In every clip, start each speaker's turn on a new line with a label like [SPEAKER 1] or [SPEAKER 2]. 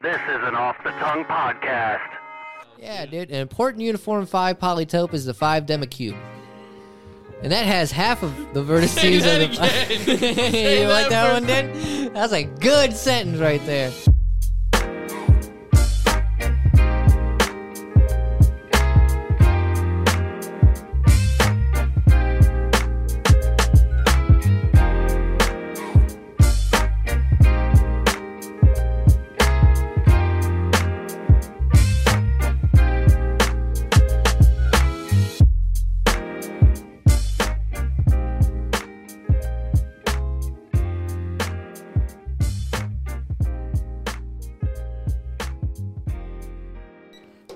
[SPEAKER 1] This is an off the tongue podcast.
[SPEAKER 2] Yeah, dude. An important uniform five polytope is the five demicube. And that has half of the vertices
[SPEAKER 3] Say that
[SPEAKER 2] of the
[SPEAKER 3] again. Say
[SPEAKER 2] You like that
[SPEAKER 3] that
[SPEAKER 2] one, dude? That's a good sentence right there.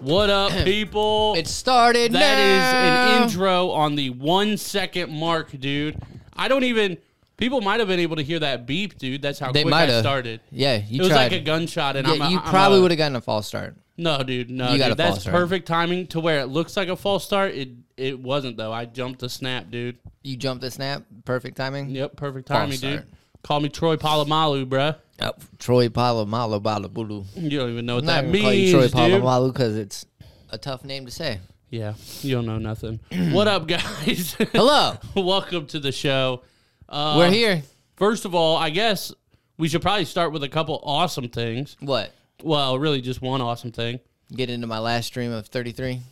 [SPEAKER 3] What up, people?
[SPEAKER 2] It started
[SPEAKER 3] That is
[SPEAKER 2] now.
[SPEAKER 3] an intro on the one second mark, dude. I don't even. People might have been able to hear that beep, dude. That's how
[SPEAKER 2] They
[SPEAKER 3] quick
[SPEAKER 2] might
[SPEAKER 3] I
[SPEAKER 2] have
[SPEAKER 3] started.
[SPEAKER 2] Yeah, you
[SPEAKER 3] it was
[SPEAKER 2] tried.
[SPEAKER 3] like a gunshot, and
[SPEAKER 2] yeah,
[SPEAKER 3] I'm a,
[SPEAKER 2] you
[SPEAKER 3] I'm
[SPEAKER 2] probably
[SPEAKER 3] a-
[SPEAKER 2] would have gotten a false start.
[SPEAKER 3] No, dude, no.
[SPEAKER 2] You got
[SPEAKER 3] dude.
[SPEAKER 2] a
[SPEAKER 3] That's
[SPEAKER 2] false start.
[SPEAKER 3] perfect timing to where it looks like a false start. It it wasn't though. I jumped the snap, dude.
[SPEAKER 2] You jumped the snap, perfect timing.
[SPEAKER 3] Yep, perfect
[SPEAKER 2] False
[SPEAKER 3] timing, dude.
[SPEAKER 2] start.
[SPEAKER 3] Call me Troy Polamalu, bruh.
[SPEAKER 2] Oh, Troy Palomalo Balabulu.
[SPEAKER 3] You don't even know
[SPEAKER 2] I'm
[SPEAKER 3] what
[SPEAKER 2] not
[SPEAKER 3] that
[SPEAKER 2] gonna call you
[SPEAKER 3] means,
[SPEAKER 2] Troy
[SPEAKER 3] dude.
[SPEAKER 2] Palamalu because it's a tough name to say.
[SPEAKER 3] Yeah, you don't know nothing. what up, guys?
[SPEAKER 2] Hello,
[SPEAKER 3] Welcome to the show. Uh,
[SPEAKER 2] we're here.
[SPEAKER 3] First of all, I guess we should probably start with a couple awesome things.
[SPEAKER 2] What?
[SPEAKER 3] Well, really, just one awesome thing.
[SPEAKER 2] Get into my last stream of 33.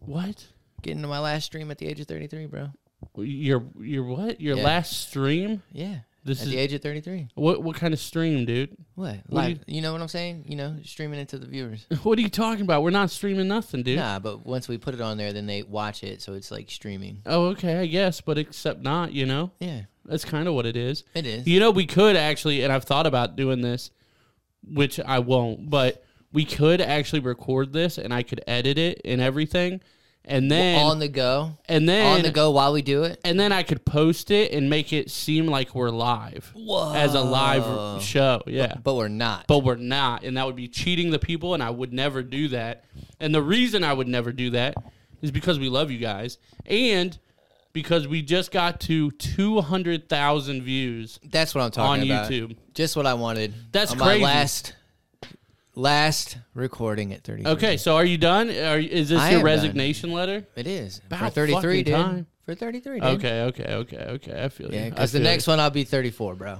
[SPEAKER 3] What?
[SPEAKER 2] Get into my last stream at the age of 33, bro.
[SPEAKER 3] Your your what? Your
[SPEAKER 2] Yeah.
[SPEAKER 3] last stream?
[SPEAKER 2] Yeah.
[SPEAKER 3] This
[SPEAKER 2] at
[SPEAKER 3] is-
[SPEAKER 2] the age of 33.
[SPEAKER 3] What what kind of stream, dude?
[SPEAKER 2] What?
[SPEAKER 3] What do
[SPEAKER 2] Live. You, know what I'm saying? You know, streaming it to the viewers.
[SPEAKER 3] What are you talking about? We're not streaming nothing, dude.
[SPEAKER 2] nah, but once we put it on there, then they watch it, so it's like streaming.
[SPEAKER 3] Oh, okay, I guess, but except not, you know?
[SPEAKER 2] Yeah,
[SPEAKER 3] That's kind of what it is.
[SPEAKER 2] it is.
[SPEAKER 3] You know, we could actually, and I've thought about doing this, which I won't, but we could actually record this and I could edit it and everything. And then,
[SPEAKER 2] on the go.
[SPEAKER 3] and then,
[SPEAKER 2] on the go while we do it.
[SPEAKER 3] and then I could post it and make it seem like we're live
[SPEAKER 2] Whoa.
[SPEAKER 3] as a live show. Yeah.
[SPEAKER 2] But we're not.
[SPEAKER 3] But we're not. And that would be cheating the people. And I would never do that. And the reason I would never do that is because we love you guys and because we just got to 200,000 views
[SPEAKER 2] That's what I'm
[SPEAKER 3] on
[SPEAKER 2] talking about.
[SPEAKER 3] YouTube.
[SPEAKER 2] Just what I wanted.
[SPEAKER 3] That's
[SPEAKER 2] on
[SPEAKER 3] crazy.
[SPEAKER 2] My last, last recording at 33.
[SPEAKER 3] Okay, so are you done? Are, is this
[SPEAKER 2] I
[SPEAKER 3] your
[SPEAKER 2] am done.
[SPEAKER 3] resignation letter?
[SPEAKER 2] It is. For
[SPEAKER 3] About
[SPEAKER 2] 33,
[SPEAKER 3] fucking
[SPEAKER 2] dude.
[SPEAKER 3] time.
[SPEAKER 2] For 33, dude.
[SPEAKER 3] Okay, okay, okay, okay. I feel
[SPEAKER 2] Yeah,
[SPEAKER 3] you.
[SPEAKER 2] because the next one I'll be 34, bro.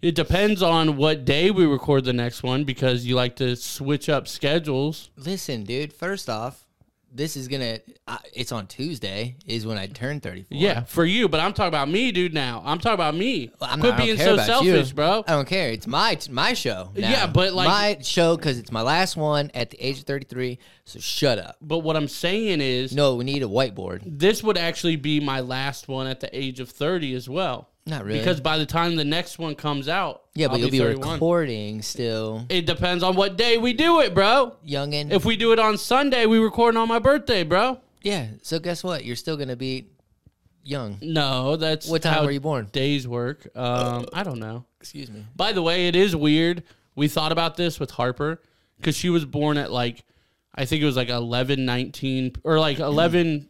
[SPEAKER 3] it depends on what day we record the next one because you like to switch up schedules.
[SPEAKER 2] Listen, dude. First off, this is gonna. I it's on Tuesday. Is when I turn thirty four.
[SPEAKER 3] Yeah, for you, but I'm talking about me, dude. Now I'm talking about me.
[SPEAKER 2] Well, I'm
[SPEAKER 3] Quit
[SPEAKER 2] not, I don't
[SPEAKER 3] being
[SPEAKER 2] care
[SPEAKER 3] so
[SPEAKER 2] about
[SPEAKER 3] selfish,
[SPEAKER 2] you.
[SPEAKER 3] bro.
[SPEAKER 2] I don't care. It's my it's my show. now.
[SPEAKER 3] Yeah, but, like-
[SPEAKER 2] my show because it's my last one at the age of thirty three. So shut up.
[SPEAKER 3] But what I'm saying is,
[SPEAKER 2] No, we need a whiteboard.
[SPEAKER 3] this would actually be my last one at the age of 30 as well.
[SPEAKER 2] Not really.
[SPEAKER 3] Because by the time the next one comes out,
[SPEAKER 2] Yeah, but
[SPEAKER 3] I'll
[SPEAKER 2] you'll
[SPEAKER 3] be
[SPEAKER 2] be
[SPEAKER 3] 31.
[SPEAKER 2] recording still,
[SPEAKER 3] It depends on what day we do it, bro.
[SPEAKER 2] youngin.
[SPEAKER 3] If we do it on Sunday, we recording on my birthday, bro.
[SPEAKER 2] yeah. So guess what? You're still gonna be young.
[SPEAKER 3] No, that's
[SPEAKER 2] What time
[SPEAKER 3] how
[SPEAKER 2] were you born?
[SPEAKER 3] Days work. Um, I don't know.
[SPEAKER 2] Excuse me.
[SPEAKER 3] By the way, it is weird. We thought about this with Harper because she was born at like, I think it was like eleven nineteen or like eleven,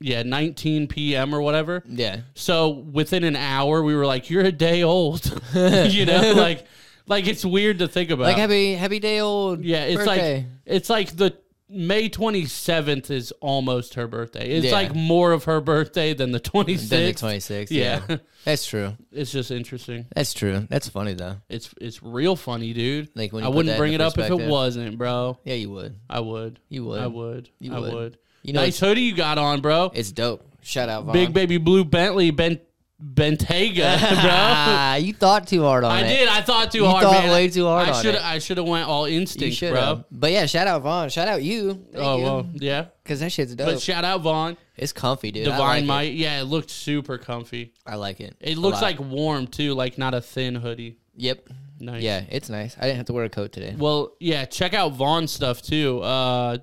[SPEAKER 3] yeah, nineteen p.m. or whatever.
[SPEAKER 2] Yeah.
[SPEAKER 3] So within an hour, we were like, "You're a day old," you know, like, like it's weird to think about.
[SPEAKER 2] Like happy happy day old.
[SPEAKER 3] Uh, Yeah, it's
[SPEAKER 2] birthday.
[SPEAKER 3] like it's like the May 27th is almost her birthday. It's
[SPEAKER 2] Yeah.
[SPEAKER 3] like more of her birthday than the 26th.
[SPEAKER 2] Then the twenty six.
[SPEAKER 3] Yeah.
[SPEAKER 2] yeah. That's true.
[SPEAKER 3] it's just interesting.
[SPEAKER 2] That's true. That's funny though.
[SPEAKER 3] It's it's real funny, dude.
[SPEAKER 2] Like, when you
[SPEAKER 3] I
[SPEAKER 2] put
[SPEAKER 3] wouldn't
[SPEAKER 2] that
[SPEAKER 3] bring it
[SPEAKER 2] into
[SPEAKER 3] up if it
[SPEAKER 2] perspective.
[SPEAKER 3] wasn't, bro.
[SPEAKER 2] Yeah, you would.
[SPEAKER 3] I would.
[SPEAKER 2] You would.
[SPEAKER 3] I would.
[SPEAKER 2] You
[SPEAKER 3] I
[SPEAKER 2] would.
[SPEAKER 3] would.
[SPEAKER 2] You know,
[SPEAKER 3] nice
[SPEAKER 2] it's-
[SPEAKER 3] hoodie you got on, bro.
[SPEAKER 2] It's dope. Shout out, Vaughn.
[SPEAKER 3] Big baby blue Bentley Ben Bentayga, bro.
[SPEAKER 2] Ah, you thought too hard on
[SPEAKER 3] I
[SPEAKER 2] it.
[SPEAKER 3] did. I thought too
[SPEAKER 2] You
[SPEAKER 3] hard.
[SPEAKER 2] thought
[SPEAKER 3] man.
[SPEAKER 2] way too hard
[SPEAKER 3] I
[SPEAKER 2] on
[SPEAKER 3] should.
[SPEAKER 2] it.
[SPEAKER 3] I should have went all
[SPEAKER 2] You
[SPEAKER 3] instinct,
[SPEAKER 2] should
[SPEAKER 3] bro.
[SPEAKER 2] have. But yeah, shout out Vaughn. Shout out you.
[SPEAKER 3] Oh well, yeah.
[SPEAKER 2] Because that shit's dope.
[SPEAKER 3] But shout out Vaughn.
[SPEAKER 2] it's comfy, dude. I like
[SPEAKER 3] Divine
[SPEAKER 2] it.
[SPEAKER 3] Might. Yeah, it looked super comfy.
[SPEAKER 2] I like it.
[SPEAKER 3] It
[SPEAKER 2] a
[SPEAKER 3] looks
[SPEAKER 2] lot.
[SPEAKER 3] like warm too, like not a thin hoodie.
[SPEAKER 2] Yep.
[SPEAKER 3] Nice.
[SPEAKER 2] Yeah, it's nice. I didn't have to wear a coat today.
[SPEAKER 3] Well, yeah, check out Vaughn's stuff too. Uh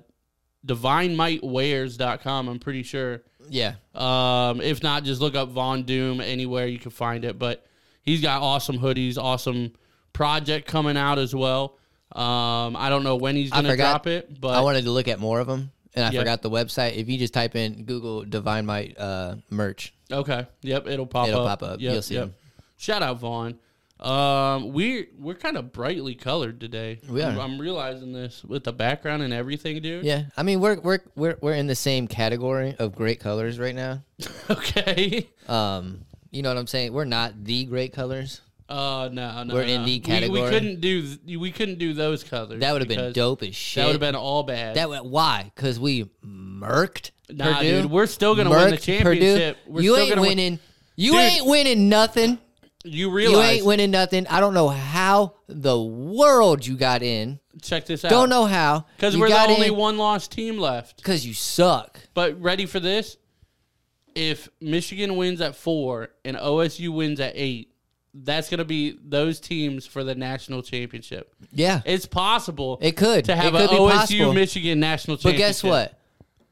[SPEAKER 3] divinemightwares.com, I'm pretty sure.
[SPEAKER 2] Yeah.
[SPEAKER 3] Um if not just look up Vaughn Doom anywhere you can find it, but he's got awesome hoodies, awesome project coming out as well. Um I don't know when he's
[SPEAKER 2] I
[SPEAKER 3] going to
[SPEAKER 2] forgot-
[SPEAKER 3] drop it, but
[SPEAKER 2] I wanted to look at more of them, and I
[SPEAKER 3] Yeah.
[SPEAKER 2] forgot the website. If you just type in Google Divine Might uh, merch,
[SPEAKER 3] Okay. Yep. It'll pop
[SPEAKER 2] It'll
[SPEAKER 3] up.
[SPEAKER 2] pop up.
[SPEAKER 3] Yep,
[SPEAKER 2] You'll see
[SPEAKER 3] yep.
[SPEAKER 2] 'em.
[SPEAKER 3] Shout out Vaughn. Um, we're we're kind of brightly colored today.
[SPEAKER 2] We are.
[SPEAKER 3] I'm, I'm realizing this with the background and everything, dude.
[SPEAKER 2] Yeah, I mean we're we're we're we're in the same category of great colors right now.
[SPEAKER 3] okay.
[SPEAKER 2] Um, you know what I'm saying? We're not the great colors.
[SPEAKER 3] Uh, no, no.
[SPEAKER 2] We're
[SPEAKER 3] no.
[SPEAKER 2] in the
[SPEAKER 3] We, we
[SPEAKER 2] category.
[SPEAKER 3] couldn't do th- we couldn't do those colors.
[SPEAKER 2] That would have been
[SPEAKER 3] because
[SPEAKER 2] dope as shit.
[SPEAKER 3] That would have been all bad.
[SPEAKER 2] That would, why? Because we murked
[SPEAKER 3] nah,
[SPEAKER 2] Purdue.
[SPEAKER 3] dude. We're still gonna win the
[SPEAKER 2] Murked Purdue.
[SPEAKER 3] championship. We're
[SPEAKER 2] you
[SPEAKER 3] still
[SPEAKER 2] ain't
[SPEAKER 3] gonna win-
[SPEAKER 2] winning. You
[SPEAKER 3] Dude.
[SPEAKER 2] ain't winning nothing.
[SPEAKER 3] You
[SPEAKER 2] You
[SPEAKER 3] realize?
[SPEAKER 2] ain't winning nothing. I don't know how the world you got in.
[SPEAKER 3] Check this out.
[SPEAKER 2] Don't know how.
[SPEAKER 3] because
[SPEAKER 2] You
[SPEAKER 3] we're the
[SPEAKER 2] got
[SPEAKER 3] only
[SPEAKER 2] in
[SPEAKER 3] one lost team left.
[SPEAKER 2] Because you suck.
[SPEAKER 3] But ready for this? If Michigan wins at four and OSU wins at eight, that's going to be those teams for the national championship.
[SPEAKER 2] Yeah, it,
[SPEAKER 3] It's possible
[SPEAKER 2] could.
[SPEAKER 3] to have
[SPEAKER 2] it
[SPEAKER 3] an
[SPEAKER 2] could be
[SPEAKER 3] OSU
[SPEAKER 2] possible.
[SPEAKER 3] Michigan national
[SPEAKER 2] But
[SPEAKER 3] championship.
[SPEAKER 2] guess what?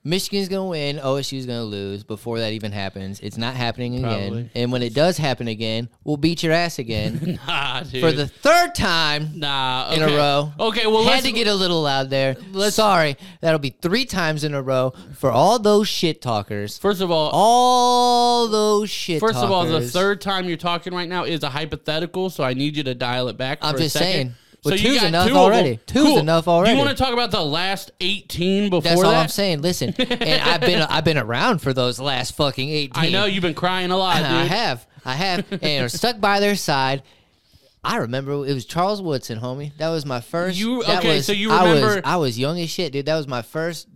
[SPEAKER 2] Michigan's gonna win. OSU's gonna lose before that even happens. It's not happening again.
[SPEAKER 3] Probably.
[SPEAKER 2] And when it does happen again, we'll beat your ass again
[SPEAKER 3] Nah, Ah, dude.
[SPEAKER 2] for the third time
[SPEAKER 3] nah,
[SPEAKER 2] in a
[SPEAKER 3] okay.
[SPEAKER 2] row.
[SPEAKER 3] Okay, well,
[SPEAKER 2] had
[SPEAKER 3] let's,
[SPEAKER 2] to get a little loud there. Sorry, that'll be three times in a row for all those shit talkers.
[SPEAKER 3] first of all,
[SPEAKER 2] all those shit.
[SPEAKER 3] First of all, the
[SPEAKER 2] talkers.
[SPEAKER 3] third time you're talking right now is a hypothetical, so I need you to dial it back.
[SPEAKER 2] I'm
[SPEAKER 3] for a
[SPEAKER 2] just
[SPEAKER 3] second.
[SPEAKER 2] saying.
[SPEAKER 3] So
[SPEAKER 2] Well,
[SPEAKER 3] you
[SPEAKER 2] two's
[SPEAKER 3] got
[SPEAKER 2] enough
[SPEAKER 3] two of them.
[SPEAKER 2] already. Two's enough already.
[SPEAKER 3] You want to talk about the last 18 before
[SPEAKER 2] That's
[SPEAKER 3] that?
[SPEAKER 2] all I'm saying. Listen, and I've been I've been around for those last fucking eighteen.
[SPEAKER 3] I know you've been crying a lot, dude.
[SPEAKER 2] I have. I have. And are stuck by their side. I remember it was Charles Woodson, homie. That was my first.
[SPEAKER 3] You-
[SPEAKER 2] that
[SPEAKER 3] okay,
[SPEAKER 2] was-
[SPEAKER 3] so you
[SPEAKER 2] I was,
[SPEAKER 3] remember-
[SPEAKER 2] I was young as shit, dude. That was my first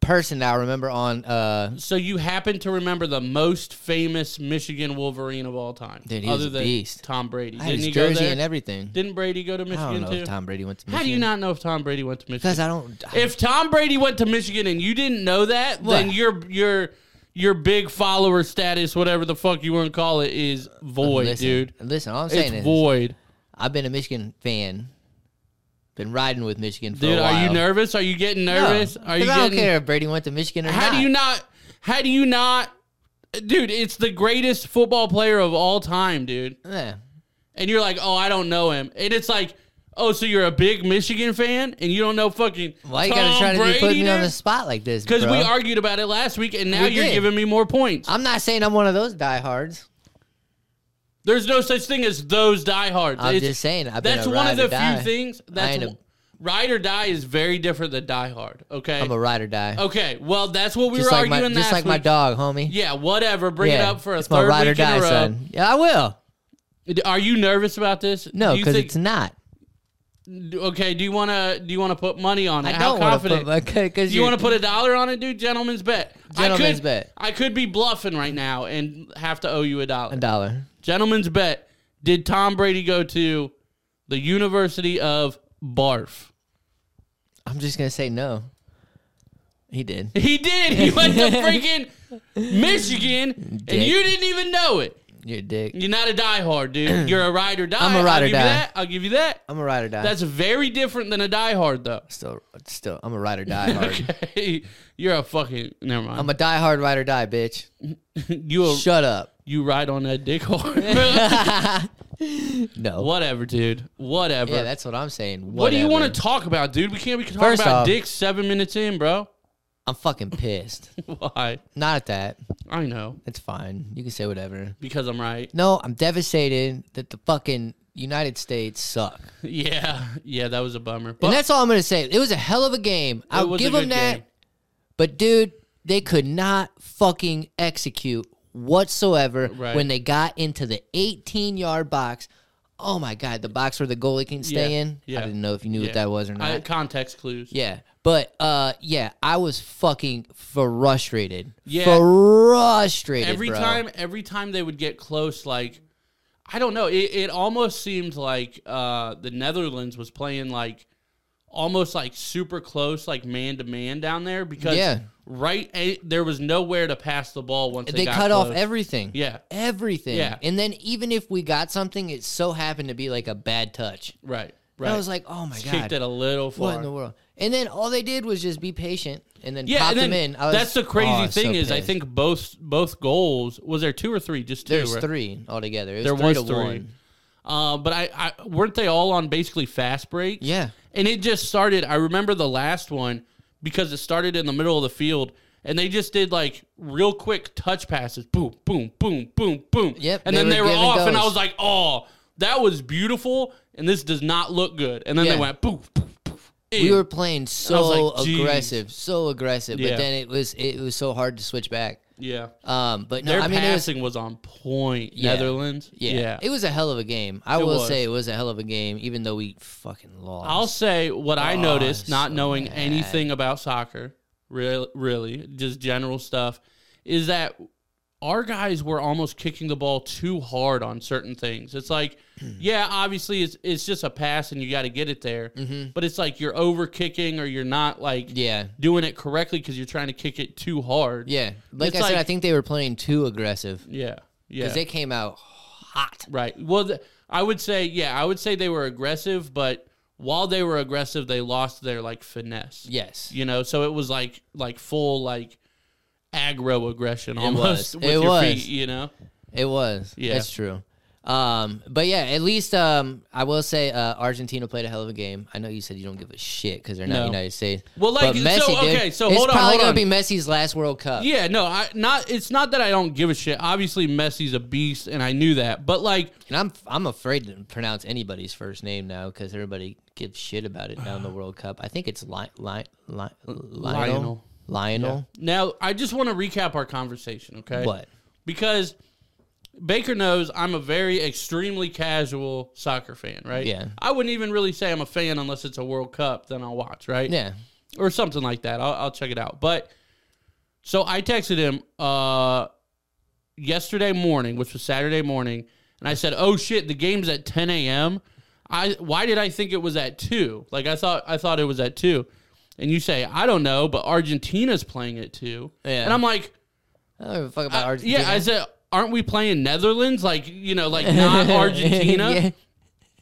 [SPEAKER 2] person that I remember on. uh
[SPEAKER 3] So you happen to remember the most famous Michigan Wolverine of all time,
[SPEAKER 2] Dude, he
[SPEAKER 3] other
[SPEAKER 2] was a
[SPEAKER 3] than
[SPEAKER 2] beast.
[SPEAKER 3] Tom Brady.
[SPEAKER 2] I had
[SPEAKER 3] Didn't
[SPEAKER 2] his
[SPEAKER 3] he go
[SPEAKER 2] jersey
[SPEAKER 3] there?
[SPEAKER 2] and everything.
[SPEAKER 3] Didn't Brady go to Michigan
[SPEAKER 2] I don't know
[SPEAKER 3] too?
[SPEAKER 2] if Tom Brady went to Michigan.
[SPEAKER 3] How do you not know if Tom Brady went to Michigan?
[SPEAKER 2] Because I don't.
[SPEAKER 3] If Tom Brady went to Michigan and you didn't know that,
[SPEAKER 2] What?
[SPEAKER 3] then your your your big follower status, whatever the fuck you want to call it, is void,
[SPEAKER 2] listen,
[SPEAKER 3] dude.
[SPEAKER 2] Listen, all I'm
[SPEAKER 3] It's
[SPEAKER 2] saying is
[SPEAKER 3] void,
[SPEAKER 2] I've been a Michigan fan. Been riding with Michigan for
[SPEAKER 3] dude.
[SPEAKER 2] a while.
[SPEAKER 3] Are you nervous? Are you getting
[SPEAKER 2] No,
[SPEAKER 3] nervous? are you
[SPEAKER 2] 'cause I don't
[SPEAKER 3] getting?
[SPEAKER 2] care if Brady went to Michigan or
[SPEAKER 3] How
[SPEAKER 2] not.
[SPEAKER 3] do you not? How do you not? Dude, it's the greatest football player of all time, dude.
[SPEAKER 2] Yeah.
[SPEAKER 3] and you're like, oh, I don't know him, and it's like, oh, so you're a big Michigan fan and you don't know fucking
[SPEAKER 2] Why you
[SPEAKER 3] Tom
[SPEAKER 2] gotta try to
[SPEAKER 3] Brady
[SPEAKER 2] be putting me on
[SPEAKER 3] there?
[SPEAKER 2] the spot like this?
[SPEAKER 3] Because we
[SPEAKER 2] bro?
[SPEAKER 3] argued about it last week, and now
[SPEAKER 2] We
[SPEAKER 3] you're
[SPEAKER 2] did.
[SPEAKER 3] giving me more points.
[SPEAKER 2] I'm not saying I'm one of those diehards.
[SPEAKER 3] There's no such thing as those diehards.
[SPEAKER 2] I'm
[SPEAKER 3] It's-
[SPEAKER 2] just saying I've been
[SPEAKER 3] that's
[SPEAKER 2] a
[SPEAKER 3] one
[SPEAKER 2] ride
[SPEAKER 3] of the
[SPEAKER 2] or die.
[SPEAKER 3] few things. That's
[SPEAKER 2] ain't a-
[SPEAKER 3] w- ride or die is very different than diehard. Okay.
[SPEAKER 2] I'm a ride or die.
[SPEAKER 3] okay. Well, that's what Oh, we
[SPEAKER 2] just
[SPEAKER 3] were
[SPEAKER 2] like my
[SPEAKER 3] arguing
[SPEAKER 2] just
[SPEAKER 3] last
[SPEAKER 2] like
[SPEAKER 3] week.
[SPEAKER 2] my dog, homie.
[SPEAKER 3] Yeah, whatever. Bring it
[SPEAKER 2] Yeah,
[SPEAKER 3] up for a
[SPEAKER 2] it's
[SPEAKER 3] third
[SPEAKER 2] my ride
[SPEAKER 3] week
[SPEAKER 2] or die,
[SPEAKER 3] in a row.
[SPEAKER 2] son. Yeah, I will.
[SPEAKER 3] Are you nervous about this?
[SPEAKER 2] No,
[SPEAKER 3] Do you
[SPEAKER 2] because
[SPEAKER 3] think-
[SPEAKER 2] it's not.
[SPEAKER 3] okay. Do you wanna do you wanna put money on it?
[SPEAKER 2] I
[SPEAKER 3] How
[SPEAKER 2] don't want to
[SPEAKER 3] confident?
[SPEAKER 2] put because
[SPEAKER 3] You want to put a dollar on it, dude? Gentleman's bet. I
[SPEAKER 2] Gentleman's
[SPEAKER 3] could,
[SPEAKER 2] bet.
[SPEAKER 3] I could be bluffing right now and have to owe you a dollar.
[SPEAKER 2] a dollar.
[SPEAKER 3] Gentleman's bet. Did Tom Brady go to the University of Barf?
[SPEAKER 2] I'm just gonna say no. He did.
[SPEAKER 3] He did. He went to freaking Michigan, and
[SPEAKER 2] Dick.
[SPEAKER 3] you didn't even know it.
[SPEAKER 2] You're a dick.
[SPEAKER 3] You're not a diehard, dude. You're a ride or die.
[SPEAKER 2] I'm a ride
[SPEAKER 3] I'll
[SPEAKER 2] or
[SPEAKER 3] give
[SPEAKER 2] die.
[SPEAKER 3] You that. I'll give you that.
[SPEAKER 2] I'm a ride or die.
[SPEAKER 3] That's very different than a diehard, though.
[SPEAKER 2] still still I'm a ride or die hard.
[SPEAKER 3] You're a fucking never mind.
[SPEAKER 2] I'm a die hard ride or die, bitch.
[SPEAKER 3] you a,
[SPEAKER 2] Shut up.
[SPEAKER 3] you ride on that dick hard.
[SPEAKER 2] No.
[SPEAKER 3] Whatever, dude. Whatever.
[SPEAKER 2] Yeah, that's what I'm saying.
[SPEAKER 3] what do you
[SPEAKER 2] Whatever.
[SPEAKER 3] want to talk about, dude? We can't be talking
[SPEAKER 2] First
[SPEAKER 3] about
[SPEAKER 2] off-
[SPEAKER 3] dick seven minutes in, bro.
[SPEAKER 2] I'm fucking pissed.
[SPEAKER 3] Why?
[SPEAKER 2] Not at that.
[SPEAKER 3] I know
[SPEAKER 2] It's fine. You can say whatever.
[SPEAKER 3] because I'm right.
[SPEAKER 2] No, I'm devastated that the fucking United States suck.
[SPEAKER 3] Yeah, yeah, that was a bummer.
[SPEAKER 2] And
[SPEAKER 3] But
[SPEAKER 2] that's all I'm going to say. It was a hell of a game.
[SPEAKER 3] it
[SPEAKER 2] I'll
[SPEAKER 3] was a
[SPEAKER 2] give them
[SPEAKER 3] good
[SPEAKER 2] that.
[SPEAKER 3] game.
[SPEAKER 2] But dude, they could not fucking execute whatsoever
[SPEAKER 3] Right.
[SPEAKER 2] when they got into the 18 yard box. Oh my god, the box where the goalie can stay
[SPEAKER 3] Yeah,
[SPEAKER 2] in.
[SPEAKER 3] yeah,
[SPEAKER 2] I didn't know if you knew
[SPEAKER 3] Yeah.
[SPEAKER 2] what that was or not.
[SPEAKER 3] I, context clues.
[SPEAKER 2] yeah. But uh yeah, I was fucking frustrated.
[SPEAKER 3] Yeah.
[SPEAKER 2] Frustrated.
[SPEAKER 3] every
[SPEAKER 2] bro.
[SPEAKER 3] time, every time they would get close, like I don't know, it, it almost seemed like uh, the Netherlands was playing like almost like super close, like man to man down there because
[SPEAKER 2] Yeah.
[SPEAKER 3] right eh, there was nowhere to pass the ball once they,
[SPEAKER 2] they
[SPEAKER 3] got
[SPEAKER 2] cut off
[SPEAKER 3] close.
[SPEAKER 2] everything.
[SPEAKER 3] Yeah,
[SPEAKER 2] Everything.
[SPEAKER 3] Yeah.
[SPEAKER 2] And then even if we got something, it so happened to be like a bad touch.
[SPEAKER 3] right, right.
[SPEAKER 2] And I was like, oh my
[SPEAKER 3] kicked
[SPEAKER 2] god.
[SPEAKER 3] it a little far.
[SPEAKER 2] What in the world? And then all they did was just be patient and then
[SPEAKER 3] yeah,
[SPEAKER 2] pop
[SPEAKER 3] and then
[SPEAKER 2] them in. I was,
[SPEAKER 3] that's the crazy
[SPEAKER 2] oh, I was so
[SPEAKER 3] thing is I
[SPEAKER 2] pissed.
[SPEAKER 3] think both both goals was there two or three just two.
[SPEAKER 2] there's
[SPEAKER 3] right?
[SPEAKER 2] three altogether. It was
[SPEAKER 3] There
[SPEAKER 2] three
[SPEAKER 3] was
[SPEAKER 2] to
[SPEAKER 3] three.
[SPEAKER 2] one.
[SPEAKER 3] Uh, but I, I weren't they all on basically fast break?
[SPEAKER 2] Yeah.
[SPEAKER 3] and it just started. I remember the last one because it started in the middle of the field. And they just did like real quick touch passes, boom, boom, boom, boom, boom.
[SPEAKER 2] Yep,
[SPEAKER 3] And
[SPEAKER 2] they
[SPEAKER 3] then
[SPEAKER 2] were
[SPEAKER 3] they were
[SPEAKER 2] giving
[SPEAKER 3] off, and I
[SPEAKER 2] goals.
[SPEAKER 3] was like, "Oh, that was beautiful, and this does not look good. And then
[SPEAKER 2] Yeah.
[SPEAKER 3] they went poof, poof, poof.
[SPEAKER 2] We
[SPEAKER 3] in.
[SPEAKER 2] were playing so
[SPEAKER 3] like, "Jeez."
[SPEAKER 2] aggressive, so aggressive,
[SPEAKER 3] Yeah.
[SPEAKER 2] but then it was it was so hard to switch back.
[SPEAKER 3] yeah.
[SPEAKER 2] Um, but no,
[SPEAKER 3] Their
[SPEAKER 2] I mean it was
[SPEAKER 3] passing was, on point.
[SPEAKER 2] Yeah.
[SPEAKER 3] Netherlands.
[SPEAKER 2] yeah,
[SPEAKER 3] yeah.
[SPEAKER 2] it was a hell of a game. I
[SPEAKER 3] It
[SPEAKER 2] will
[SPEAKER 3] was.
[SPEAKER 2] say it was a hell of a game, even though we fucking lost.
[SPEAKER 3] I'll say what I
[SPEAKER 2] Oh,
[SPEAKER 3] noticed, not
[SPEAKER 2] so
[SPEAKER 3] knowing
[SPEAKER 2] bad.
[SPEAKER 3] anything about soccer, really, really, just general stuff, is that our guys were almost kicking the ball too hard on certain things. It's like, yeah, obviously it's it's just a pass and you got to get it there, but it's like you're over kicking or you're not like
[SPEAKER 2] Mm-hmm. yeah,
[SPEAKER 3] doing it correctly because you're trying to kick it too hard.
[SPEAKER 2] yeah. Like
[SPEAKER 3] It's
[SPEAKER 2] I said,
[SPEAKER 3] like-
[SPEAKER 2] I think they were playing too aggressive
[SPEAKER 3] yeah, yeah.
[SPEAKER 2] because they came out hot.
[SPEAKER 3] Right. Well, th- I would say, yeah, I would say they were aggressive, but while they were aggressive, they lost their like finesse.
[SPEAKER 2] Yes,
[SPEAKER 3] You know, so it was like like full like aggro aggression
[SPEAKER 2] It
[SPEAKER 3] almost
[SPEAKER 2] was.
[SPEAKER 3] with
[SPEAKER 2] It
[SPEAKER 3] your
[SPEAKER 2] was.
[SPEAKER 3] feet. You know.
[SPEAKER 2] it was.
[SPEAKER 3] Yeah.
[SPEAKER 2] that's true. Um, but yeah, at least um, I will say uh, Argentina played a hell of a game. I know you said you don't give a shit because they're not
[SPEAKER 3] No.
[SPEAKER 2] United States.
[SPEAKER 3] Well, like,
[SPEAKER 2] But
[SPEAKER 3] so,
[SPEAKER 2] dude,
[SPEAKER 3] okay, so
[SPEAKER 2] it's
[SPEAKER 3] hold on,
[SPEAKER 2] probably
[SPEAKER 3] hold
[SPEAKER 2] gonna
[SPEAKER 3] on.
[SPEAKER 2] be Messi's last World Cup.
[SPEAKER 3] Yeah. No. I not. It's not that I don't give a shit. Obviously, Messi's a beast, and I knew that. But like,
[SPEAKER 2] And I'm I'm afraid to pronounce anybody's first name now because everybody gives shit about it now in the World Cup. I think it's Li- Li- Li- Lionel.
[SPEAKER 3] Lionel.
[SPEAKER 2] Lionel.
[SPEAKER 3] now I just want to recap our conversation. Okay.
[SPEAKER 2] What?
[SPEAKER 3] because Baker knows I'm a very extremely casual soccer fan, right?
[SPEAKER 2] Yeah.
[SPEAKER 3] I wouldn't even really say I'm a fan unless it's a World Cup, then I'll watch, right?
[SPEAKER 2] Yeah.
[SPEAKER 3] Or something like that. I'll, I'll check it out. But so I texted him uh, yesterday morning, which was Saturday morning, and I said, "Oh shit, the game's at 10 a.m. I why did I think it was at two? Like I thought I thought it was at two, and you say I don't know, but Argentina's playing at two,
[SPEAKER 2] Yeah.
[SPEAKER 3] and I'm like."
[SPEAKER 2] I don't give a fuck about Argentina.
[SPEAKER 3] Yeah, I said, aren't we playing Netherlands? Like, you know, like not Argentina.
[SPEAKER 2] Yeah.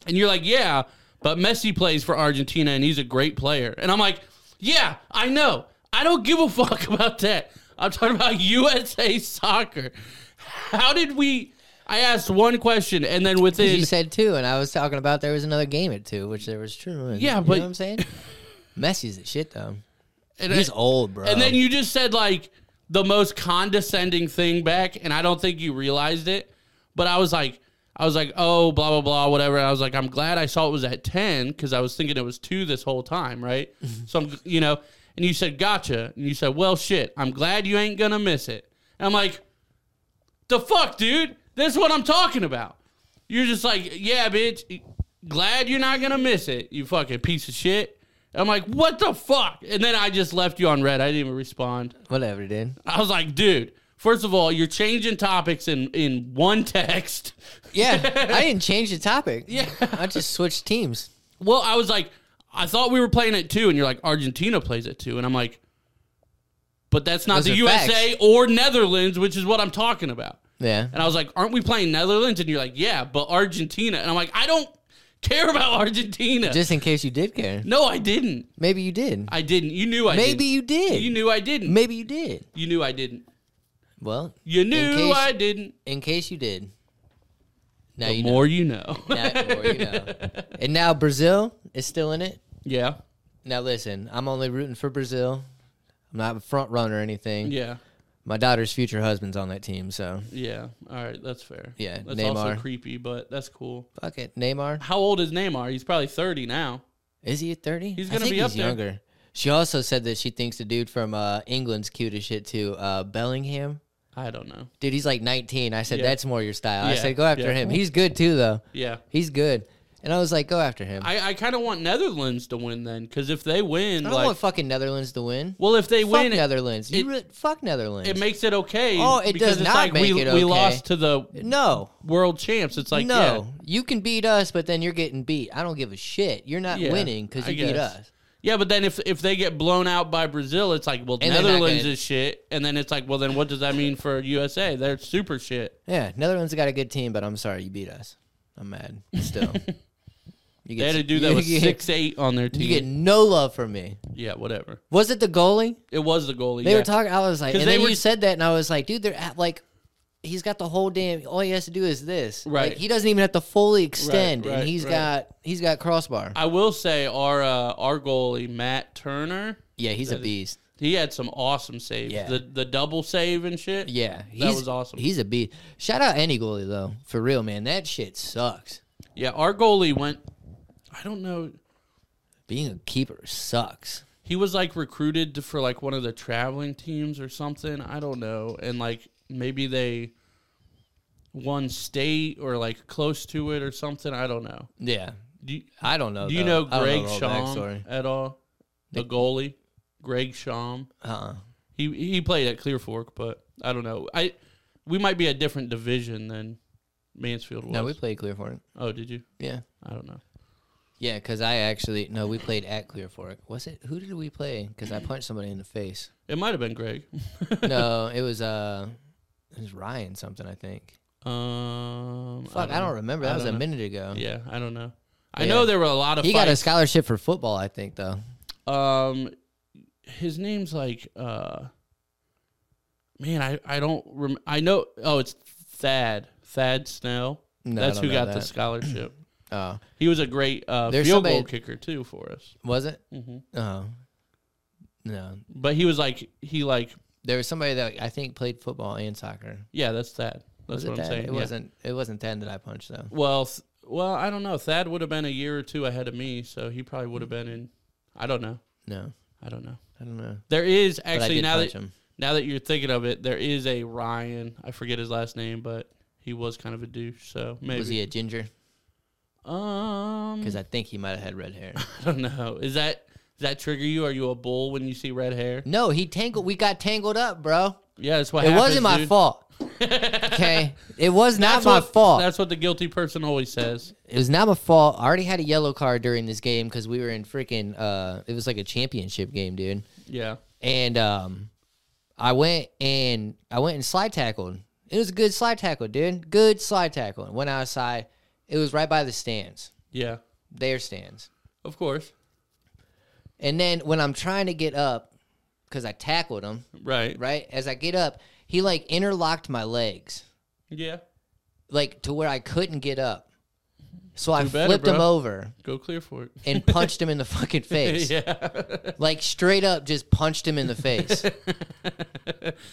[SPEAKER 3] And you're like, yeah, but Messi plays for Argentina and he's a great player. And I'm like, yeah, I know. I don't give a fuck about that. I'm talking about USA soccer. How did we? I asked one question and then within.
[SPEAKER 2] You said two, and I was talking about there was another game at two, which there was true. and-
[SPEAKER 3] Yeah,
[SPEAKER 2] you
[SPEAKER 3] but-
[SPEAKER 2] know what I'm saying Messi's the shit though.
[SPEAKER 3] and
[SPEAKER 2] He's
[SPEAKER 3] I-
[SPEAKER 2] old, bro.
[SPEAKER 3] And then you just said like the most condescending thing back, and I don't think you realized it. But I was like, I was like, oh, blah blah blah, whatever. And I was like, I'm glad I saw it was at ten because I was thinking it was two this whole time, right? so I'm, you know, and you said gotcha, and you said, well, shit, I'm glad you ain't gonna miss it. And I'm like, the fuck, dude, that's what I'm talking about. You're just like, yeah, bitch. Glad you're not gonna miss it, you fucking piece of shit. I'm like, what the fuck? And then I just left you on red. I didn't even respond.
[SPEAKER 2] whatever, dude.
[SPEAKER 3] I was like, dude, first of all, you're changing topics in in one text.
[SPEAKER 2] Yeah, I didn't change the topic. Yeah, I just switched teams.
[SPEAKER 3] Well, I was like, I thought we were playing at two, and you're like, Argentina plays at two, and I'm like, but that's not
[SPEAKER 2] Those
[SPEAKER 3] the
[SPEAKER 2] are
[SPEAKER 3] USA
[SPEAKER 2] facts.
[SPEAKER 3] or Netherlands, which is what I'm talking about.
[SPEAKER 2] Yeah,
[SPEAKER 3] And I was like, aren't we playing Netherlands? And you're like, yeah, but Argentina. And I'm like, I don't care about Argentina.
[SPEAKER 2] just in case you did care,
[SPEAKER 3] no, I didn't.
[SPEAKER 2] maybe you did.
[SPEAKER 3] I didn't. You knew I
[SPEAKER 2] Maybe you
[SPEAKER 3] didn't.
[SPEAKER 2] did.
[SPEAKER 3] You knew I didn't.
[SPEAKER 2] Maybe you did.
[SPEAKER 3] You knew I didn't.
[SPEAKER 2] Well,
[SPEAKER 3] You knew
[SPEAKER 2] case-
[SPEAKER 3] I didn't.
[SPEAKER 2] in case you did. Now
[SPEAKER 3] The
[SPEAKER 2] you
[SPEAKER 3] more you know.
[SPEAKER 2] know. Now, or you know. And now Brazil is still in it.
[SPEAKER 3] yeah.
[SPEAKER 2] Now listen, I'm only rooting for Brazil. I'm not a front runner or anything.
[SPEAKER 3] Yeah.
[SPEAKER 2] My daughter's future husband's on that team, so
[SPEAKER 3] Yeah. All right. That's fair.
[SPEAKER 2] Yeah,
[SPEAKER 3] That's also
[SPEAKER 2] Neymar.
[SPEAKER 3] creepy, but that's cool.
[SPEAKER 2] fuck it. Neymar
[SPEAKER 3] How old is Neymar? He's probably 30 now.
[SPEAKER 2] is he at 30?
[SPEAKER 3] He's
[SPEAKER 2] I
[SPEAKER 3] gonna
[SPEAKER 2] think
[SPEAKER 3] be up
[SPEAKER 2] he's
[SPEAKER 3] there.
[SPEAKER 2] younger. She also said that she thinks the dude from uh, England's cute as shit too. Uh, Bellingham,
[SPEAKER 3] I don't know.
[SPEAKER 2] dude, he's like 19. I said
[SPEAKER 3] Yeah.
[SPEAKER 2] that's more your style. I
[SPEAKER 3] Yeah,
[SPEAKER 2] said go after
[SPEAKER 3] yeah.
[SPEAKER 2] him. He's good too though.
[SPEAKER 3] Yeah.
[SPEAKER 2] He's good. And I was like go after him.
[SPEAKER 3] I, I kind of want Netherlands to win then, because if they win,
[SPEAKER 2] I don't
[SPEAKER 3] like,
[SPEAKER 2] want fucking Netherlands to win.
[SPEAKER 3] well, if they
[SPEAKER 2] fuck
[SPEAKER 3] win, it,
[SPEAKER 2] Netherlands. You
[SPEAKER 3] it-
[SPEAKER 2] re- fuck Netherlands.
[SPEAKER 3] it makes it okay.
[SPEAKER 2] Oh, it
[SPEAKER 3] because
[SPEAKER 2] does
[SPEAKER 3] it's
[SPEAKER 2] not
[SPEAKER 3] like we,
[SPEAKER 2] make it okay.
[SPEAKER 3] We lost to the
[SPEAKER 2] no,
[SPEAKER 3] world champs. It's like, yeah.
[SPEAKER 2] no. You can beat us, but then you're getting beat. I don't give a shit. You're not
[SPEAKER 3] Yeah,
[SPEAKER 2] winning because
[SPEAKER 3] I
[SPEAKER 2] you beat
[SPEAKER 3] guess.
[SPEAKER 2] us.
[SPEAKER 3] Yeah, but then if if they get blown out by Brazil, it's like, well,
[SPEAKER 2] And they're not
[SPEAKER 3] Netherlands
[SPEAKER 2] gonna-
[SPEAKER 3] is shit, and then it's like, well, then what does that mean for USA? They're super shit.
[SPEAKER 2] Yeah, Netherlands got a good team, but I'm sorry you beat us. I'm mad still. you
[SPEAKER 3] They had to do that
[SPEAKER 2] you
[SPEAKER 3] with
[SPEAKER 2] get-
[SPEAKER 3] six eight on their
[SPEAKER 2] You
[SPEAKER 3] team.
[SPEAKER 2] get no love from me.
[SPEAKER 3] yeah, whatever.
[SPEAKER 2] Was it the goalie?
[SPEAKER 3] It was the goalie.
[SPEAKER 2] They
[SPEAKER 3] yeah.
[SPEAKER 2] were talking. I was like,
[SPEAKER 3] 'Cause
[SPEAKER 2] and
[SPEAKER 3] they
[SPEAKER 2] then
[SPEAKER 3] were-
[SPEAKER 2] you said that, and I was like, dude, they're at, like, he's got the whole damn. All he has to do is this. Like,
[SPEAKER 3] Right.
[SPEAKER 2] he doesn't even have to fully extend,
[SPEAKER 3] right,
[SPEAKER 2] and he's
[SPEAKER 3] right.
[SPEAKER 2] got he's got crossbar.
[SPEAKER 3] I will say our uh, our goalie Matt Turner,
[SPEAKER 2] yeah, he's a beast.
[SPEAKER 3] he had some awesome saves.
[SPEAKER 2] Yeah.
[SPEAKER 3] The the double save and shit.
[SPEAKER 2] Yeah,
[SPEAKER 3] that was awesome.
[SPEAKER 2] He's a beast. Shout out any goalie though, for real, man. That shit sucks.
[SPEAKER 3] Yeah, our goalie went. I don't know.
[SPEAKER 2] Being a keeper sucks.
[SPEAKER 3] He was like recruited to- for like one of the traveling teams or something. I don't know. And like maybe they won state or like close to it or something. I don't know.
[SPEAKER 2] Yeah.
[SPEAKER 3] Do you,
[SPEAKER 2] I don't know.
[SPEAKER 3] do you
[SPEAKER 2] though.
[SPEAKER 3] know
[SPEAKER 2] I don't
[SPEAKER 3] Greg
[SPEAKER 2] the whole
[SPEAKER 3] Sham
[SPEAKER 2] backstory.
[SPEAKER 3] at all? The goalie, Greg Sham.
[SPEAKER 2] Uh-uh.
[SPEAKER 3] He he played at Clear Fork, but I don't know. I we might be a different division than Mansfield was.
[SPEAKER 2] No, we played Clear Fork.
[SPEAKER 3] oh, did you?
[SPEAKER 2] Yeah.
[SPEAKER 3] I don't know.
[SPEAKER 2] Yeah, because I actually no, we played at Clear Fork. Was it who did we play? Because I punched somebody in the face.
[SPEAKER 3] It might have been Greg.
[SPEAKER 2] No, it was uh, it was Ryan something I think.
[SPEAKER 3] Um,
[SPEAKER 2] Fuck, I don't,
[SPEAKER 3] know.
[SPEAKER 2] remember.
[SPEAKER 3] I
[SPEAKER 2] That was a
[SPEAKER 3] don't know.
[SPEAKER 2] minute ago.
[SPEAKER 3] Yeah, I don't know. I
[SPEAKER 2] Yeah.
[SPEAKER 3] know there were a lot of.
[SPEAKER 2] He got a
[SPEAKER 3] fights.
[SPEAKER 2] scholarship for football, I think, though.
[SPEAKER 3] Um, his name's like uh, man, I I don't rem- I know. Oh, it's Thad Thad Snell.
[SPEAKER 2] No, I
[SPEAKER 3] That's
[SPEAKER 2] don't
[SPEAKER 3] who
[SPEAKER 2] know
[SPEAKER 3] got the
[SPEAKER 2] that.
[SPEAKER 3] scholarship.
[SPEAKER 2] Oh,
[SPEAKER 3] He was a great uh, field
[SPEAKER 2] There's
[SPEAKER 3] goal
[SPEAKER 2] somebody-
[SPEAKER 3] kicker too for us.
[SPEAKER 2] was it?
[SPEAKER 3] hmm
[SPEAKER 2] Oh, no.
[SPEAKER 3] But he was like he like
[SPEAKER 2] There was somebody that I think played football and soccer.
[SPEAKER 3] yeah, that's Thad.
[SPEAKER 2] Was
[SPEAKER 3] That's
[SPEAKER 2] it
[SPEAKER 3] what I'm
[SPEAKER 2] that?
[SPEAKER 3] saying.
[SPEAKER 2] It
[SPEAKER 3] yeah.
[SPEAKER 2] wasn't. It wasn't then that I punched though.
[SPEAKER 3] Well, th- well, I don't know. Thad would have been a year or two ahead of me, so he probably would have been in. I don't know.
[SPEAKER 2] No,
[SPEAKER 3] I don't know.
[SPEAKER 2] I don't know.
[SPEAKER 3] There is
[SPEAKER 2] But I
[SPEAKER 3] actually
[SPEAKER 2] did
[SPEAKER 3] now
[SPEAKER 2] punch
[SPEAKER 3] that
[SPEAKER 2] him.
[SPEAKER 3] now that you're thinking of it, there is a Ryan. I forget his last name, but he was kind of a douche. So maybe.
[SPEAKER 2] was he a ginger?
[SPEAKER 3] um,
[SPEAKER 2] Because I think he might have had red hair.
[SPEAKER 3] I don't know. Is that does that trigger you? Are you a bull when you see red hair?
[SPEAKER 2] no, he tangled. We got tangled up, bro.
[SPEAKER 3] Yeah, that's what
[SPEAKER 2] It
[SPEAKER 3] happens,
[SPEAKER 2] wasn't my
[SPEAKER 3] dude.
[SPEAKER 2] fault. okay, it was not
[SPEAKER 3] That's
[SPEAKER 2] my
[SPEAKER 3] what-
[SPEAKER 2] fault.
[SPEAKER 3] That's what the guilty person always says.
[SPEAKER 2] It was not my fault. I already had a yellow card during this game because we were in freaking. Uh, it was like a championship game, dude.
[SPEAKER 3] Yeah.
[SPEAKER 2] And um, I went and I went and slide tackled. It was a good slide tackle, dude. Good slide tackle. Went outside. It was right by the stands,
[SPEAKER 3] Yeah.
[SPEAKER 2] their stands.
[SPEAKER 3] Of course.
[SPEAKER 2] And then when I'm trying to get up, because I tackled him,
[SPEAKER 3] Right.
[SPEAKER 2] right? As I get up, he like interlocked my legs,
[SPEAKER 3] Yeah.
[SPEAKER 2] like to where I couldn't get up. So I
[SPEAKER 3] Do better,
[SPEAKER 2] flipped him
[SPEAKER 3] bro.
[SPEAKER 2] over
[SPEAKER 3] Go clear for it.
[SPEAKER 2] and punched him in the fucking face.
[SPEAKER 3] yeah.
[SPEAKER 2] Like straight up just punched him in the face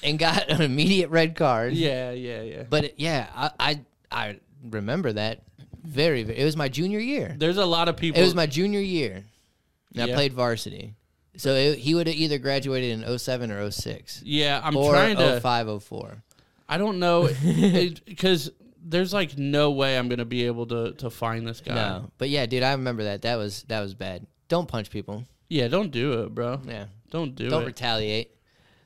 [SPEAKER 2] and got an immediate red card.
[SPEAKER 3] Yeah. Yeah. Yeah.
[SPEAKER 2] But it- yeah, I, I I remember that very, very. It was my junior year.
[SPEAKER 3] There's a lot of people.
[SPEAKER 2] It was my junior year. And I
[SPEAKER 3] Yeah.
[SPEAKER 2] played varsity. So it, he would have either graduated in 07 or 06
[SPEAKER 3] yeah. I'm
[SPEAKER 2] or
[SPEAKER 3] trying to.
[SPEAKER 2] 05, 04.
[SPEAKER 3] I don't know because there's like no way I'm gonna be able to to find this guy.
[SPEAKER 2] No. But yeah, dude, I remember that. That was that was bad. Don't punch people.
[SPEAKER 3] Yeah, don't do it, bro.
[SPEAKER 2] Yeah.
[SPEAKER 3] Don't do
[SPEAKER 2] Don't
[SPEAKER 3] it.
[SPEAKER 2] retaliate.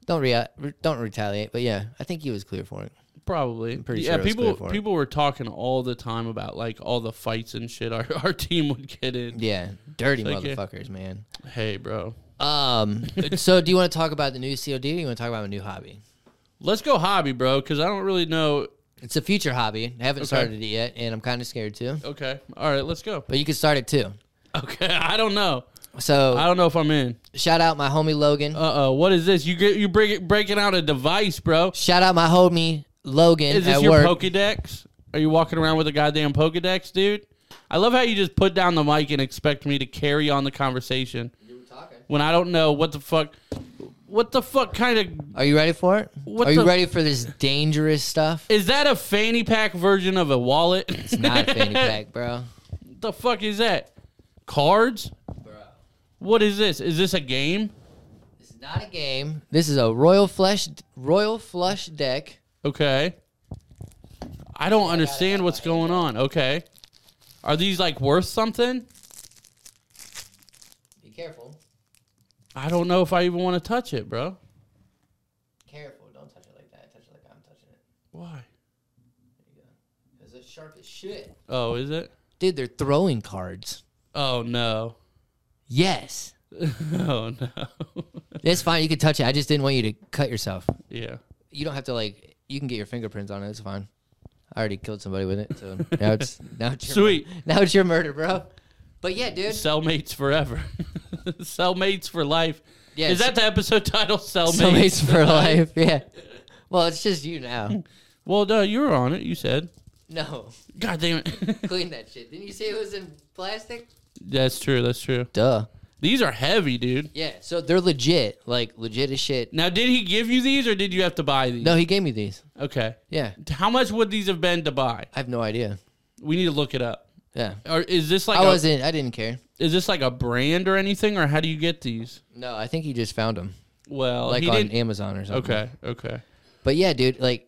[SPEAKER 2] Don't rea- re- don't retaliate. But yeah, I think he was clear for it.
[SPEAKER 3] Probably.
[SPEAKER 2] pretty
[SPEAKER 3] yeah,
[SPEAKER 2] sure it was
[SPEAKER 3] people
[SPEAKER 2] clear for it.
[SPEAKER 3] people were talking all the time about like all the fights and shit our, our team would get in.
[SPEAKER 2] Yeah. Dirty
[SPEAKER 3] It's like, yeah.
[SPEAKER 2] motherfuckers, man.
[SPEAKER 3] Hey, bro.
[SPEAKER 2] Um so do you want to talk about the new COD or do you want to talk about a new hobby?
[SPEAKER 3] Let's go hobby, bro, because I don't really know.
[SPEAKER 2] It's a future hobby. I haven't started it yet and I'm kind of scared too.
[SPEAKER 3] Okay, all right, let's go.
[SPEAKER 2] But you can start it too.
[SPEAKER 3] Okay, I don't know.
[SPEAKER 2] So
[SPEAKER 3] I don't know if I'm in.
[SPEAKER 2] shout out my homie Logan.
[SPEAKER 3] Uh oh, what is this? You get you bring it, breaking out a device, bro?
[SPEAKER 2] Shout out my homie Logan
[SPEAKER 3] Is this
[SPEAKER 2] at
[SPEAKER 3] your
[SPEAKER 2] work.
[SPEAKER 3] Pokedex? Are you walking around with a goddamn Pokedex, dude? I love how you just put down the mic and expect me to carry on the conversation when I don't know what the fuck, what the fuck kind of
[SPEAKER 2] Are you ready for it?
[SPEAKER 3] What
[SPEAKER 2] Are you
[SPEAKER 3] the-
[SPEAKER 2] ready for this dangerous stuff?
[SPEAKER 3] is that a fanny pack version of a wallet? It's
[SPEAKER 2] Not a fanny pack, bro.
[SPEAKER 3] the fuck is that? Cards?
[SPEAKER 2] Bro,
[SPEAKER 3] What is this? Is this a game?
[SPEAKER 2] this is not a game. This is a royal flush, royal flush deck.
[SPEAKER 3] Okay. I don't understand what's going on. Okay. Are these like worth something?
[SPEAKER 2] Be careful,
[SPEAKER 3] I don't know if I even want to touch it, bro.
[SPEAKER 2] careful. Don't touch it like that. Touch it like I'm touching it.
[SPEAKER 3] Why?
[SPEAKER 2] Cause it's sharp as shit.
[SPEAKER 3] Oh, is it?
[SPEAKER 2] Dude, they're throwing cards.
[SPEAKER 3] Oh no.
[SPEAKER 2] Yes,
[SPEAKER 3] Oh no.
[SPEAKER 2] it's fine. You can touch it. I just didn't want you to cut yourself.
[SPEAKER 3] yeah.
[SPEAKER 2] You don't have to like. You can get your fingerprints on it. It's fine. I already killed somebody with it, so now it's now it's your
[SPEAKER 3] Sweet.
[SPEAKER 2] now it's your murder, bro. But yeah, dude.
[SPEAKER 3] Cellmates forever. Cellmates for life.
[SPEAKER 2] Yeah,
[SPEAKER 3] Is that the episode title? Cellmates.
[SPEAKER 2] soulmates for life? Yeah. Well, it's just you now.
[SPEAKER 3] Well, no, you were on it. You said.
[SPEAKER 2] No.
[SPEAKER 3] God damn it.
[SPEAKER 2] clean that shit. Didn't you say it was in plastic?
[SPEAKER 3] that's true. That's true.
[SPEAKER 2] Duh.
[SPEAKER 3] These are heavy, dude.
[SPEAKER 2] Yeah, so they're legit, like legit as shit.
[SPEAKER 3] Now, did he give you these, or did you have to buy these?
[SPEAKER 2] No, he gave me these.
[SPEAKER 3] Okay.
[SPEAKER 2] Yeah,
[SPEAKER 3] How much would these have been to buy?
[SPEAKER 2] I have no idea.
[SPEAKER 3] We need to look it up.
[SPEAKER 2] Yeah.
[SPEAKER 3] Or is this like
[SPEAKER 2] I
[SPEAKER 3] a-
[SPEAKER 2] wasn't. I didn't care.
[SPEAKER 3] is this like a brand or anything, or how do you get these?
[SPEAKER 2] No, I think he just found them
[SPEAKER 3] Well,
[SPEAKER 2] like
[SPEAKER 3] Oh, he
[SPEAKER 2] on
[SPEAKER 3] didn't.
[SPEAKER 2] Amazon or something.
[SPEAKER 3] Okay, okay.
[SPEAKER 2] But yeah, dude, like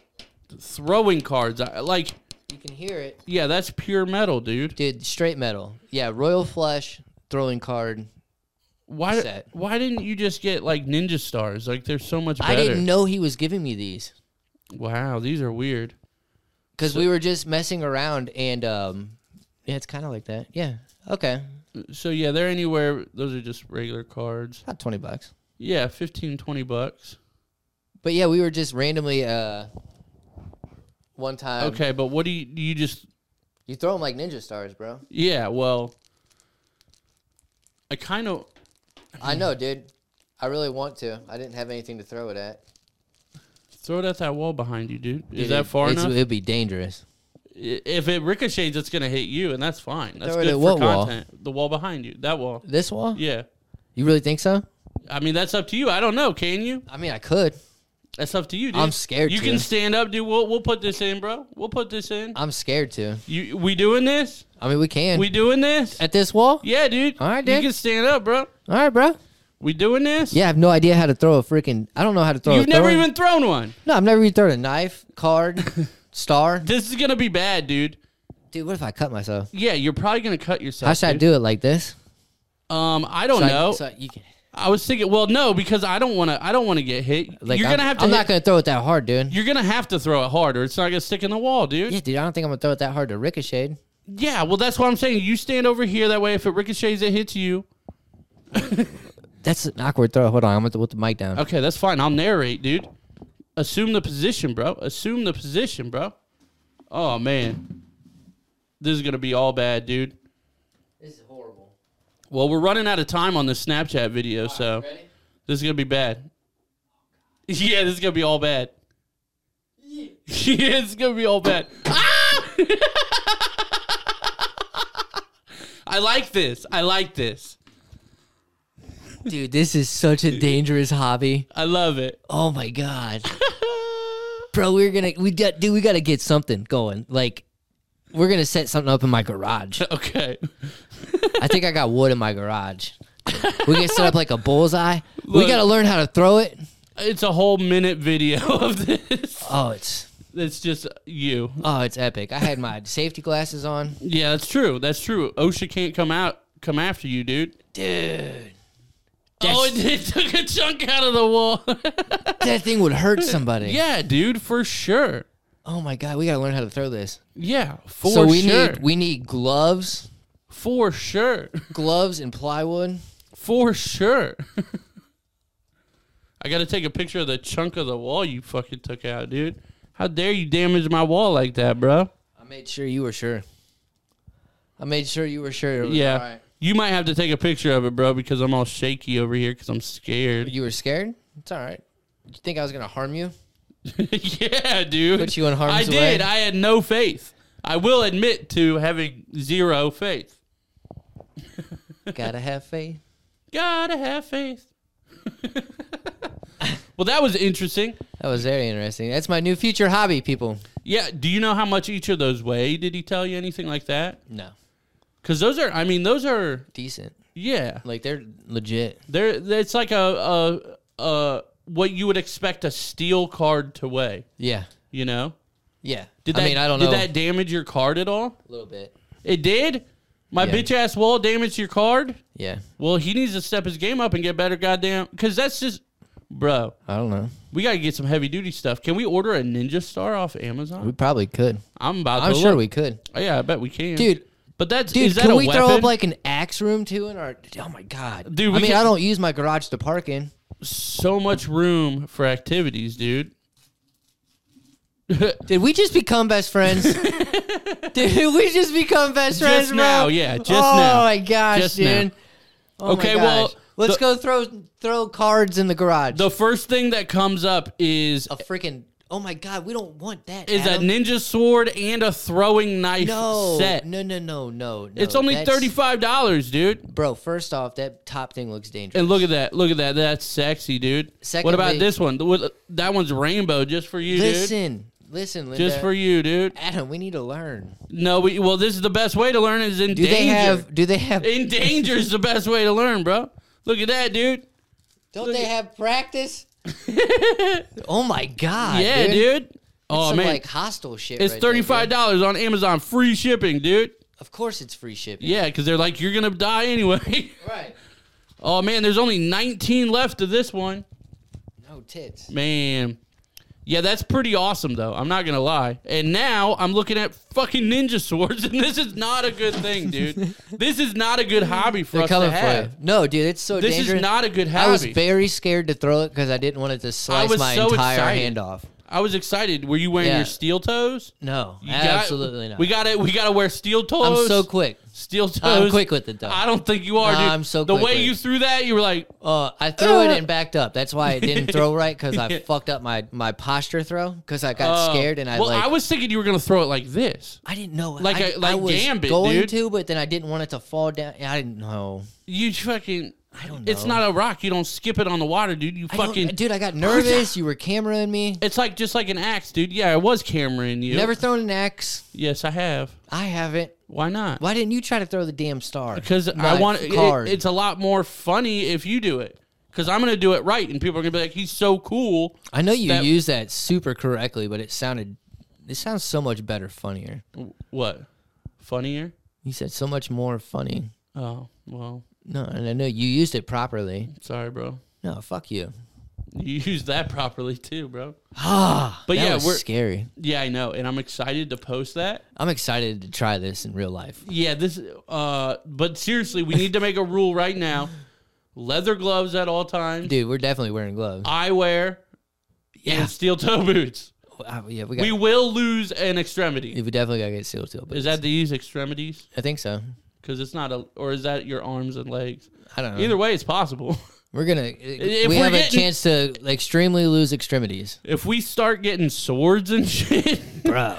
[SPEAKER 3] Throwing cards, I, like
[SPEAKER 2] you can hear it,
[SPEAKER 3] yeah, that's pure metal, dude.
[SPEAKER 2] dude. Straight metal. Yeah, royal flush throwing card.
[SPEAKER 3] Why
[SPEAKER 2] set.
[SPEAKER 3] why didn't you just get like ninja stars? Like they're so much better.
[SPEAKER 2] I didn't know he was giving me these
[SPEAKER 3] Wow, these are weird.
[SPEAKER 2] because we were just messing around and um, yeah, it's kind of like that. Yeah. Okay.
[SPEAKER 3] So yeah, they're anywhere. Those are just regular cards.
[SPEAKER 2] About twenty bucks.
[SPEAKER 3] Yeah, 15, 20 bucks.
[SPEAKER 2] But yeah, we were just randomly uh, one time.
[SPEAKER 3] Okay, but what do you do? You just
[SPEAKER 2] You throw them like ninja stars, bro.
[SPEAKER 3] yeah. Well, I kind of
[SPEAKER 2] I know, dude. I really want to. I didn't have anything to throw it at.
[SPEAKER 3] throw it at that wall behind you, dude. Is
[SPEAKER 2] Dude,
[SPEAKER 3] that far
[SPEAKER 2] it's,
[SPEAKER 3] enough?
[SPEAKER 2] It'd be dangerous.
[SPEAKER 3] I- if it ricochets, it's gonna hit you, and that's fine. That's
[SPEAKER 2] Throw it
[SPEAKER 3] good
[SPEAKER 2] at
[SPEAKER 3] for
[SPEAKER 2] what wall?
[SPEAKER 3] content. The wall behind you, that wall.
[SPEAKER 2] This wall?
[SPEAKER 3] Yeah,
[SPEAKER 2] You really think so?
[SPEAKER 3] I mean that's up to you. I don't know. Can you?
[SPEAKER 2] I mean, I could.
[SPEAKER 3] That's up to you. Dude.
[SPEAKER 2] I'm scared
[SPEAKER 3] You
[SPEAKER 2] to.
[SPEAKER 3] can stand up, dude. We'll we'll put this in, bro. We'll put this in.
[SPEAKER 2] I'm scared to.
[SPEAKER 3] You we doing this?
[SPEAKER 2] I mean, we can.
[SPEAKER 3] We doing this?
[SPEAKER 2] at this wall?
[SPEAKER 3] Yeah, dude.
[SPEAKER 2] All right,
[SPEAKER 3] You
[SPEAKER 2] dude.
[SPEAKER 3] can stand up, bro.
[SPEAKER 2] All right, bro.
[SPEAKER 3] We doing this?
[SPEAKER 2] Yeah, I have no idea how to throw a freaking. I don't know how to throw.
[SPEAKER 3] You've
[SPEAKER 2] a
[SPEAKER 3] never
[SPEAKER 2] throwing-
[SPEAKER 3] even thrown one.
[SPEAKER 2] No, I've never even thrown a knife, card, star.
[SPEAKER 3] This is gonna be bad, dude.
[SPEAKER 2] Dude, what if I cut myself?
[SPEAKER 3] Yeah, you're probably gonna cut yourself.
[SPEAKER 2] How should I do it like this?
[SPEAKER 3] do? Um, I don't
[SPEAKER 2] So I-
[SPEAKER 3] know.
[SPEAKER 2] so you can,
[SPEAKER 3] I was thinking, well, no, because I don't want to. I don't want to get hit.
[SPEAKER 2] like,
[SPEAKER 3] you're
[SPEAKER 2] I'm,
[SPEAKER 3] gonna have to.
[SPEAKER 2] I'm
[SPEAKER 3] hit-
[SPEAKER 2] not gonna throw it that hard, dude.
[SPEAKER 3] You're gonna have to throw it hard, or it's not gonna stick in the wall, dude.
[SPEAKER 2] yeah, dude. I don't think I'm gonna throw it that hard to ricochet.
[SPEAKER 3] Yeah, well, that's what I'm saying. You stand over here. That way, if it ricochets, it hits you.
[SPEAKER 2] That's an awkward throw. Hold on, I'm gonna put the mic down.
[SPEAKER 3] Okay, that's fine. I'll narrate, dude. Assume the position, bro. Assume the position, bro. Oh man, this is gonna be all bad, dude.
[SPEAKER 2] This is horrible.
[SPEAKER 3] Well, we're running out of time on this Snapchat video, so this is gonna be bad. Yeah, this is gonna be all bad. Yeah, it's gonna be all bad. Ah! I like this. I like this.
[SPEAKER 2] Dude, this is such a dangerous hobby.
[SPEAKER 3] I love it.
[SPEAKER 2] Oh my god. Bro, we're gonna we got dude, we gotta get something going. Like we're gonna set something up in my garage.
[SPEAKER 3] Okay.
[SPEAKER 2] I think I got wood in my garage. We can set up like a bullseye. we
[SPEAKER 3] Look.
[SPEAKER 2] gotta learn how to throw it.
[SPEAKER 3] It's a whole minute video of this.
[SPEAKER 2] Oh, it's
[SPEAKER 3] It's just you.
[SPEAKER 2] oh, it's epic. I had my safety glasses on.
[SPEAKER 3] Yeah, that's true. That's true. OSHA can't come out come after you, dude.
[SPEAKER 2] Dude.
[SPEAKER 3] Oh, it, it took a chunk out of the wall.
[SPEAKER 2] That thing would hurt somebody.
[SPEAKER 3] yeah, dude, for sure.
[SPEAKER 2] Oh my god, we gotta learn how to throw this.
[SPEAKER 3] Yeah, for
[SPEAKER 2] so we
[SPEAKER 3] sure.
[SPEAKER 2] need we need gloves.
[SPEAKER 3] for sure.
[SPEAKER 2] Gloves and plywood.
[SPEAKER 3] For sure. I got to take a picture of the chunk of the wall you fucking took out, dude. How dare you damage my wall like that, bro?
[SPEAKER 2] I made sure you were sure. I made sure you were sure. It was
[SPEAKER 3] Yeah.
[SPEAKER 2] all right.
[SPEAKER 3] You might have to take a picture of it, bro, because I'm all shaky over here because I'm scared.
[SPEAKER 2] You were scared? It's all right. You think I was going to harm you?
[SPEAKER 3] yeah, dude.
[SPEAKER 2] Put you in harm's
[SPEAKER 3] I
[SPEAKER 2] way?
[SPEAKER 3] did. I had no faith. I will admit to having zero faith.
[SPEAKER 2] Gotta have faith.
[SPEAKER 3] Gotta have faith. well, that was interesting.
[SPEAKER 2] That was very interesting. That's my new future hobby, people.
[SPEAKER 3] Yeah. Do you know how much each of those weigh? Did he tell you anything like that?
[SPEAKER 2] No.
[SPEAKER 3] Because those are, I mean, those are,
[SPEAKER 2] Decent.
[SPEAKER 3] yeah,
[SPEAKER 2] Like, they're legit.
[SPEAKER 3] they're. It's like a, a, a what you would expect a steel card to weigh.
[SPEAKER 2] Yeah.
[SPEAKER 3] You know,
[SPEAKER 2] Yeah.
[SPEAKER 3] did
[SPEAKER 2] I
[SPEAKER 3] that?
[SPEAKER 2] mean, I don't
[SPEAKER 3] did
[SPEAKER 2] know.
[SPEAKER 3] that damage your card at all?
[SPEAKER 2] A little bit.
[SPEAKER 3] It did. My
[SPEAKER 2] Yeah.
[SPEAKER 3] bitch ass wall damaged your card.
[SPEAKER 2] Yeah.
[SPEAKER 3] Well, he needs to step his game up and get better. Goddamn, because that's just, bro.
[SPEAKER 2] I don't know.
[SPEAKER 3] We gotta get some heavy duty stuff. Can we order a ninja star off Amazon?
[SPEAKER 2] We probably could.
[SPEAKER 3] I'm about.
[SPEAKER 2] I'm
[SPEAKER 3] to
[SPEAKER 2] sure
[SPEAKER 3] look.
[SPEAKER 2] we could.
[SPEAKER 3] Yeah, I bet we can,
[SPEAKER 2] Dude.
[SPEAKER 3] But that's
[SPEAKER 2] Dude,
[SPEAKER 3] is that
[SPEAKER 2] can
[SPEAKER 3] a
[SPEAKER 2] we
[SPEAKER 3] weapon?
[SPEAKER 2] throw up like an axe room too in our? Oh my god,
[SPEAKER 3] Dude, we
[SPEAKER 2] I mean,
[SPEAKER 3] can-
[SPEAKER 2] I don't use my garage to park in.
[SPEAKER 3] so much room for activities, dude.
[SPEAKER 2] Did we just become best friends? Did we just become best friends?
[SPEAKER 3] Just
[SPEAKER 2] bro?
[SPEAKER 3] now, yeah, just
[SPEAKER 2] oh
[SPEAKER 3] now.
[SPEAKER 2] my gosh,
[SPEAKER 3] Just now.
[SPEAKER 2] dude. Oh my
[SPEAKER 3] Okay,
[SPEAKER 2] gosh.
[SPEAKER 3] well,
[SPEAKER 2] let's
[SPEAKER 3] the-
[SPEAKER 2] go throw throw cards in the garage.
[SPEAKER 3] The first thing that comes up is
[SPEAKER 2] a freaking oh my god, we don't want that.
[SPEAKER 3] is
[SPEAKER 2] Adam.
[SPEAKER 3] a ninja sword and a throwing knife
[SPEAKER 2] no,
[SPEAKER 3] set.
[SPEAKER 2] no, no, no, no, no.
[SPEAKER 3] it's only
[SPEAKER 2] that's-
[SPEAKER 3] thirty five dollars, dude.
[SPEAKER 2] Bro, first off, that top thing looks dangerous.
[SPEAKER 3] And look at that! Look at that! That's sexy, dude. what
[SPEAKER 2] Secondly-
[SPEAKER 3] about this one? The- what- That one's rainbow, just for you, dude.
[SPEAKER 2] Listen, Listen, Linda.
[SPEAKER 3] Just for you, dude.
[SPEAKER 2] Adam, we need to learn.
[SPEAKER 3] No, we, well, this is the best way to learn is in
[SPEAKER 2] Do
[SPEAKER 3] danger.
[SPEAKER 2] they have? Do they have?
[SPEAKER 3] in danger is the best way to learn, bro. Look at that, dude.
[SPEAKER 2] Don't they have practice? oh my god!
[SPEAKER 3] yeah, dude.
[SPEAKER 2] Oh
[SPEAKER 3] Oh man,
[SPEAKER 2] like hostile shit.
[SPEAKER 3] it's
[SPEAKER 2] right there,
[SPEAKER 3] thirty
[SPEAKER 2] dude.
[SPEAKER 3] five dollars on Amazon, free shipping, dude.
[SPEAKER 2] Of course, it's free shipping.
[SPEAKER 3] Yeah, because they're like, you're gonna die anyway.
[SPEAKER 2] Right.
[SPEAKER 3] oh man, there's only nineteen left of this one.
[SPEAKER 2] No tits.
[SPEAKER 3] Man. Yeah, that's pretty awesome though. I'm not gonna lie. And now I'm looking at fucking ninja swords, and this is not a good thing, dude. this is not a good hobby for
[SPEAKER 2] They're
[SPEAKER 3] us to
[SPEAKER 2] coming for you.
[SPEAKER 3] have.
[SPEAKER 2] No, dude, it's so
[SPEAKER 3] This
[SPEAKER 2] dangerous.
[SPEAKER 3] is not a good hobby.
[SPEAKER 2] I was very scared to throw it because I didn't want it to slice
[SPEAKER 3] was
[SPEAKER 2] my
[SPEAKER 3] so
[SPEAKER 2] entire
[SPEAKER 3] excited.
[SPEAKER 2] hand off.
[SPEAKER 3] I was excited. Were you wearing
[SPEAKER 2] Yeah.
[SPEAKER 3] your steel toes?
[SPEAKER 2] No,
[SPEAKER 3] You got-
[SPEAKER 2] absolutely not.
[SPEAKER 3] We got to We got to wear steel toes.
[SPEAKER 2] I'm so quick.
[SPEAKER 3] Steel toes.
[SPEAKER 2] I'm quick with it though.
[SPEAKER 3] I don't think you are,
[SPEAKER 2] Nah,
[SPEAKER 3] dude.
[SPEAKER 2] I'm so
[SPEAKER 3] the
[SPEAKER 2] quick
[SPEAKER 3] way
[SPEAKER 2] with
[SPEAKER 3] you
[SPEAKER 2] it.
[SPEAKER 3] threw that, you were like,
[SPEAKER 2] Uh, I threw it and backed up. That's why I didn't throw right because I fucked up my, my posture throw because I got
[SPEAKER 3] uh,
[SPEAKER 2] scared and I
[SPEAKER 3] Well,
[SPEAKER 2] like
[SPEAKER 3] I was thinking you were gonna throw it like this.
[SPEAKER 2] I didn't know
[SPEAKER 3] Like
[SPEAKER 2] I,
[SPEAKER 3] a- like
[SPEAKER 2] I was
[SPEAKER 3] Gambit,
[SPEAKER 2] going
[SPEAKER 3] dude.
[SPEAKER 2] to, but then I didn't want it to fall down. I didn't know.
[SPEAKER 3] You fucking. I
[SPEAKER 2] don't
[SPEAKER 3] It's
[SPEAKER 2] know.
[SPEAKER 3] not a rock. You don't skip it on the water, dude. You
[SPEAKER 2] I don't-
[SPEAKER 3] fucking.
[SPEAKER 2] dude, I got nervous. You were cameraing me.
[SPEAKER 3] It's like just like an axe, dude. Yeah, I was cameraing you.
[SPEAKER 2] Never thrown an axe.
[SPEAKER 3] Yes, I have.
[SPEAKER 2] I haven't.
[SPEAKER 3] Why not?
[SPEAKER 2] Why didn't you try to throw the damn star?
[SPEAKER 3] Because I
[SPEAKER 2] My
[SPEAKER 3] want. It,
[SPEAKER 2] card.
[SPEAKER 3] it's a lot more funny if you do it. Because I'm gonna do it right, and people are gonna be like, "He's so cool."
[SPEAKER 2] I know you
[SPEAKER 3] that-
[SPEAKER 2] used that super correctly, but it sounded it sounds so much better, funnier.
[SPEAKER 3] What? Funnier?
[SPEAKER 2] You said so much more funny.
[SPEAKER 3] Oh well,
[SPEAKER 2] No, and I know you used it properly.
[SPEAKER 3] sorry, bro.
[SPEAKER 2] No, fuck you.
[SPEAKER 3] You used that properly too, bro.
[SPEAKER 2] Ah,
[SPEAKER 3] But
[SPEAKER 2] that
[SPEAKER 3] yeah,
[SPEAKER 2] was
[SPEAKER 3] we're-
[SPEAKER 2] scary.
[SPEAKER 3] Yeah, I know, and I'm excited to post that.
[SPEAKER 2] I'm excited to try this in real life.
[SPEAKER 3] Yeah, this. Uh, but seriously, we need to make a rule right now: leather gloves at all times,
[SPEAKER 2] Dude, we're definitely wearing
[SPEAKER 3] Uh,
[SPEAKER 2] gloves.
[SPEAKER 3] eyewear,
[SPEAKER 2] Yeah.
[SPEAKER 3] and steel toe boots.
[SPEAKER 2] Uh, yeah, we got
[SPEAKER 3] We will lose an extremity.
[SPEAKER 2] we definitely got to get sealed too. But
[SPEAKER 3] Is that these extremities?
[SPEAKER 2] I think so.
[SPEAKER 3] Because it's not a, or is that your arms and legs?
[SPEAKER 2] I don't know.
[SPEAKER 3] Either way, it's possible.
[SPEAKER 2] we're gonna uh,
[SPEAKER 3] If
[SPEAKER 2] we
[SPEAKER 3] we're
[SPEAKER 2] have
[SPEAKER 3] getting-
[SPEAKER 2] a chance to extremely lose extremities,
[SPEAKER 3] if we start getting swords and shit,
[SPEAKER 2] bro.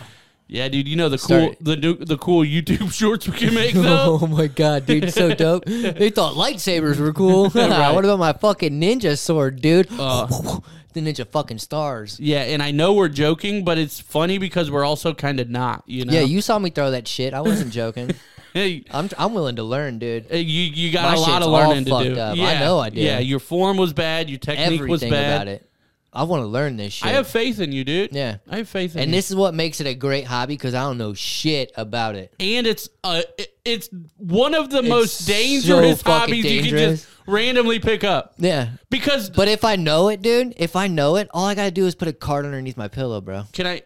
[SPEAKER 3] yeah, dude, you know the cool,
[SPEAKER 2] Start-
[SPEAKER 3] the new, the cool YouTube shorts we can make though.
[SPEAKER 2] Oh my god, dude, so dope. They thought lightsabers were cool.
[SPEAKER 3] Right. Uh.
[SPEAKER 2] what about my fucking ninja sword, dude? the ninja fucking stars.
[SPEAKER 3] Yeah, and I know we're joking, but it's funny because we're also kind of not, you know.
[SPEAKER 2] Yeah, you saw me throw that shit. I wasn't joking.
[SPEAKER 3] Hey,
[SPEAKER 2] I'm I'm willing to learn, dude.
[SPEAKER 3] you you got
[SPEAKER 2] My
[SPEAKER 3] a lot
[SPEAKER 2] shit's
[SPEAKER 3] of
[SPEAKER 2] all
[SPEAKER 3] learning to
[SPEAKER 2] fucked
[SPEAKER 3] do.
[SPEAKER 2] up. I
[SPEAKER 3] Yeah,
[SPEAKER 2] know I did.
[SPEAKER 3] Yeah, your form was bad, your technique
[SPEAKER 2] Everything
[SPEAKER 3] was bad.
[SPEAKER 2] about it. I want to learn this shit.
[SPEAKER 3] I have faith in you, dude.
[SPEAKER 2] Yeah.
[SPEAKER 3] I have faith in
[SPEAKER 2] and
[SPEAKER 3] you.
[SPEAKER 2] this is what makes it a great hobby because I don't know shit about it.
[SPEAKER 3] and it's uh, it- it's one of the most
[SPEAKER 2] so
[SPEAKER 3] dangerous
[SPEAKER 2] fucking
[SPEAKER 3] hobbies you can just
[SPEAKER 2] dangerous.
[SPEAKER 3] randomly pick up
[SPEAKER 2] Yeah.
[SPEAKER 3] because
[SPEAKER 2] But if I know it, dude, if I know it, all I gotta do is put a card underneath my pillow, bro.
[SPEAKER 3] can I?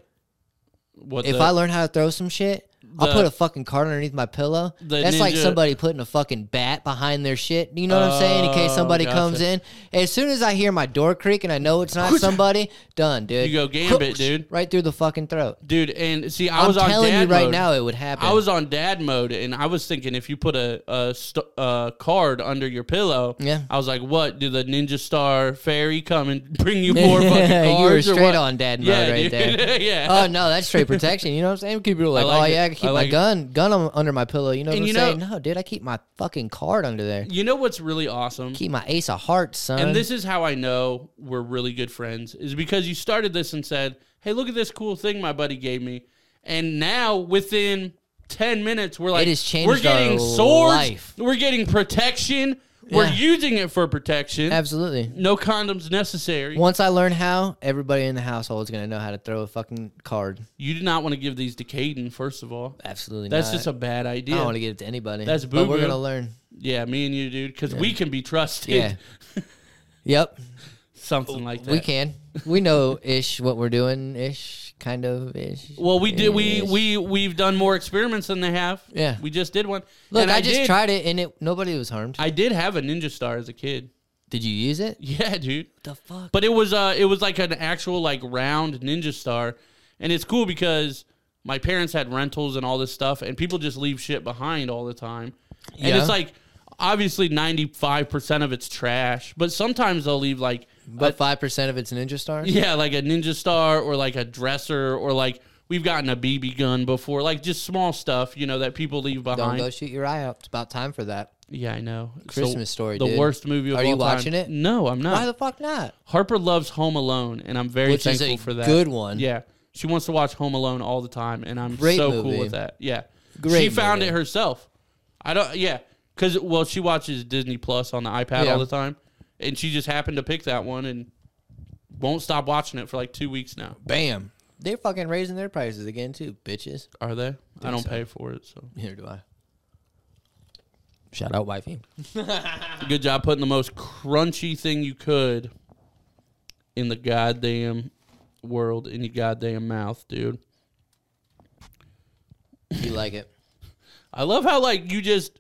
[SPEAKER 3] What
[SPEAKER 2] If
[SPEAKER 3] the-
[SPEAKER 2] I learn how to throw some shit,
[SPEAKER 3] The-
[SPEAKER 2] I'll put a fucking card underneath my pillow.
[SPEAKER 3] The
[SPEAKER 2] That's like
[SPEAKER 3] ninja-
[SPEAKER 2] somebody putting a fucking bat behind their shit. You know what I'm saying? In case
[SPEAKER 3] Oh,
[SPEAKER 2] somebody
[SPEAKER 3] gotcha.
[SPEAKER 2] comes in. As soon as I hear my door creak and I know it's not somebody, done, dude.
[SPEAKER 3] You go gambit, dude.
[SPEAKER 2] Right through the fucking throat.
[SPEAKER 3] dude, and see, I
[SPEAKER 2] I am
[SPEAKER 3] was on
[SPEAKER 2] telling
[SPEAKER 3] dad
[SPEAKER 2] you right
[SPEAKER 3] mode.
[SPEAKER 2] now it would happen.
[SPEAKER 3] I was on dad mode, and I was thinking if you put a a, st- a card under your pillow,
[SPEAKER 2] Yeah.
[SPEAKER 3] I was like, "What? Do the ninja star fairy come and bring you more fucking cards?"
[SPEAKER 2] you were
[SPEAKER 3] or
[SPEAKER 2] straight
[SPEAKER 3] what?
[SPEAKER 2] on dad mode
[SPEAKER 3] yeah,
[SPEAKER 2] right
[SPEAKER 3] dude.
[SPEAKER 2] there.
[SPEAKER 3] yeah.
[SPEAKER 2] Oh no, that's straight protection. You know what I'm saying? People are like,
[SPEAKER 3] like
[SPEAKER 2] "Oh
[SPEAKER 3] it.
[SPEAKER 2] yeah, I can keep
[SPEAKER 3] I
[SPEAKER 2] my
[SPEAKER 3] like it."
[SPEAKER 2] gun gun on- under my pillow." You know what
[SPEAKER 3] And
[SPEAKER 2] I'm
[SPEAKER 3] you know-
[SPEAKER 2] saying? no, dude, I keep my fucking card under there.
[SPEAKER 3] you know what's really awesome?
[SPEAKER 2] Keep my ace of hearts, son.
[SPEAKER 3] And this is how I know we're really good friends is because you started this and said, "Hey, look at this cool thing my buddy gave me," and now within ten minutes we're like,
[SPEAKER 2] has changed
[SPEAKER 3] we're getting
[SPEAKER 2] our
[SPEAKER 3] swords,
[SPEAKER 2] life.
[SPEAKER 3] we're getting protection, we're
[SPEAKER 2] Yeah.
[SPEAKER 3] using it for protection.
[SPEAKER 2] Absolutely.
[SPEAKER 3] No condoms necessary.
[SPEAKER 2] Once I learn how, everybody in the household is gonna know how to throw a fucking card.
[SPEAKER 3] You do not want to give these to Caden, first of all.
[SPEAKER 2] Absolutely.
[SPEAKER 3] That's
[SPEAKER 2] Uh, not.
[SPEAKER 3] just a bad
[SPEAKER 2] I don't want
[SPEAKER 3] idea.
[SPEAKER 2] to give it to anybody.
[SPEAKER 3] That's
[SPEAKER 2] But we're
[SPEAKER 3] boo-boo.
[SPEAKER 2] gonna learn.
[SPEAKER 3] Yeah, me and you, dude, because we can be trusted.
[SPEAKER 2] Yeah. Yep.
[SPEAKER 3] Something like that.
[SPEAKER 2] We can. We know ish what we're doing ish, kind of ish.
[SPEAKER 3] Well, we did. We
[SPEAKER 2] Ish.
[SPEAKER 3] we we've done more experiments than they have.
[SPEAKER 2] Yeah.
[SPEAKER 3] we just did one.
[SPEAKER 2] Look,
[SPEAKER 3] And
[SPEAKER 2] I, just
[SPEAKER 3] did,
[SPEAKER 2] tried it and it nobody was harmed.
[SPEAKER 3] I did have a ninja star as a kid.
[SPEAKER 2] did you use it?
[SPEAKER 3] Yeah, dude.
[SPEAKER 2] The fuck.
[SPEAKER 3] But it was uh, it was like an actual like round ninja star, and it's cool because my parents had rentals and all this stuff, and people just leave shit behind all the time, and
[SPEAKER 2] Yeah.
[SPEAKER 3] it's like obviously ninety five percent of it's trash, but sometimes they'll leave like
[SPEAKER 2] But five percent of it's ninja star.
[SPEAKER 3] yeah, like a ninja star or like a dresser or like we've gotten a BB gun before, like just small stuff, you know, that people leave
[SPEAKER 2] Don't
[SPEAKER 3] behind.
[SPEAKER 2] go shoot your eye out. It's about time for that.
[SPEAKER 3] yeah, I know. It's the-
[SPEAKER 2] Christmas Story,
[SPEAKER 3] The
[SPEAKER 2] dude.
[SPEAKER 3] worst movie of
[SPEAKER 2] Are you
[SPEAKER 3] all time.
[SPEAKER 2] watching it?
[SPEAKER 3] No, I'm
[SPEAKER 2] Why
[SPEAKER 3] not.
[SPEAKER 2] the fuck not?
[SPEAKER 3] Harper loves Home Alone, and I'm very
[SPEAKER 2] Which is
[SPEAKER 3] thankful
[SPEAKER 2] a
[SPEAKER 3] for that.
[SPEAKER 2] good one.
[SPEAKER 3] Yeah. She wants to watch Home Alone all the time, and I'm
[SPEAKER 2] Great
[SPEAKER 3] so
[SPEAKER 2] movie.
[SPEAKER 3] cool with that. Yeah,
[SPEAKER 2] Great
[SPEAKER 3] she found
[SPEAKER 2] movie.
[SPEAKER 3] it herself. I don't. Yeah, because well, she watches Disney Plus on the iPad
[SPEAKER 2] Yeah.
[SPEAKER 3] all the time, and she just happened to pick that one and won't stop watching it for like two weeks now.
[SPEAKER 2] Bam. They're fucking raising their prices again too, bitches.
[SPEAKER 3] Are they? I don't
[SPEAKER 2] so.
[SPEAKER 3] pay for it, so
[SPEAKER 2] Here do I. Shout out wifey.
[SPEAKER 3] good job putting the most crunchy thing you could in the goddamn world in your goddamn mouth, dude.
[SPEAKER 2] You like it?
[SPEAKER 3] I love how like you just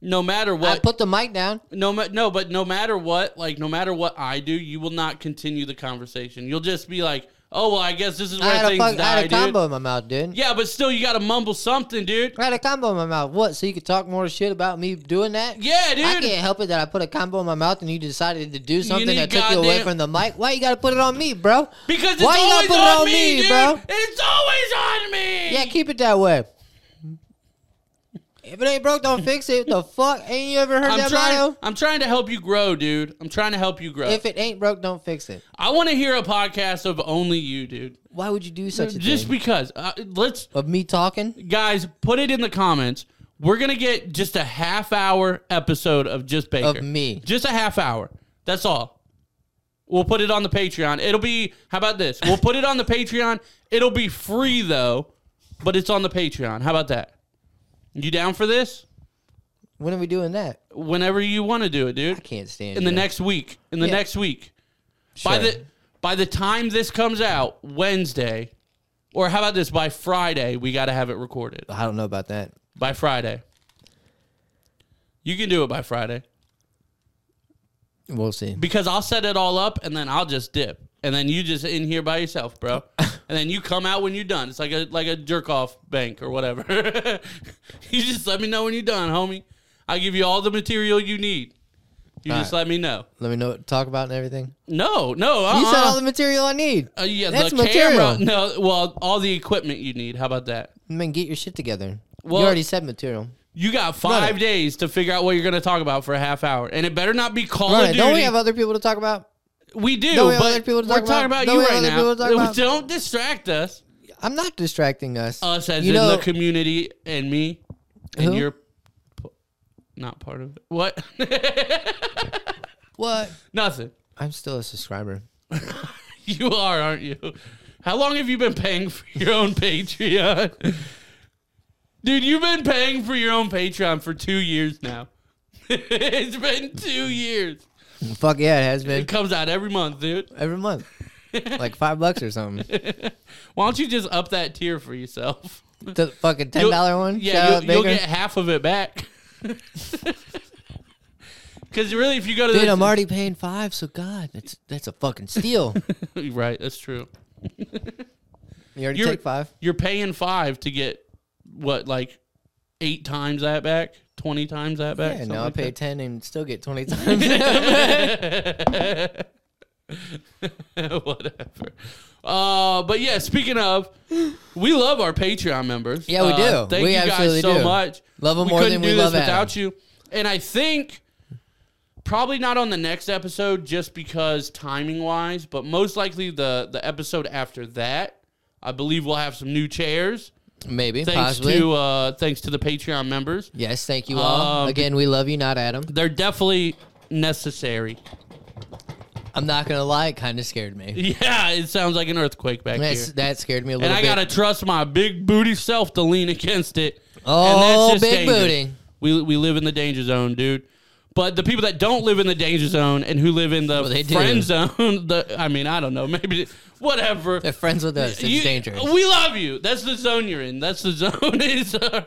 [SPEAKER 3] no matter
[SPEAKER 2] I
[SPEAKER 3] what
[SPEAKER 2] put the mic down.
[SPEAKER 3] no ma- no but no matter what like no matter what I do you will not continue the conversation. You'll just be like, "Oh, well, I guess this is
[SPEAKER 2] I
[SPEAKER 3] where
[SPEAKER 2] had a
[SPEAKER 3] things
[SPEAKER 2] fuck, I
[SPEAKER 3] die."
[SPEAKER 2] had a
[SPEAKER 3] dude.
[SPEAKER 2] combo in my mouth, dude.
[SPEAKER 3] Yeah, but still you got to mumble something, dude.
[SPEAKER 2] I had a combo in my mouth. What? So you could talk more shit about me doing that?
[SPEAKER 3] Yeah, dude.
[SPEAKER 2] I can't help it that I put a combo in my mouth and you decided to do something
[SPEAKER 3] need
[SPEAKER 2] that took you away
[SPEAKER 3] goddamn-
[SPEAKER 2] from the mic. Why you gotta put it on me, bro?
[SPEAKER 3] Because it's
[SPEAKER 2] Why you gotta
[SPEAKER 3] always
[SPEAKER 2] put it
[SPEAKER 3] on,
[SPEAKER 2] on
[SPEAKER 3] me,
[SPEAKER 2] me,
[SPEAKER 3] dude.
[SPEAKER 2] bro?
[SPEAKER 3] It's always on me.
[SPEAKER 2] Yeah, keep it that way. If it ain't broke, don't fix it. The fuck? Ain't you ever heard
[SPEAKER 3] I'm
[SPEAKER 2] that
[SPEAKER 3] trying.
[SPEAKER 2] motto?
[SPEAKER 3] I'm trying to help you grow, dude. I'm trying to help you grow.
[SPEAKER 2] If it ain't broke, don't fix it.
[SPEAKER 3] I want to hear a podcast of only you, dude.
[SPEAKER 2] Why would you do such a
[SPEAKER 3] Just
[SPEAKER 2] thing?
[SPEAKER 3] because. Uh, let's
[SPEAKER 2] of me talking?
[SPEAKER 3] guys put it in the comments. We're gonna get just a half hour episode of just Baker
[SPEAKER 2] Of me.
[SPEAKER 3] Just a half hour. That's all. We'll put it on the Patreon. It'll be. How about this? We'll put it on the Patreon. It'll be free though, but it's on the Patreon. How about that? You down for this?
[SPEAKER 2] When are we doing that?
[SPEAKER 3] Whenever you want to do it, dude.
[SPEAKER 2] I can't stand
[SPEAKER 3] in the
[SPEAKER 2] you.
[SPEAKER 3] next week. In the
[SPEAKER 2] Yeah.
[SPEAKER 3] next week. By
[SPEAKER 2] Sure.
[SPEAKER 3] the by the time this comes out, Wednesday, or how about this? By Friday, we gotta have it recorded.
[SPEAKER 2] I don't know about that.
[SPEAKER 3] By Friday. You can do it by Friday.
[SPEAKER 2] We'll see.
[SPEAKER 3] Because I'll set it all up and then I'll just dip. And then you just in here by yourself, bro. and then you come out when you're done. It's like a like a jerk off bank or whatever. you just let me know when you're done, homie. I'll give you all the material you need. You
[SPEAKER 2] All
[SPEAKER 3] just
[SPEAKER 2] right.
[SPEAKER 3] let me know.
[SPEAKER 2] Let me know what to talk about and everything.
[SPEAKER 3] No, no. Uh-uh.
[SPEAKER 2] You said all the material I need.
[SPEAKER 3] Uh, yeah,
[SPEAKER 2] That's
[SPEAKER 3] the
[SPEAKER 2] material.
[SPEAKER 3] camera. No, well, all the equipment you need. How about that?
[SPEAKER 2] I mean, get your shit together.
[SPEAKER 3] Well-
[SPEAKER 2] you already said material.
[SPEAKER 3] You got five
[SPEAKER 2] it.
[SPEAKER 3] days to figure out what you're going to talk about for a half hour, and it better not be Call
[SPEAKER 2] All
[SPEAKER 3] of
[SPEAKER 2] right,
[SPEAKER 3] Duty.
[SPEAKER 2] don't we have other people to talk about?
[SPEAKER 3] We do,
[SPEAKER 2] don't we have
[SPEAKER 3] but
[SPEAKER 2] other people to
[SPEAKER 3] we're
[SPEAKER 2] talk about?
[SPEAKER 3] talking about,
[SPEAKER 2] Don't
[SPEAKER 3] you
[SPEAKER 2] we have
[SPEAKER 3] right
[SPEAKER 2] other people to talk
[SPEAKER 3] now.
[SPEAKER 2] about?
[SPEAKER 3] Don't distract us.
[SPEAKER 2] I'm not distracting us.
[SPEAKER 3] Us as
[SPEAKER 2] You
[SPEAKER 3] in
[SPEAKER 2] know-
[SPEAKER 3] the community and me, and
[SPEAKER 2] Who?
[SPEAKER 3] you're p- not part of it. What?
[SPEAKER 2] what?
[SPEAKER 3] Nothing.
[SPEAKER 2] I'm still a subscriber.
[SPEAKER 3] You are, aren't you? How long have you been paying for your own Patreon? Dude, you've been paying for your own Patreon for two years now. it's been two years.
[SPEAKER 2] Fuck yeah, it has
[SPEAKER 3] It
[SPEAKER 2] been
[SPEAKER 3] comes out every month, dude.
[SPEAKER 2] every month, like five bucks or something.
[SPEAKER 3] Why don't you just up that tier for yourself?
[SPEAKER 2] The fucking ten dollar one. Shout
[SPEAKER 3] Yeah,
[SPEAKER 2] out
[SPEAKER 3] you'll, you'll
[SPEAKER 2] Baker.
[SPEAKER 3] get half of it back. Because really, if you go to
[SPEAKER 2] Dude,
[SPEAKER 3] this,
[SPEAKER 2] I'm already paying five, so God, that's that's a fucking steal.
[SPEAKER 3] right, that's true.
[SPEAKER 2] You already
[SPEAKER 3] You're-
[SPEAKER 2] take five.
[SPEAKER 3] You're paying five to get what, like eight times that back, twenty times that back.
[SPEAKER 2] Yeah,
[SPEAKER 3] something
[SPEAKER 2] no, I
[SPEAKER 3] like that?
[SPEAKER 2] pay ten and still get twenty times.
[SPEAKER 3] Whatever. Uh, but yeah, speaking of, we love our Patreon members.
[SPEAKER 2] Yeah, we do.
[SPEAKER 3] Uh, thank
[SPEAKER 2] We
[SPEAKER 3] you guys
[SPEAKER 2] absolutely
[SPEAKER 3] so
[SPEAKER 2] do.
[SPEAKER 3] much.
[SPEAKER 2] Love 'em
[SPEAKER 3] we
[SPEAKER 2] more
[SPEAKER 3] couldn't
[SPEAKER 2] than we
[SPEAKER 3] do this
[SPEAKER 2] love Adam.
[SPEAKER 3] without you. And I think probably not on the next episode, just because timing wise, but most likely the the episode after that, I believe we'll have some new chairs.
[SPEAKER 2] Maybe,
[SPEAKER 3] Thanks
[SPEAKER 2] possibly.
[SPEAKER 3] to uh, thanks to the Patreon members.
[SPEAKER 2] yes, thank you all.
[SPEAKER 3] Um,
[SPEAKER 2] Again, we love you, not Adam.
[SPEAKER 3] They're definitely necessary.
[SPEAKER 2] I'm not gonna lie, it kind of scared me.
[SPEAKER 3] Yeah, it sounds like an earthquake back here.
[SPEAKER 2] That's, that scared me a little
[SPEAKER 3] and I
[SPEAKER 2] bit.
[SPEAKER 3] gotta trust my big booty self to lean against it.
[SPEAKER 2] Oh,
[SPEAKER 3] and that's just
[SPEAKER 2] big
[SPEAKER 3] dangerous.
[SPEAKER 2] booty.
[SPEAKER 3] We we live in the danger zone, dude. But the people that don't live in the danger zone and who live in the
[SPEAKER 2] Well, they do.
[SPEAKER 3] friend zone, the I mean, I don't know, maybe whatever.
[SPEAKER 2] They're friends with us. It's
[SPEAKER 3] You-
[SPEAKER 2] dangerous.
[SPEAKER 3] We love you. That's the zone you're in. That's the zone is our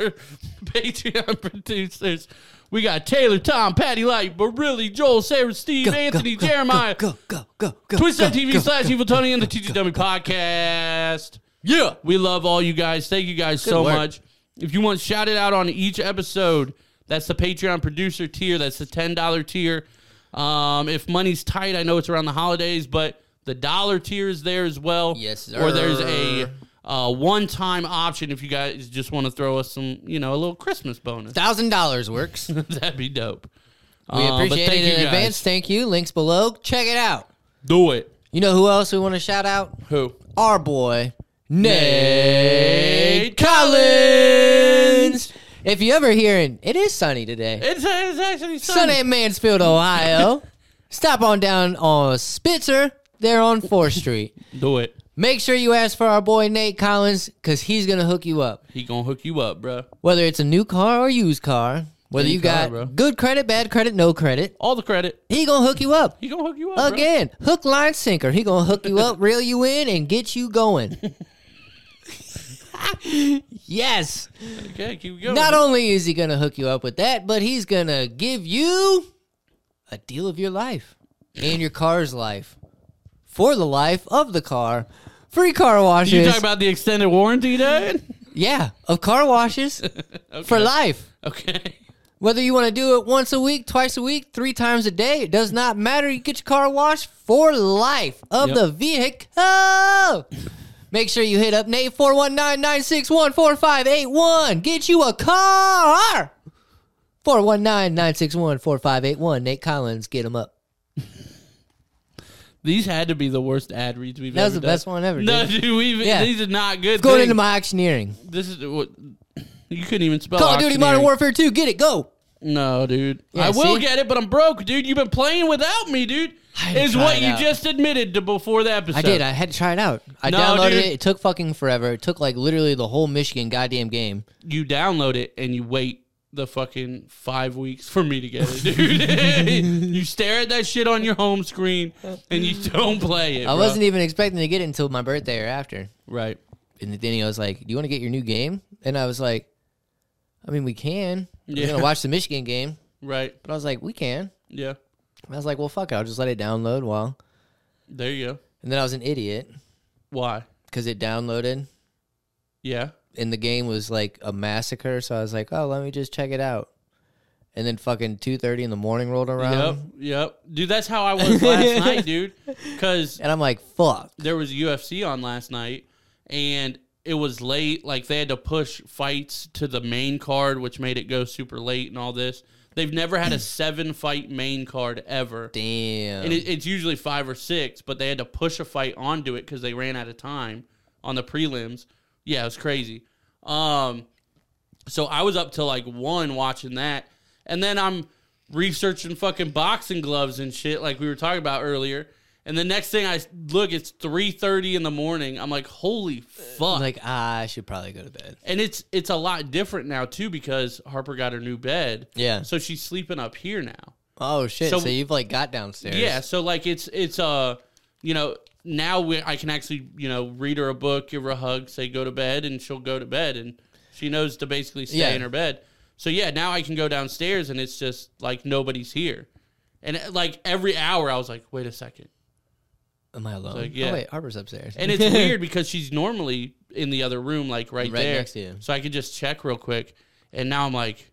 [SPEAKER 3] Patreon producers. We got Taylor, Tom, Patty Light, Barilli, Joel, Sarah, Steve,
[SPEAKER 2] Go, go,
[SPEAKER 3] Anthony,
[SPEAKER 2] go,
[SPEAKER 3] Jeremiah,
[SPEAKER 2] Go, go, go, go. go,
[SPEAKER 3] Twitch.tv
[SPEAKER 2] go,
[SPEAKER 3] slash
[SPEAKER 2] go.
[SPEAKER 3] Evil Tony and the TG Dummy Podcast. Yeah. We love all you guys. Thank you guys so
[SPEAKER 2] work.
[SPEAKER 3] much. If you want shouted out on each episode, that's the Patreon producer tier. That's the $10 tier. Um, if money's tight, I know it's around the holidays, but the dollar tier is there as well.
[SPEAKER 2] Yes,
[SPEAKER 3] Or there's a
[SPEAKER 2] sir.
[SPEAKER 3] uh, one time option if you guys just want to throw us some, you know, a little Christmas bonus.
[SPEAKER 2] Thousand dollars works. We
[SPEAKER 3] That'd be dope. Uh, but
[SPEAKER 2] appreciate
[SPEAKER 3] thank
[SPEAKER 2] it in
[SPEAKER 3] you guys.
[SPEAKER 2] advance. Thank you. Links below. Check it out.
[SPEAKER 3] Do it.
[SPEAKER 2] You know who else we want to shout out?
[SPEAKER 3] Who?
[SPEAKER 2] Our boy Nate Collins. If you ever hearing, it is sunny today.
[SPEAKER 3] It's, it's actually
[SPEAKER 2] Sunny
[SPEAKER 3] Sunday.
[SPEAKER 2] at Mansfield, Ohio. Stop on down on Spitzer. They're on 4th Street.
[SPEAKER 3] Do it.
[SPEAKER 2] Make sure you ask for our boy Nate Collins because he's going to hook you up.
[SPEAKER 3] He gonna hook you up, bruh.
[SPEAKER 2] Whether it's a new car or used car, whether
[SPEAKER 3] Any
[SPEAKER 2] you
[SPEAKER 3] car,
[SPEAKER 2] got
[SPEAKER 3] bro.
[SPEAKER 2] good credit, bad credit, no credit,
[SPEAKER 3] All the credit.
[SPEAKER 2] he going to hook you up.
[SPEAKER 3] He gonna hook you up. bruh.
[SPEAKER 2] Again, hook, line, sinker. He going to hook you up, reel you in, and get you going. yes.
[SPEAKER 3] Okay, keep going.
[SPEAKER 2] Not only is he going to hook you up with that, but he's going to give you a deal of your life and your car's life for the life of the car. Free car washes.
[SPEAKER 3] you talk about the extended warranty, dude.
[SPEAKER 2] yeah, of car washes for life.
[SPEAKER 3] Okay.
[SPEAKER 2] Whether you want to do it once a week, twice a week, three times a day, it does not matter. You get your car washed for life of
[SPEAKER 3] Yep.
[SPEAKER 2] the vehicle. Make sure you hit up Nate 419 961 4581. Get you a car. 419 961 4581. Nate Collins, get him up.
[SPEAKER 3] These had to be the worst ad reads we've
[SPEAKER 2] That was
[SPEAKER 3] ever
[SPEAKER 2] the best
[SPEAKER 3] done.
[SPEAKER 2] one ever.
[SPEAKER 3] No,
[SPEAKER 2] dude.
[SPEAKER 3] dude, we've,
[SPEAKER 2] Yeah.
[SPEAKER 3] these are not good.
[SPEAKER 2] Going
[SPEAKER 3] things.
[SPEAKER 2] into my auctioneering.
[SPEAKER 3] This is what you couldn't even spell.
[SPEAKER 2] Call of Duty Modern
[SPEAKER 3] auctioneering.
[SPEAKER 2] Warfare 2. Get it. Go.
[SPEAKER 3] No, dude.
[SPEAKER 2] Yeah,
[SPEAKER 3] I will
[SPEAKER 2] see?
[SPEAKER 3] get it, but I'm broke, dude. You've been playing without me, dude.
[SPEAKER 2] I didn't
[SPEAKER 3] Is
[SPEAKER 2] try
[SPEAKER 3] what
[SPEAKER 2] it
[SPEAKER 3] you
[SPEAKER 2] out.
[SPEAKER 3] just admitted to before the episode.
[SPEAKER 2] I did. I had to try it out. I
[SPEAKER 3] No,
[SPEAKER 2] downloaded
[SPEAKER 3] dude.
[SPEAKER 2] it. It took fucking forever. It took like literally the whole Michigan goddamn game.
[SPEAKER 3] you download it and you wait the fucking five weeks for me to get it, dude. you stare at that shit on your home screen and you don't play it.
[SPEAKER 2] I
[SPEAKER 3] bro.
[SPEAKER 2] wasn't even expecting to get it until my birthday or after.
[SPEAKER 3] right.
[SPEAKER 2] And then he was like, "Do you want to get your new game?" And I was like, "I mean, we can. We're
[SPEAKER 3] Yeah.
[SPEAKER 2] gonna watch the Michigan game."
[SPEAKER 3] Right.
[SPEAKER 2] But I was like, "We can."
[SPEAKER 3] Yeah.
[SPEAKER 2] And I was like, "Well, fuck it. I'll just let it download." While
[SPEAKER 3] There you go.
[SPEAKER 2] and then I was an idiot
[SPEAKER 3] Why?
[SPEAKER 2] because it downloaded
[SPEAKER 3] Yeah.
[SPEAKER 2] and the game was like a massacre. So I was like, "Oh, let me just check it out." And then fucking two thirty in the morning rolled around,
[SPEAKER 3] Yep. Yep. Dude, that's how I was last night, dude. Because
[SPEAKER 2] and I'm like, "Fuck."
[SPEAKER 3] there was UFC on last night and it was late. Like they had to push fights to the main card, which made it go super late and all this. They've never had a seven fight main card ever.
[SPEAKER 2] Damn.
[SPEAKER 3] And it, it's usually five or six, but they had to push a fight onto it because they ran out of time on the prelims. Yeah, it was crazy. Um, so I was up till like one watching that, and then I'm researching fucking boxing gloves and shit, like we were talking about earlier. And the next thing I s- look, it's three thirty in the morning. I'm like, holy fuck!
[SPEAKER 2] I'm like, ah, I should probably go to bed.
[SPEAKER 3] and it's it's a lot different now too because Harper got her new bed,
[SPEAKER 2] Yeah.
[SPEAKER 3] so she's sleeping up here now.
[SPEAKER 2] Oh shit.
[SPEAKER 3] So-
[SPEAKER 2] So, you've like got downstairs.
[SPEAKER 3] Yeah, so like it's it's uh you know now we, I can actually you know read her a book, give her a hug, say go to bed, and she'll go to bed, and she knows to basically stay
[SPEAKER 2] Yeah.
[SPEAKER 3] in her bed. So yeah, now I can go downstairs, and it's just like nobody's here, and uh, like every hour I was like, wait a second,
[SPEAKER 2] Am I alone?
[SPEAKER 3] like, yeah.
[SPEAKER 2] Oh wait, Harper's upstairs.
[SPEAKER 3] and it's weird because she's normally in the other room, like right,
[SPEAKER 2] Right
[SPEAKER 3] there,
[SPEAKER 2] next to you.
[SPEAKER 3] so I could just check real quick, and now I'm like.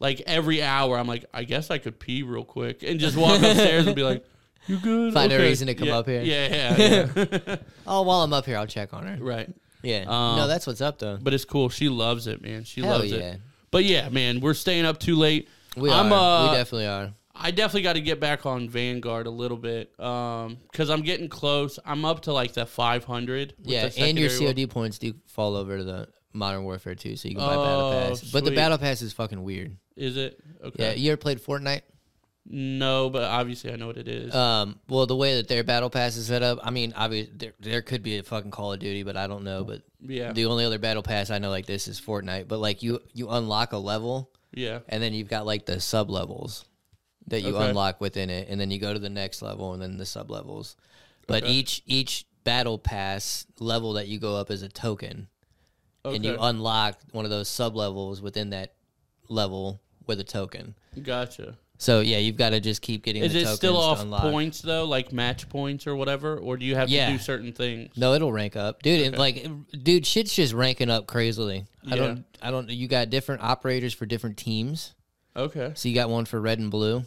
[SPEAKER 3] Like every hour, I'm like, I guess I could pee real quick and just walk upstairs and be like, "You good?"
[SPEAKER 2] Find a
[SPEAKER 3] Okay."
[SPEAKER 2] reason to come
[SPEAKER 3] Yeah,
[SPEAKER 2] up here.
[SPEAKER 3] Yeah, yeah, yeah.
[SPEAKER 2] Oh, while I'm up here, I'll check on her.
[SPEAKER 3] right.
[SPEAKER 2] Yeah.
[SPEAKER 3] Um,
[SPEAKER 2] no, that's what's up though.
[SPEAKER 3] But it's cool. She loves it, man. She
[SPEAKER 2] Hell
[SPEAKER 3] loves
[SPEAKER 2] yeah.
[SPEAKER 3] it. But yeah, man, we're staying up too late.
[SPEAKER 2] We
[SPEAKER 3] I'm,
[SPEAKER 2] are.
[SPEAKER 3] uh,
[SPEAKER 2] we definitely are.
[SPEAKER 3] I definitely got to get back on Vanguard a little bit because I'm getting close. I'm up to like the 500. with
[SPEAKER 2] Yeah,
[SPEAKER 3] the
[SPEAKER 2] and your
[SPEAKER 3] secondary
[SPEAKER 2] COD points do fall over to the Modern Warfare 2, so you can buy
[SPEAKER 3] Oh,
[SPEAKER 2] Battle Pass. But the
[SPEAKER 3] sweet.
[SPEAKER 2] Battle Pass is fucking weird.
[SPEAKER 3] one. Is it?
[SPEAKER 2] Yeah,
[SPEAKER 3] Okay.
[SPEAKER 2] you ever played Fortnite?
[SPEAKER 3] No, but obviously I know what it is.
[SPEAKER 2] Um, well, the way that their Battle Pass is set up, I mean, obviously there, there could be a fucking Call of Duty, but I don't know. But
[SPEAKER 3] Yeah.
[SPEAKER 2] the only other Battle Pass I know like this is Fortnite. But like you, you unlock a level,
[SPEAKER 3] yeah.
[SPEAKER 2] and then you've got like the sub levels that you
[SPEAKER 3] Okay.
[SPEAKER 2] unlock within it and then you go to the next level and then the sub levels but each each battle pass level that you go up is a token
[SPEAKER 3] Okay.
[SPEAKER 2] and you unlock one of those sub levels within that level with a token
[SPEAKER 3] gotcha.
[SPEAKER 2] so yeah you've got to just keep getting
[SPEAKER 3] Is
[SPEAKER 2] the
[SPEAKER 3] it
[SPEAKER 2] tokens
[SPEAKER 3] still
[SPEAKER 2] to
[SPEAKER 3] off
[SPEAKER 2] unlock.
[SPEAKER 3] points though, like match points or whatever, or do you have
[SPEAKER 2] Yeah.
[SPEAKER 3] to do certain things?
[SPEAKER 2] no it'll rank up dude and like dude shit's just ranking up crazily i don't i don't you got different operators for different teams
[SPEAKER 3] Okay.
[SPEAKER 2] so you got one for red and blue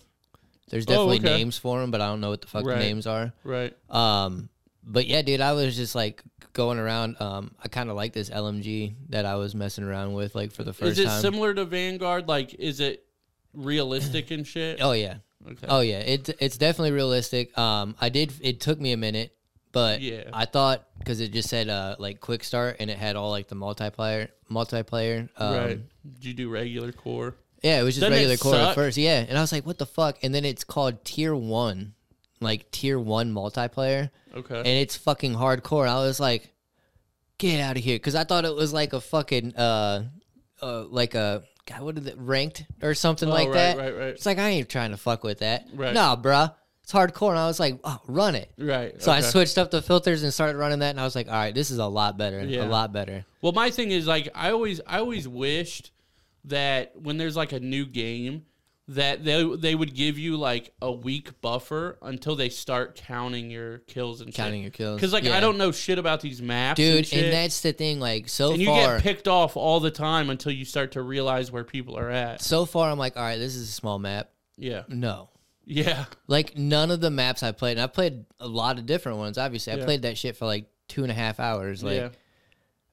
[SPEAKER 2] there's
[SPEAKER 3] Oh,
[SPEAKER 2] definitely
[SPEAKER 3] okay.
[SPEAKER 2] names for them but i don't know what the fuck
[SPEAKER 3] Right.
[SPEAKER 2] the names are
[SPEAKER 3] Right.
[SPEAKER 2] Um, but yeah, dude, I was just like going around. Um, I kind of like this LMG that I was messing around with, like for the first
[SPEAKER 3] is it
[SPEAKER 2] time.
[SPEAKER 3] similar to Vanguard? Like, is it realistic and shit?
[SPEAKER 2] oh yeah,
[SPEAKER 3] Okay.
[SPEAKER 2] Um, oh yeah. It it's definitely realistic. Um, I did. It took me a minute, But
[SPEAKER 3] Yeah.
[SPEAKER 2] I thought because it just said uh, like quick start and it had all like the multiplayer, multiplayer. Um,
[SPEAKER 3] right. Did you do regular core?
[SPEAKER 2] Yeah, it was just
[SPEAKER 3] Doesn't it
[SPEAKER 2] regular core at
[SPEAKER 3] suck?
[SPEAKER 2] first. Yeah, and I was like, what the fuck? And then it's called tier one, like tier one multiplayer,
[SPEAKER 3] Okay.
[SPEAKER 2] and it's fucking hardcore. I was like, get out of here, because I thought it was like a fucking uh, uh like a God, what is it ranked or something
[SPEAKER 3] Oh,
[SPEAKER 2] like
[SPEAKER 3] right,
[SPEAKER 2] that.
[SPEAKER 3] right, right.
[SPEAKER 2] It's like I ain't trying to fuck with that.
[SPEAKER 3] Right.
[SPEAKER 2] Nah, bruh. It's hardcore, and I was like, oh, run it.
[SPEAKER 3] right.
[SPEAKER 2] So I
[SPEAKER 3] okay.
[SPEAKER 2] switched up the filters and started running that, and I was like, all right, this is a lot better, a
[SPEAKER 3] Yeah.
[SPEAKER 2] lot better.
[SPEAKER 3] Well, my thing is like I always I always wished that when there's like a new game that they they would give you like a week buffer until they start counting your kills and
[SPEAKER 2] Counting your kills,
[SPEAKER 3] Because like
[SPEAKER 2] yeah.
[SPEAKER 3] I don't know shit about these maps,
[SPEAKER 2] dude,
[SPEAKER 3] and,
[SPEAKER 2] and,
[SPEAKER 3] shit,
[SPEAKER 2] that's the thing. Like so
[SPEAKER 3] and you
[SPEAKER 2] far,
[SPEAKER 3] get picked off all the time until you start to realize where people are at.
[SPEAKER 2] so far, I'm like, all right, this is a small map.
[SPEAKER 3] Yeah,
[SPEAKER 2] No,
[SPEAKER 3] yeah,
[SPEAKER 2] like none of the maps I played, and I played a lot of different ones. Obviously, I
[SPEAKER 3] Yeah.
[SPEAKER 2] played that shit for like two and a half hours. Like,
[SPEAKER 3] yeah.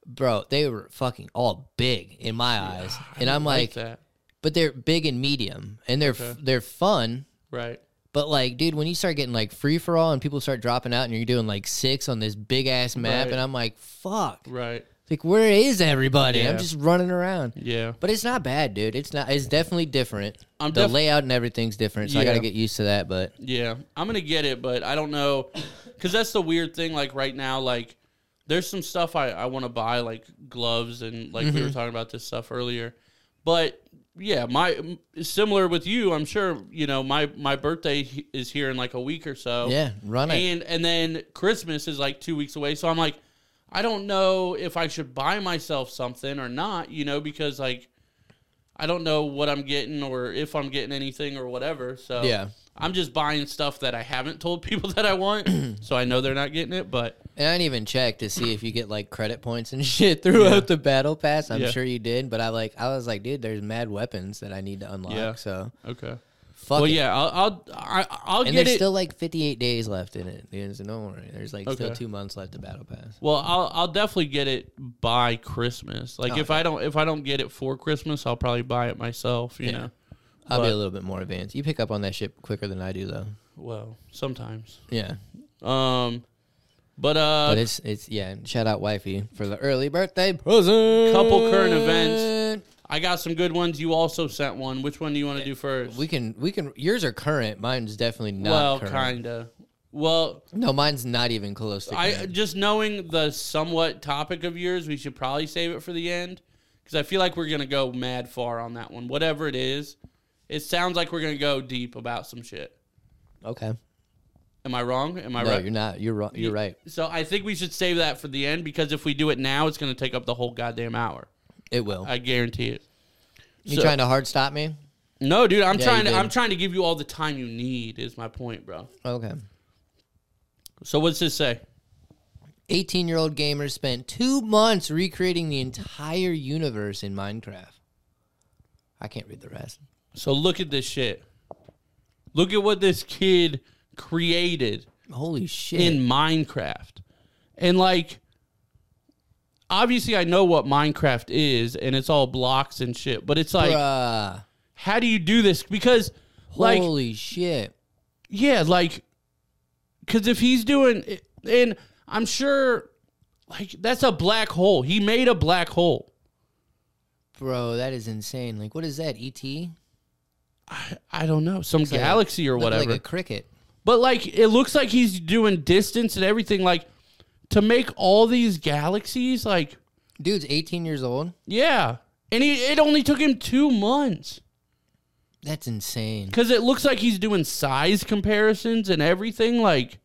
[SPEAKER 2] bro, they were fucking all big in my eyes, and I'm
[SPEAKER 3] Like
[SPEAKER 2] like,
[SPEAKER 3] that,
[SPEAKER 2] but they're big and medium, and they're f- they're fun.
[SPEAKER 3] right?
[SPEAKER 2] But like, dude, when you start getting like free for all and people start dropping out, and you're doing like six on this big ass map,
[SPEAKER 3] Right.
[SPEAKER 2] and I'm like, fuck,
[SPEAKER 3] Right.
[SPEAKER 2] like where is everybody? I'm
[SPEAKER 3] Yeah.
[SPEAKER 2] just running around.
[SPEAKER 3] Yeah.
[SPEAKER 2] But it's not bad, dude. It's not. It's definitely different.
[SPEAKER 3] I'm
[SPEAKER 2] the
[SPEAKER 3] def-
[SPEAKER 2] layout and everything's different, so I
[SPEAKER 3] Yeah.
[SPEAKER 2] gotta get used to that. But
[SPEAKER 3] Yeah, I'm gonna get it, but I don't know, cause that's the weird thing. Like right now, like there's some stuff I I want to buy, like gloves and like
[SPEAKER 2] Mm-hmm.
[SPEAKER 3] we were talking about this stuff earlier. But yeah, my m- similar with you. I'm sure you know my my birthday he- is here in like a week or so.
[SPEAKER 2] yeah, run it.
[SPEAKER 3] and and then Christmas is like two weeks away, so I'm like, I don't know if I should buy myself something or not, you know, because like I don't know what I'm getting or if I'm getting anything or whatever. So
[SPEAKER 2] Yeah.
[SPEAKER 3] I'm just buying stuff that I haven't told people that I want, so I know they're not getting it. But
[SPEAKER 2] And I didn't even check to see if you get like credit points and shit throughout the battle pass. I'm
[SPEAKER 3] Yeah.
[SPEAKER 2] sure you did, but I like I was like, dude, there's mad weapons that I need to unlock.
[SPEAKER 3] Yeah.
[SPEAKER 2] So
[SPEAKER 3] okay,
[SPEAKER 2] fuck
[SPEAKER 3] well
[SPEAKER 2] it.
[SPEAKER 3] yeah, I'll I'll I, I'll
[SPEAKER 2] And
[SPEAKER 3] get
[SPEAKER 2] there's
[SPEAKER 3] it.
[SPEAKER 2] still like 58 days left in it. Dude, so don't worry. There's like still
[SPEAKER 3] Okay.
[SPEAKER 2] two months left to battle pass.
[SPEAKER 3] well, I'll I'll definitely get it by Christmas.
[SPEAKER 2] Oh,
[SPEAKER 3] Like if I don't if I don't get it for Christmas, I'll probably buy it myself. You know,
[SPEAKER 2] I'll be
[SPEAKER 3] But-
[SPEAKER 2] a little bit more advanced. You pick up on that shit quicker than I do, though.
[SPEAKER 3] well sometimes.
[SPEAKER 2] Yeah,
[SPEAKER 3] Um, but uh,
[SPEAKER 2] but it's it's yeah. Shout out wifey for the early birthday present.
[SPEAKER 3] Couple current events. I got some good ones. You also sent one. Which one do you want to do first?
[SPEAKER 2] We can we can. Yours are current. Mine's definitely not.
[SPEAKER 3] well,
[SPEAKER 2] current.
[SPEAKER 3] kinda. Well,
[SPEAKER 2] No, mine's not even close. to
[SPEAKER 3] I uh,
[SPEAKER 2] current.
[SPEAKER 3] just knowing the somewhat topic of yours, we should probably save it for the end because I feel like we're gonna go mad far on that one. Whatever it is, it sounds like we're gonna go deep about some shit.
[SPEAKER 2] okay.
[SPEAKER 3] Am I wrong? Am I
[SPEAKER 2] No,
[SPEAKER 3] right?
[SPEAKER 2] you're not. You're wrong. You're right.
[SPEAKER 3] So I think we should save that for the end because if we do it now, it's gonna take up the whole goddamn hour.
[SPEAKER 2] It will.
[SPEAKER 3] I guarantee it.
[SPEAKER 2] you
[SPEAKER 3] so-
[SPEAKER 2] trying to hard stop me?
[SPEAKER 3] No, dude, I'm
[SPEAKER 2] Yeah,
[SPEAKER 3] trying
[SPEAKER 2] you
[SPEAKER 3] to.
[SPEAKER 2] did.
[SPEAKER 3] I'm trying to give you all the time you need. Is my point, bro.
[SPEAKER 2] Okay.
[SPEAKER 3] So what's this say?
[SPEAKER 2] 18 year old gamers spent two months recreating the entire universe in Minecraft. I can't read the rest.
[SPEAKER 3] So look at this shit. Look at what this kid created
[SPEAKER 2] Holy shit.
[SPEAKER 3] in Minecraft. And like obviously I know what Minecraft is and it's all blocks and shit, but it's like
[SPEAKER 2] Bruh.
[SPEAKER 3] how do you do this? Because like
[SPEAKER 2] Holy shit.
[SPEAKER 3] yeah, like cuz if he's doing and I'm sure like that's a black hole. He made a black hole.
[SPEAKER 2] Bro, that is insane. Like, what is that? E ET? Looked
[SPEAKER 3] I don't know, some
[SPEAKER 2] like a-
[SPEAKER 3] galaxy or whatever.
[SPEAKER 2] Like a cricket.
[SPEAKER 3] But like it looks like he's doing distance and everything like to make all these galaxies like
[SPEAKER 2] Dude's 18 years old.
[SPEAKER 3] yeah. And he, it only took him 2 months
[SPEAKER 2] That's insane.
[SPEAKER 3] cuz it looks like he's doing size comparisons and everything like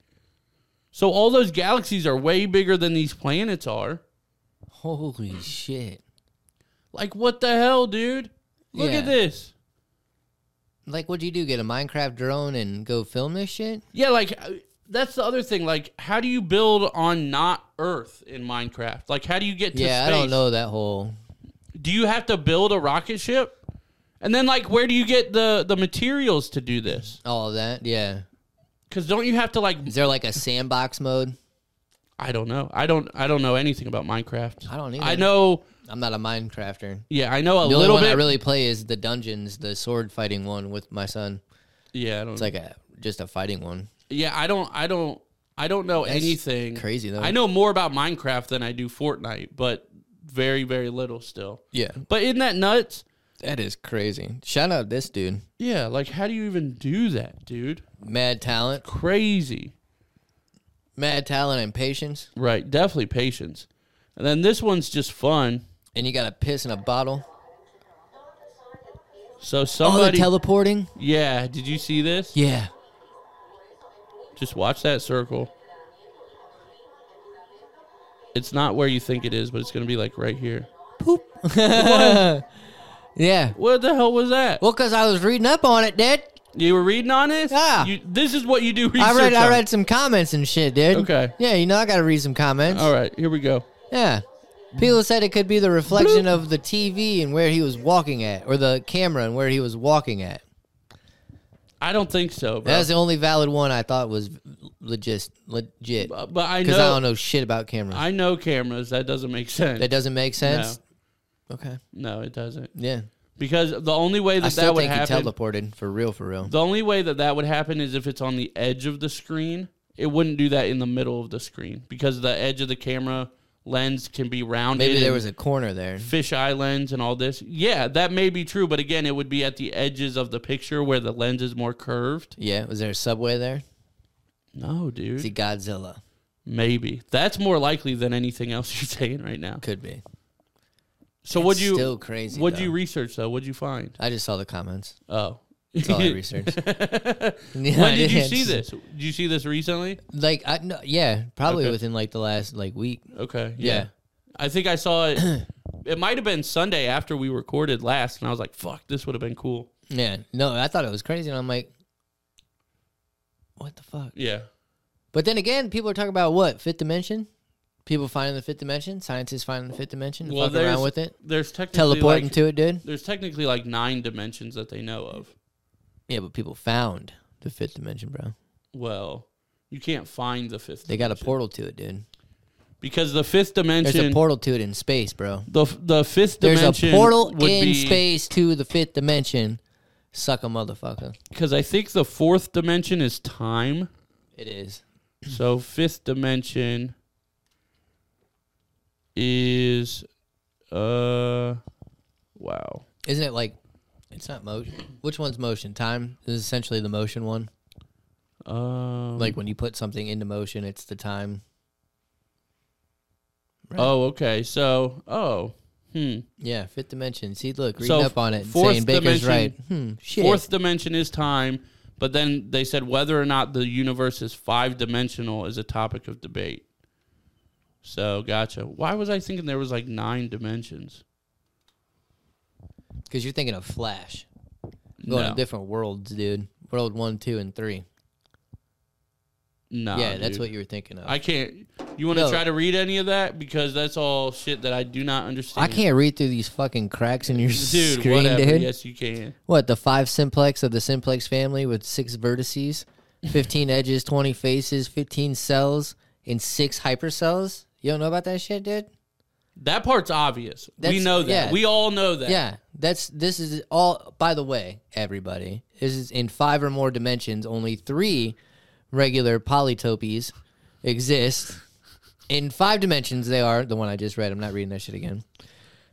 [SPEAKER 3] so all those galaxies are way bigger than these planets are.
[SPEAKER 2] Holy shit.
[SPEAKER 3] Like what the hell, dude? Look
[SPEAKER 2] Yeah.
[SPEAKER 3] at this.
[SPEAKER 2] Like, what'd you do? Get a Minecraft drone and go film this shit?
[SPEAKER 3] Yeah, like uh, that's the other thing. Like how do you build on not Earth in Minecraft? Like how do you get to
[SPEAKER 2] Yeah, I
[SPEAKER 3] space?
[SPEAKER 2] don't know that whole.
[SPEAKER 3] do you have to build a rocket ship? And then like where do you get the the materials to do this?
[SPEAKER 2] All of that. Yeah.
[SPEAKER 3] Cuz don't you have to like
[SPEAKER 2] Is there like a sandbox mode?
[SPEAKER 3] I don't know. I don't I don't know anything about Minecraft.
[SPEAKER 2] I don't either.
[SPEAKER 3] I know
[SPEAKER 2] I'm not a Minecrafter.
[SPEAKER 3] yeah, I know a
[SPEAKER 2] The only
[SPEAKER 3] little
[SPEAKER 2] one
[SPEAKER 3] bit.
[SPEAKER 2] I really play is the dungeons, the sword fighting one with my son.
[SPEAKER 3] yeah, I don't
[SPEAKER 2] It's like a just a fighting one.
[SPEAKER 3] Yeah, I don't I don't I don't know
[SPEAKER 2] That's
[SPEAKER 3] anything.
[SPEAKER 2] crazy, though.
[SPEAKER 3] I know more about Minecraft than I do Fortnite, but very, very little still.
[SPEAKER 2] Yeah,
[SPEAKER 3] But isn't that nuts?
[SPEAKER 2] that is crazy. Shout out this dude,
[SPEAKER 3] Yeah, like how do you even do that, dude?
[SPEAKER 2] mad talent,
[SPEAKER 3] Crazy.
[SPEAKER 2] mad talent and patience,
[SPEAKER 3] Right, definitely patience. And then this one's just fun.
[SPEAKER 2] and you got to piss in a bottle.
[SPEAKER 3] So
[SPEAKER 2] Oh, the
[SPEAKER 3] somebody,
[SPEAKER 2] teleporting.
[SPEAKER 3] yeah. Did you see this?
[SPEAKER 2] Yeah,
[SPEAKER 3] Just watch that circle. It's not where you think it is, but it's gonna be like right here.
[SPEAKER 2] poop. yeah.
[SPEAKER 3] What the hell was that?
[SPEAKER 2] Well, cause I was reading up on it, dude.
[SPEAKER 3] You were reading on this?
[SPEAKER 2] Yeah.
[SPEAKER 3] You, this is what you do research.
[SPEAKER 2] I read, I
[SPEAKER 3] on.
[SPEAKER 2] read some comments and shit, dude.
[SPEAKER 3] Okay.
[SPEAKER 2] Yeah, you know I gotta read some comments.
[SPEAKER 3] All right, here we go.
[SPEAKER 2] Yeah. People said it could be the reflection of the TV and where he was walking at, or the camera and where he was walking at.
[SPEAKER 3] I don't think so, bro.
[SPEAKER 2] That's the only valid one I thought was legit, legit. Because
[SPEAKER 3] Uh, but, but I
[SPEAKER 2] I
[SPEAKER 3] know
[SPEAKER 2] don't know shit about cameras.
[SPEAKER 3] I know cameras. That doesn't make sense.
[SPEAKER 2] that doesn't make sense. Okay.
[SPEAKER 3] no, it doesn't.
[SPEAKER 2] Yeah.
[SPEAKER 3] Because the only way that
[SPEAKER 2] I
[SPEAKER 3] that
[SPEAKER 2] still
[SPEAKER 3] would
[SPEAKER 2] think he
[SPEAKER 3] happen
[SPEAKER 2] teleported for real, for real.
[SPEAKER 3] The only way that that would happen is if it's on the edge of the screen. It wouldn't do that in the middle of the screen because the edge of the camera lens can be rounded.
[SPEAKER 2] Maybe there
[SPEAKER 3] and
[SPEAKER 2] was a corner there.
[SPEAKER 3] fisheye lens and all this. Yeah, that may be true, but again, it would be at the edges of the picture where the lens is more curved.
[SPEAKER 2] Yeah. Was there a subway there?
[SPEAKER 3] No, dude.
[SPEAKER 2] See Godzilla.
[SPEAKER 3] Maybe. That's more likely than anything else you're saying right now.
[SPEAKER 2] Could be.
[SPEAKER 3] So would you
[SPEAKER 2] still crazy?
[SPEAKER 3] would
[SPEAKER 2] though.
[SPEAKER 3] you research though? What'd you find?
[SPEAKER 2] I just saw the comments.
[SPEAKER 3] Oh.
[SPEAKER 2] That's all I researched. Yeah, I
[SPEAKER 3] when did you
[SPEAKER 2] did.
[SPEAKER 3] see this? Did you see this recently?
[SPEAKER 2] Like, I no, yeah, probably
[SPEAKER 3] Okay.
[SPEAKER 2] within like the last like week.
[SPEAKER 3] Okay.
[SPEAKER 2] Yeah.
[SPEAKER 3] Yeah. I think I saw it. it might have been Sunday after we recorded last, and I was like, "Fuck, this would have been cool."
[SPEAKER 2] Yeah, no, I thought it was crazy, and I'm like, what the fuck?
[SPEAKER 3] Yeah.
[SPEAKER 2] But then again, people are talking about what fifth dimension. People finding the fifth dimension. Scientists finding the fifth dimension. and
[SPEAKER 3] Well,
[SPEAKER 2] fucking
[SPEAKER 3] there's
[SPEAKER 2] around with it.
[SPEAKER 3] there's technically
[SPEAKER 2] Teleporting
[SPEAKER 3] like,
[SPEAKER 2] to it, dude.
[SPEAKER 3] There's technically like nine dimensions that they know of.
[SPEAKER 2] Yeah, but people found the fifth dimension, bro.
[SPEAKER 3] Well, you can't find the fifth.
[SPEAKER 2] They got a
[SPEAKER 3] dimension.
[SPEAKER 2] portal to it, dude.
[SPEAKER 3] because the fifth
[SPEAKER 2] There's a
[SPEAKER 3] dimension.
[SPEAKER 2] portal to it in space, bro.
[SPEAKER 3] the f- the fifth
[SPEAKER 2] There's a
[SPEAKER 3] dimension.
[SPEAKER 2] portal
[SPEAKER 3] would
[SPEAKER 2] in
[SPEAKER 3] be,
[SPEAKER 2] space to the fifth dimension. Suck a motherfucker.
[SPEAKER 3] because I think the fourth dimension is time.
[SPEAKER 2] It is.
[SPEAKER 3] So fifth dimension is uh wow.
[SPEAKER 2] Isn't it like it's not motion? Which one's motion? Time is essentially the motion one.
[SPEAKER 3] Um,
[SPEAKER 2] Like when you put something into motion, it's the time.
[SPEAKER 3] oh okay so oh hmm
[SPEAKER 2] Yeah, fifth dimension. See, look, reading
[SPEAKER 3] So,
[SPEAKER 2] up on it, and
[SPEAKER 3] fourth
[SPEAKER 2] saying Baker's
[SPEAKER 3] dimension-
[SPEAKER 2] right. Hmm, shit.
[SPEAKER 3] fourth dimension is time but then they said whether or not the universe is five dimensional is a topic of debate. So gotcha. Why was I thinking there was like nine dimensions?
[SPEAKER 2] because you're thinking of Flash. Going
[SPEAKER 3] No.
[SPEAKER 2] to different worlds, dude. World one, two, and three.
[SPEAKER 3] No.
[SPEAKER 2] yeah, that's
[SPEAKER 3] dude.
[SPEAKER 2] what you were thinking of.
[SPEAKER 3] I can't. You want to
[SPEAKER 2] No.
[SPEAKER 3] try to read any of that because that's all shit that I do not understand.
[SPEAKER 2] I can't read through these fucking cracks in your
[SPEAKER 3] dude.
[SPEAKER 2] screen,
[SPEAKER 3] whatever.
[SPEAKER 2] dude.
[SPEAKER 3] Yes, you can.
[SPEAKER 2] What the five simplex of the simplex family with six vertices, fifteen edges, twenty faces, fifteen cells, and six hypercells? You don't know about that shit, dude?
[SPEAKER 3] That part's obvious. we
[SPEAKER 2] That's-
[SPEAKER 3] know that.
[SPEAKER 2] yeah.
[SPEAKER 3] We all know that.
[SPEAKER 2] Yeah, that's this is all. By the way, everybody, this is in five or more dimensions. Only three regular polytopies exist. In five dimensions, they are the one I just read. I'm not reading that shit again.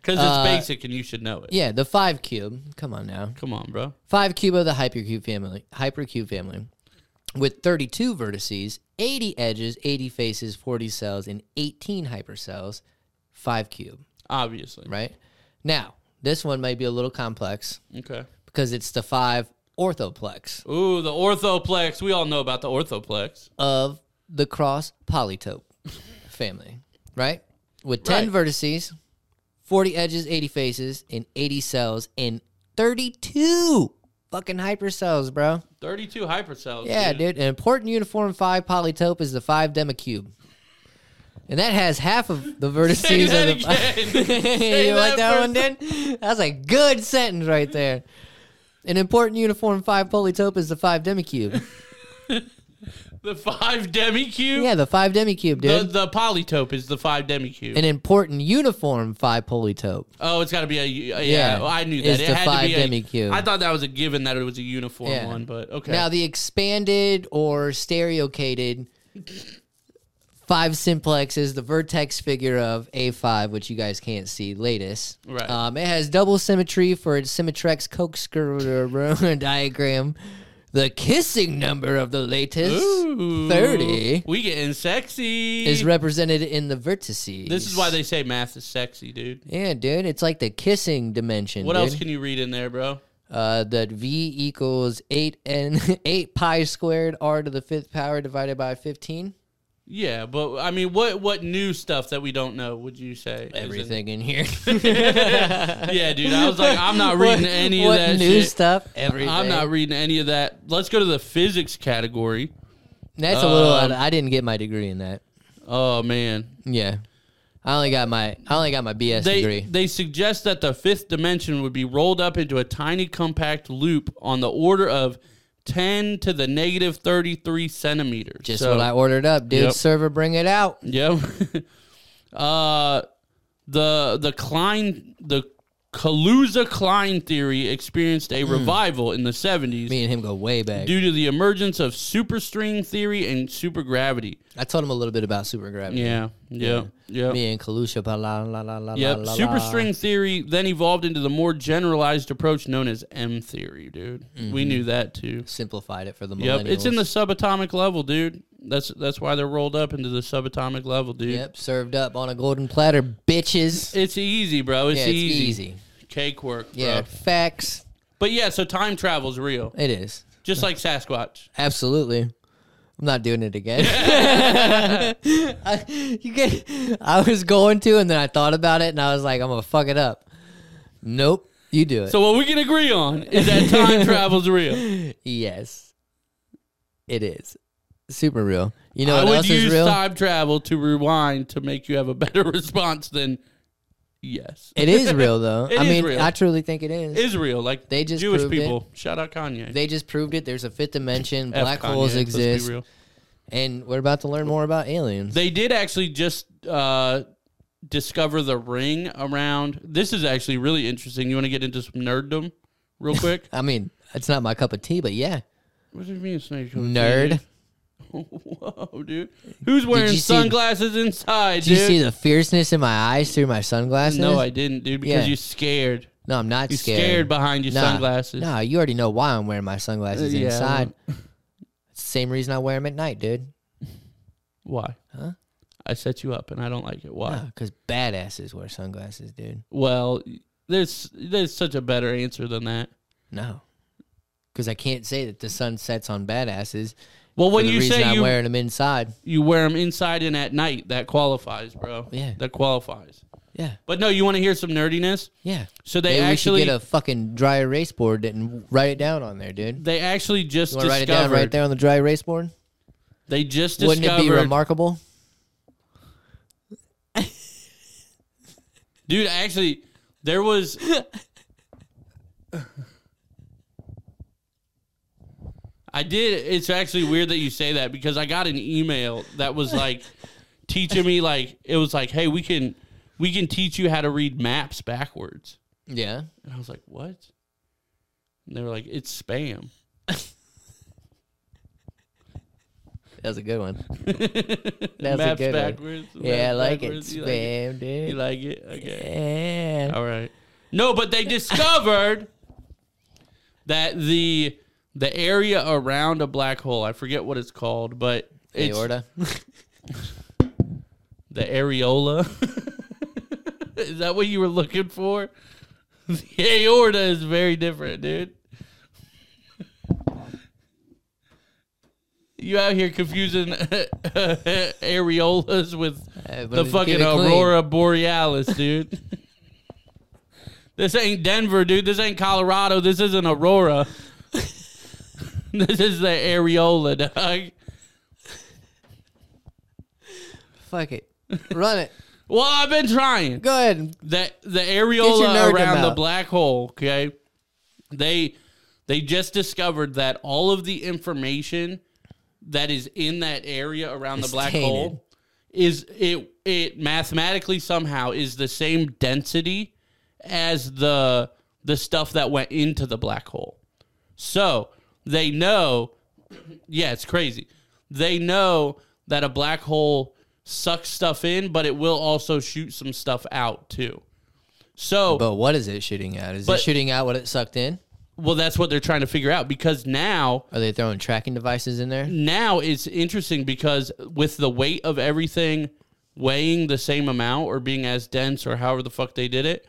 [SPEAKER 3] Because
[SPEAKER 2] Uh,
[SPEAKER 3] it's basic and you should know it.
[SPEAKER 2] Yeah, the five cube. Come on now,
[SPEAKER 3] Come on, bro.
[SPEAKER 2] five cube of the hypercube family. Hypercube family, with 32 vertices, 80 edges, 80 faces, 40 cells, and 18 hypercells. Five cube,
[SPEAKER 3] Obviously.
[SPEAKER 2] right? Now, this one might be a little complex.
[SPEAKER 3] Okay.
[SPEAKER 2] because it's the five orthoplex
[SPEAKER 3] Ooh, the orthoplex. We all know about the orthoplex.
[SPEAKER 2] of the cross polytope family, right? With 10 vertices, 40 edges, 80 faces, and 80 cells, and 32 fucking hypercells, bro.
[SPEAKER 3] 32 hypercells.
[SPEAKER 2] Yeah, dude. An important uniform five polytope is the five demicube. And that has half of the
[SPEAKER 3] Say
[SPEAKER 2] vertices
[SPEAKER 3] that
[SPEAKER 2] of the.
[SPEAKER 3] again. Say
[SPEAKER 2] you like that
[SPEAKER 3] for-
[SPEAKER 2] one, dude? That's a good sentence right there. An important uniform five polytope is the five demicube.
[SPEAKER 3] The five demicube.
[SPEAKER 2] Yeah, the five demicube,
[SPEAKER 3] The,
[SPEAKER 2] dude.
[SPEAKER 3] the polytope is the five demicube.
[SPEAKER 2] An important uniform five polytope.
[SPEAKER 3] oh, it's got to be a yeah,
[SPEAKER 2] Yeah,
[SPEAKER 3] I knew that.
[SPEAKER 2] it's
[SPEAKER 3] it
[SPEAKER 2] the
[SPEAKER 3] had
[SPEAKER 2] five
[SPEAKER 3] to be a-
[SPEAKER 2] demicube.
[SPEAKER 3] I thought that was a given that it was a uniform
[SPEAKER 2] Yeah.
[SPEAKER 3] one, but okay.
[SPEAKER 2] Now the expanded or stereocated Five simplexes, the vertex figure of A5, which you guys can't see latest.
[SPEAKER 3] Right.
[SPEAKER 2] Um, it has double symmetry for its Symmetrex corkscrew diagram. The kissing number of the latest,
[SPEAKER 3] Ooh,
[SPEAKER 2] 30,
[SPEAKER 3] We getting sexy.
[SPEAKER 2] is represented in the vertices.
[SPEAKER 3] this is why they say math is sexy, dude.
[SPEAKER 2] Yeah, dude, it's like the kissing dimension.
[SPEAKER 3] What
[SPEAKER 2] dude.
[SPEAKER 3] else can you read in there, bro?
[SPEAKER 2] uh, that v equals eight and eight pi squared r to the fifth power divided by fifteen.
[SPEAKER 3] Yeah, but I mean, what what new stuff that we don't know would you say? is in-
[SPEAKER 2] Everything in here.
[SPEAKER 3] yeah, dude. I was like, I'm not reading any
[SPEAKER 2] what
[SPEAKER 3] of that
[SPEAKER 2] new
[SPEAKER 3] shit.
[SPEAKER 2] stuff? Everything.
[SPEAKER 3] I'm not reading any of that. Let's go to the physics category.
[SPEAKER 2] That's a little.
[SPEAKER 3] Um,
[SPEAKER 2] I didn't get my degree in that.
[SPEAKER 3] Oh man,
[SPEAKER 2] Yeah, I only got my. I only got my BS
[SPEAKER 3] they
[SPEAKER 2] degree.
[SPEAKER 3] they suggest that the fifth dimension would be rolled up into a tiny compact loop on the order of 10 to the negative 33 centimeters.
[SPEAKER 2] Just
[SPEAKER 3] So-
[SPEAKER 2] what I ordered up, dude.
[SPEAKER 3] Yep.
[SPEAKER 2] Server, bring it out.
[SPEAKER 3] Yeah. uh, the the Klein the Kaluza Klein theory experienced a revival in the 70s
[SPEAKER 2] Hmm. Me and him go way back.
[SPEAKER 3] due to the emergence of superstring theory and supergravity.
[SPEAKER 2] I told him a little bit about supergravity.
[SPEAKER 3] Yeah. Yeah. Yeah.
[SPEAKER 2] Me and Kalusha, pa la la la la
[SPEAKER 3] Yep.
[SPEAKER 2] la la.
[SPEAKER 3] Superstring theory then evolved into the more generalized approach known as M theory, dude. We knew that too.
[SPEAKER 2] Simplified it for the Mm-hmm. millennials.
[SPEAKER 3] Yep. It's in the subatomic level, dude. That's that's why they're rolled up into the subatomic level, dude.
[SPEAKER 2] Yep, served up on a golden platter, bitches.
[SPEAKER 3] It's easy, bro. It's,
[SPEAKER 2] Yeah, it's
[SPEAKER 3] easy.
[SPEAKER 2] easy.
[SPEAKER 3] Cake work, bro.
[SPEAKER 2] Yeah, facts.
[SPEAKER 3] But yeah, so time travel's real.
[SPEAKER 2] It is.
[SPEAKER 3] Just like Sasquatch.
[SPEAKER 2] Absolutely. I'm not doing it again. I, you get, I was going to, and then I thought about it, and I was like, I'm going to fuck it up. Nope. You do it.
[SPEAKER 3] So what we can agree on is that time travel's real.
[SPEAKER 2] yes. It is. Super real. You know
[SPEAKER 3] I
[SPEAKER 2] what
[SPEAKER 3] would
[SPEAKER 2] else is
[SPEAKER 3] use
[SPEAKER 2] real?
[SPEAKER 3] time travel to rewind to make you have a better response than yes.
[SPEAKER 2] It is real, though.
[SPEAKER 3] It
[SPEAKER 2] I
[SPEAKER 3] is
[SPEAKER 2] mean,
[SPEAKER 3] real.
[SPEAKER 2] I truly think it is.
[SPEAKER 3] Israel, like
[SPEAKER 2] They just
[SPEAKER 3] Jewish
[SPEAKER 2] proved it.
[SPEAKER 3] people. Shout out Kanye.
[SPEAKER 2] they just proved it. There's a fifth dimension.
[SPEAKER 3] F
[SPEAKER 2] Black
[SPEAKER 3] Kanye,
[SPEAKER 2] holes
[SPEAKER 3] let's be
[SPEAKER 2] exist.
[SPEAKER 3] real.
[SPEAKER 2] And we're about to learn more about aliens.
[SPEAKER 3] They did actually just uh, discover the ring around. This is actually really interesting. You want to get into some nerddom real quick?
[SPEAKER 2] I mean, it's not my cup of tea, but yeah.
[SPEAKER 3] what do you mean, snake?
[SPEAKER 2] Nerd.
[SPEAKER 3] Whoa, dude. Who's wearing
[SPEAKER 2] you see-
[SPEAKER 3] sunglasses inside,
[SPEAKER 2] Do you
[SPEAKER 3] dude?
[SPEAKER 2] see the fierceness in my eyes through my sunglasses?
[SPEAKER 3] no, I didn't, dude, because
[SPEAKER 2] Yeah.
[SPEAKER 3] you're scared.
[SPEAKER 2] No, I'm not
[SPEAKER 3] You're
[SPEAKER 2] scared.
[SPEAKER 3] scared, behind your
[SPEAKER 2] Nah,
[SPEAKER 3] sunglasses.
[SPEAKER 2] Nah, you already know why I'm wearing my sunglasses
[SPEAKER 3] Uh, yeah,
[SPEAKER 2] inside.
[SPEAKER 3] well-
[SPEAKER 2] It's the same reason I wear them at night, dude.
[SPEAKER 3] Why?
[SPEAKER 2] Huh?
[SPEAKER 3] I set you up and I don't like it. Why?
[SPEAKER 2] Because badasses wear sunglasses, dude.
[SPEAKER 3] Well, there's there's such a better answer than that.
[SPEAKER 2] No. Because I can't say that the sun sets on badasses.
[SPEAKER 3] Well, when
[SPEAKER 2] for the
[SPEAKER 3] you
[SPEAKER 2] reason
[SPEAKER 3] say
[SPEAKER 2] I'm
[SPEAKER 3] you
[SPEAKER 2] wearing them inside.
[SPEAKER 3] you wear them inside and at night, that qualifies, bro.
[SPEAKER 2] Yeah.
[SPEAKER 3] that qualifies.
[SPEAKER 2] Yeah,
[SPEAKER 3] But no, you want to hear some nerdiness?
[SPEAKER 2] yeah.
[SPEAKER 3] So they
[SPEAKER 2] Maybe
[SPEAKER 3] actually
[SPEAKER 2] we should get a fucking dry erase board and write it down on there, dude.
[SPEAKER 3] they actually just
[SPEAKER 2] You want to
[SPEAKER 3] discovered
[SPEAKER 2] write it down right there on the dry erase board?
[SPEAKER 3] they just
[SPEAKER 2] Wouldn't it be
[SPEAKER 3] discovered
[SPEAKER 2] remarkable?
[SPEAKER 3] Dude, actually, there was. I did. It's actually weird that you say that because I got an email that was like teaching me, like, it was like, hey, we can. We can teach you how to read maps backwards.
[SPEAKER 2] Yeah.
[SPEAKER 3] And I was like, what? And they were like, it's spam.
[SPEAKER 2] That was a good one. a
[SPEAKER 3] maps
[SPEAKER 2] good one.
[SPEAKER 3] backwards.
[SPEAKER 2] Yeah, I
[SPEAKER 3] maps
[SPEAKER 2] like it.
[SPEAKER 3] backwards. You like it?
[SPEAKER 2] Spam,
[SPEAKER 3] You
[SPEAKER 2] dude.
[SPEAKER 3] like it? Uh, Okay.
[SPEAKER 2] Yeah.
[SPEAKER 3] All right. No, but they discovered that the the area around a black hole, I forget what it's called, but it's
[SPEAKER 2] Aorta.
[SPEAKER 3] the areola. is that what you were looking for? The aorta is very different, dude. You out here confusing areolas with the fucking Aurora Borealis, dude. this ain't Denver, dude. This ain't Colorado. This isn't Aurora. this is the areola, dog.
[SPEAKER 2] Fuck it. Run it.
[SPEAKER 3] Well, I've been trying.
[SPEAKER 2] Go ahead.
[SPEAKER 3] The the
[SPEAKER 2] nerd
[SPEAKER 3] areola around the
[SPEAKER 2] out.
[SPEAKER 3] black hole, okay? They they just discovered that all of the information that is in that area around
[SPEAKER 2] It's
[SPEAKER 3] the black
[SPEAKER 2] tainted.
[SPEAKER 3] hole is it it mathematically somehow is the same density as the the stuff that went into the black hole. So they know yeah, it's crazy. They know that a black hole sucks stuff in, but it will also shoot some stuff out too. So,
[SPEAKER 2] But what is it shooting out? Is
[SPEAKER 3] But-
[SPEAKER 2] it shooting out what it sucked in?
[SPEAKER 3] well, that's what they're trying to figure out because now
[SPEAKER 2] Are they throwing tracking devices in there?
[SPEAKER 3] now it's interesting because with the weight of everything weighing the same amount or being as dense or however the fuck they did it,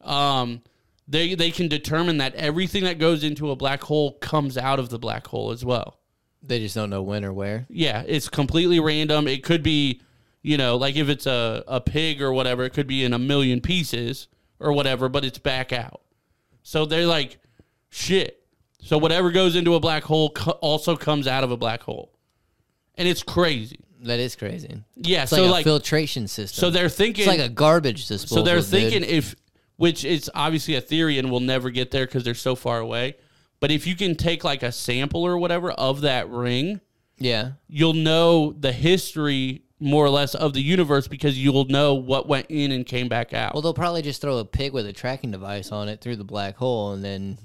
[SPEAKER 3] um, they they can determine that everything that goes into a black hole comes out of the black hole as well.
[SPEAKER 2] They just don't know when or where.
[SPEAKER 3] Yeah, it's completely random. It could be, you know, like if it's a, a pig or whatever, it could be in a million pieces or whatever, but it's back out. So they're like, shit. So whatever goes into a black hole co- also comes out of a black hole. And it's crazy.
[SPEAKER 2] That is crazy.
[SPEAKER 3] Yeah,
[SPEAKER 2] It's
[SPEAKER 3] so
[SPEAKER 2] like a
[SPEAKER 3] like,
[SPEAKER 2] filtration system.
[SPEAKER 3] so they're thinking
[SPEAKER 2] it's like a garbage disposal.
[SPEAKER 3] so they're
[SPEAKER 2] dude.
[SPEAKER 3] thinking if, which is obviously a theory and we'll never get there because they're so far away. But if you can take like a sample or whatever of that ring,
[SPEAKER 2] yeah,
[SPEAKER 3] you'll know the history more or less of the universe because you'll know what went in and came back out.
[SPEAKER 2] Well, they'll probably just throw a pig with a tracking device on it through the black hole, and then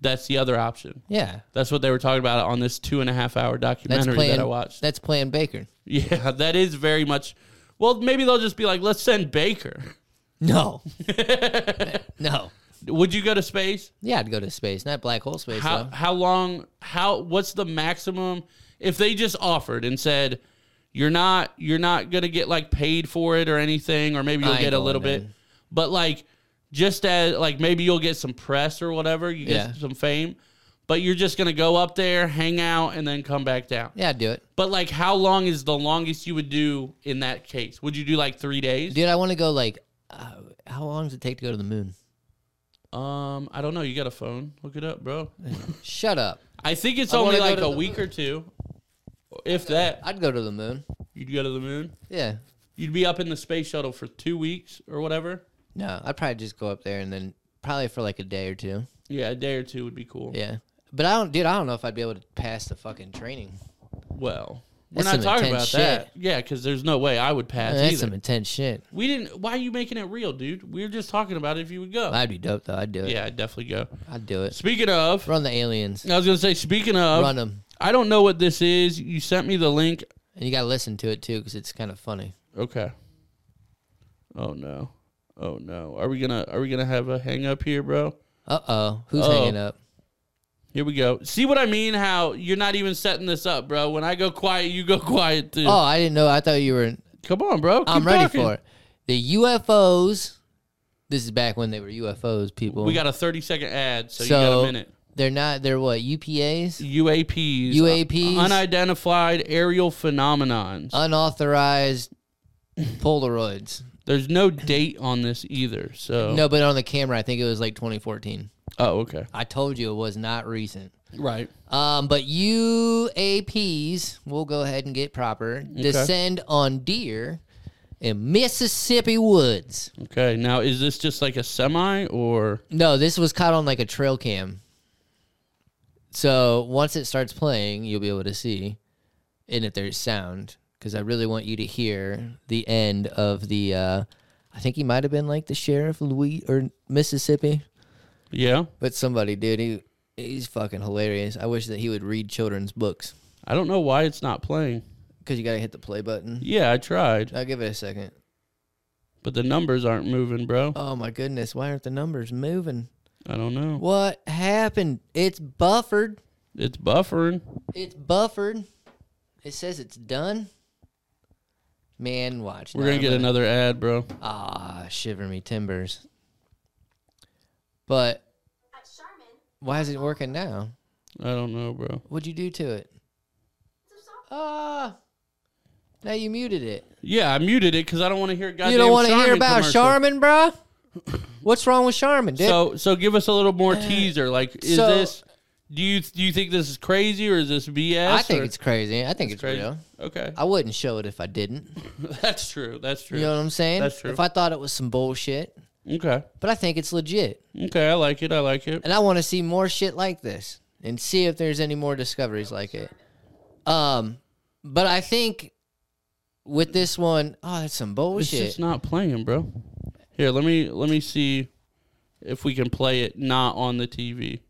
[SPEAKER 3] That's the other option.
[SPEAKER 2] yeah,
[SPEAKER 3] That's what they were talking about on this two and a half hour
[SPEAKER 2] that's
[SPEAKER 3] documentary
[SPEAKER 2] playing.
[SPEAKER 3] that I watched.
[SPEAKER 2] That's playing Baker.
[SPEAKER 3] yeah, that is very much. Well, maybe they'll just be like, let's send Baker.
[SPEAKER 2] No, no.
[SPEAKER 3] Would you go to space?
[SPEAKER 2] Yeah, I'd go to space, not black hole space.
[SPEAKER 3] How
[SPEAKER 2] though.
[SPEAKER 3] how long? How what's the maximum? If they just offered and said, you're not you're not gonna get like paid for it or anything, or maybe you'll
[SPEAKER 2] I ain't
[SPEAKER 3] get a
[SPEAKER 2] going,
[SPEAKER 3] little bit,
[SPEAKER 2] man.
[SPEAKER 3] but like just as like maybe you'll get some press or whatever, you get
[SPEAKER 2] Yeah.
[SPEAKER 3] some fame, but you're just gonna go up there, hang out, and then come back down.
[SPEAKER 2] Yeah, I'd do it,
[SPEAKER 3] But like, how long is the longest you would do in that case? Would you do like three days?
[SPEAKER 2] dude. I want to go like. Uh, how long does it take to go to the moon?
[SPEAKER 3] Um, I don't know. You got a phone? Look it up, bro.
[SPEAKER 2] Shut up.
[SPEAKER 3] I think it's
[SPEAKER 2] I wanna
[SPEAKER 3] only
[SPEAKER 2] go
[SPEAKER 3] like
[SPEAKER 2] to
[SPEAKER 3] a
[SPEAKER 2] the
[SPEAKER 3] week or two, if that.
[SPEAKER 2] I'd go to the moon.
[SPEAKER 3] You'd go to the moon.
[SPEAKER 2] Yeah.
[SPEAKER 3] You'd be up in the space shuttle for two weeks or whatever.
[SPEAKER 2] No, I'd probably just go up there and then probably for like a day or two.
[SPEAKER 3] Yeah, a day or two would be cool.
[SPEAKER 2] Yeah. But I don't, dude. I don't know if I'd be able to pass the fucking training.
[SPEAKER 3] Well,
[SPEAKER 2] That's
[SPEAKER 3] we're
[SPEAKER 2] some
[SPEAKER 3] not talking about
[SPEAKER 2] intense
[SPEAKER 3] that. Yeah, because there's no way I would pass
[SPEAKER 2] That's
[SPEAKER 3] either.
[SPEAKER 2] some intense shit.
[SPEAKER 3] we didn't. Why are you making it real, dude? We were just talking about if you would go.
[SPEAKER 2] I'd be dope though. I'd do it.
[SPEAKER 3] Oh. yeah, I'd definitely go.
[SPEAKER 2] I'd do it.
[SPEAKER 3] Speaking of,
[SPEAKER 2] Run the aliens.
[SPEAKER 3] I was gonna say. Speaking of,
[SPEAKER 2] Run them.
[SPEAKER 3] I don't know what this is. You sent me the link.
[SPEAKER 2] And you gotta listen to it too, because it's kind of funny.
[SPEAKER 3] Okay. Oh no. Oh no. Are we gonna Are we gonna have a hang up here, bro?
[SPEAKER 2] Uh oh, who's
[SPEAKER 3] Uh-oh.
[SPEAKER 2] hanging up?
[SPEAKER 3] Here we go. See what I mean? How you're not even setting this up, bro. When I go quiet, you go quiet too.
[SPEAKER 2] Oh, I didn't know. I thought you were.
[SPEAKER 3] Come on, bro. Keep
[SPEAKER 2] I'm ready
[SPEAKER 3] talking.
[SPEAKER 2] for it. The UFOs. This is back when they were UFOs, people.
[SPEAKER 3] We got a 30 second ad, so, you got
[SPEAKER 2] So-
[SPEAKER 3] a minute.
[SPEAKER 2] They're not. They're what UPAs?
[SPEAKER 3] UAPs.
[SPEAKER 2] UAPs?
[SPEAKER 3] uh, Unidentified aerial
[SPEAKER 2] Uh.
[SPEAKER 3] phenomenons.
[SPEAKER 2] Unauthorized Polaroids.
[SPEAKER 3] There's no date on this either. So
[SPEAKER 2] No, but on the camera, I think it was like 2014.
[SPEAKER 3] Oh, okay.
[SPEAKER 2] I told you it was not recent.
[SPEAKER 3] Right.
[SPEAKER 2] Um, but UAPs, we'll go ahead and get proper, descend on deer in Mississippi woods.
[SPEAKER 3] Okay. Now, is this just like a semi or
[SPEAKER 2] No, this was caught on like a trail cam. So once it starts playing, you'll be able to see, and if there's sound, because I really want you to hear the end of the. Uh, I think he might have been like the sheriff, Louis or Mississippi,
[SPEAKER 3] yeah?
[SPEAKER 2] but somebody, dude, he he's fucking hilarious. I wish that he would read children's books
[SPEAKER 3] I don't know why it's not playing.
[SPEAKER 2] because you gotta hit the play button.
[SPEAKER 3] Yeah, I tried,
[SPEAKER 2] I'll give it a second.
[SPEAKER 3] but the numbers aren't moving, bro.
[SPEAKER 2] Oh my goodness, why aren't the numbers moving?
[SPEAKER 3] I don't know.
[SPEAKER 2] What happened? It's buffered.
[SPEAKER 3] It's buffering.
[SPEAKER 2] It's buffered. It says it's done. Man, watch.
[SPEAKER 3] We're gonna get another ad, bro.
[SPEAKER 2] Ah, shiver me timbers. But
[SPEAKER 4] At Charmin,
[SPEAKER 2] why is it working now?
[SPEAKER 3] I don't know, bro.
[SPEAKER 2] What'd you do to it? Ah, now you muted it.
[SPEAKER 3] Yeah, I muted it because I don't want to hear. Goddamn
[SPEAKER 2] you don't want to hear
[SPEAKER 3] Charmin
[SPEAKER 2] about
[SPEAKER 3] commercial.
[SPEAKER 2] Charmin, bruh? What's wrong with Charmin, dude?
[SPEAKER 3] So, so give us a little more teaser. Like, is
[SPEAKER 2] Uh, So-
[SPEAKER 3] this? Do you do you think this is crazy or is this BS?
[SPEAKER 2] I think
[SPEAKER 3] or-
[SPEAKER 2] it's crazy. I think it's,
[SPEAKER 3] crazy.
[SPEAKER 2] real.
[SPEAKER 3] Okay,
[SPEAKER 2] I wouldn't show it if I didn't.
[SPEAKER 3] that's true. That's true.
[SPEAKER 2] You know what I'm saying?
[SPEAKER 3] That's true.
[SPEAKER 2] If I thought it was some bullshit,
[SPEAKER 3] Okay,
[SPEAKER 2] but I think it's legit,
[SPEAKER 3] okay, I like it. I like it.
[SPEAKER 2] and I want to see more shit like this and see if there's any more discoveries like it. Um, but I think with this one, oh, that's some
[SPEAKER 3] It's
[SPEAKER 2] bullshit.
[SPEAKER 3] just not playing, bro. Here, let me let me see if we can play it not on the TV.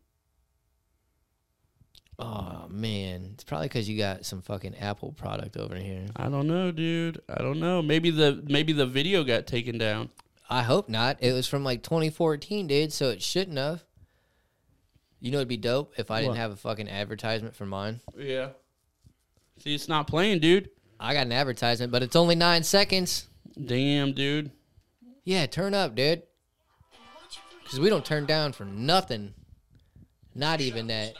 [SPEAKER 2] Oh man, it's probably because you got some fucking Apple product over here.
[SPEAKER 3] I don't know, dude. I don't know. Maybe the maybe the video got taken down.
[SPEAKER 2] I hope not. It was from like 2014, dude, so it shouldn't have. You know, it'd be dope if I didn't
[SPEAKER 3] What?
[SPEAKER 2] have a fucking advertisement for mine.
[SPEAKER 3] Yeah. See, it's not playing, dude.
[SPEAKER 2] I got an advertisement, but it's only nine seconds.
[SPEAKER 3] Damn, dude.
[SPEAKER 2] Yeah, turn up, dude. Because we don't turn down for nothing. Not even that.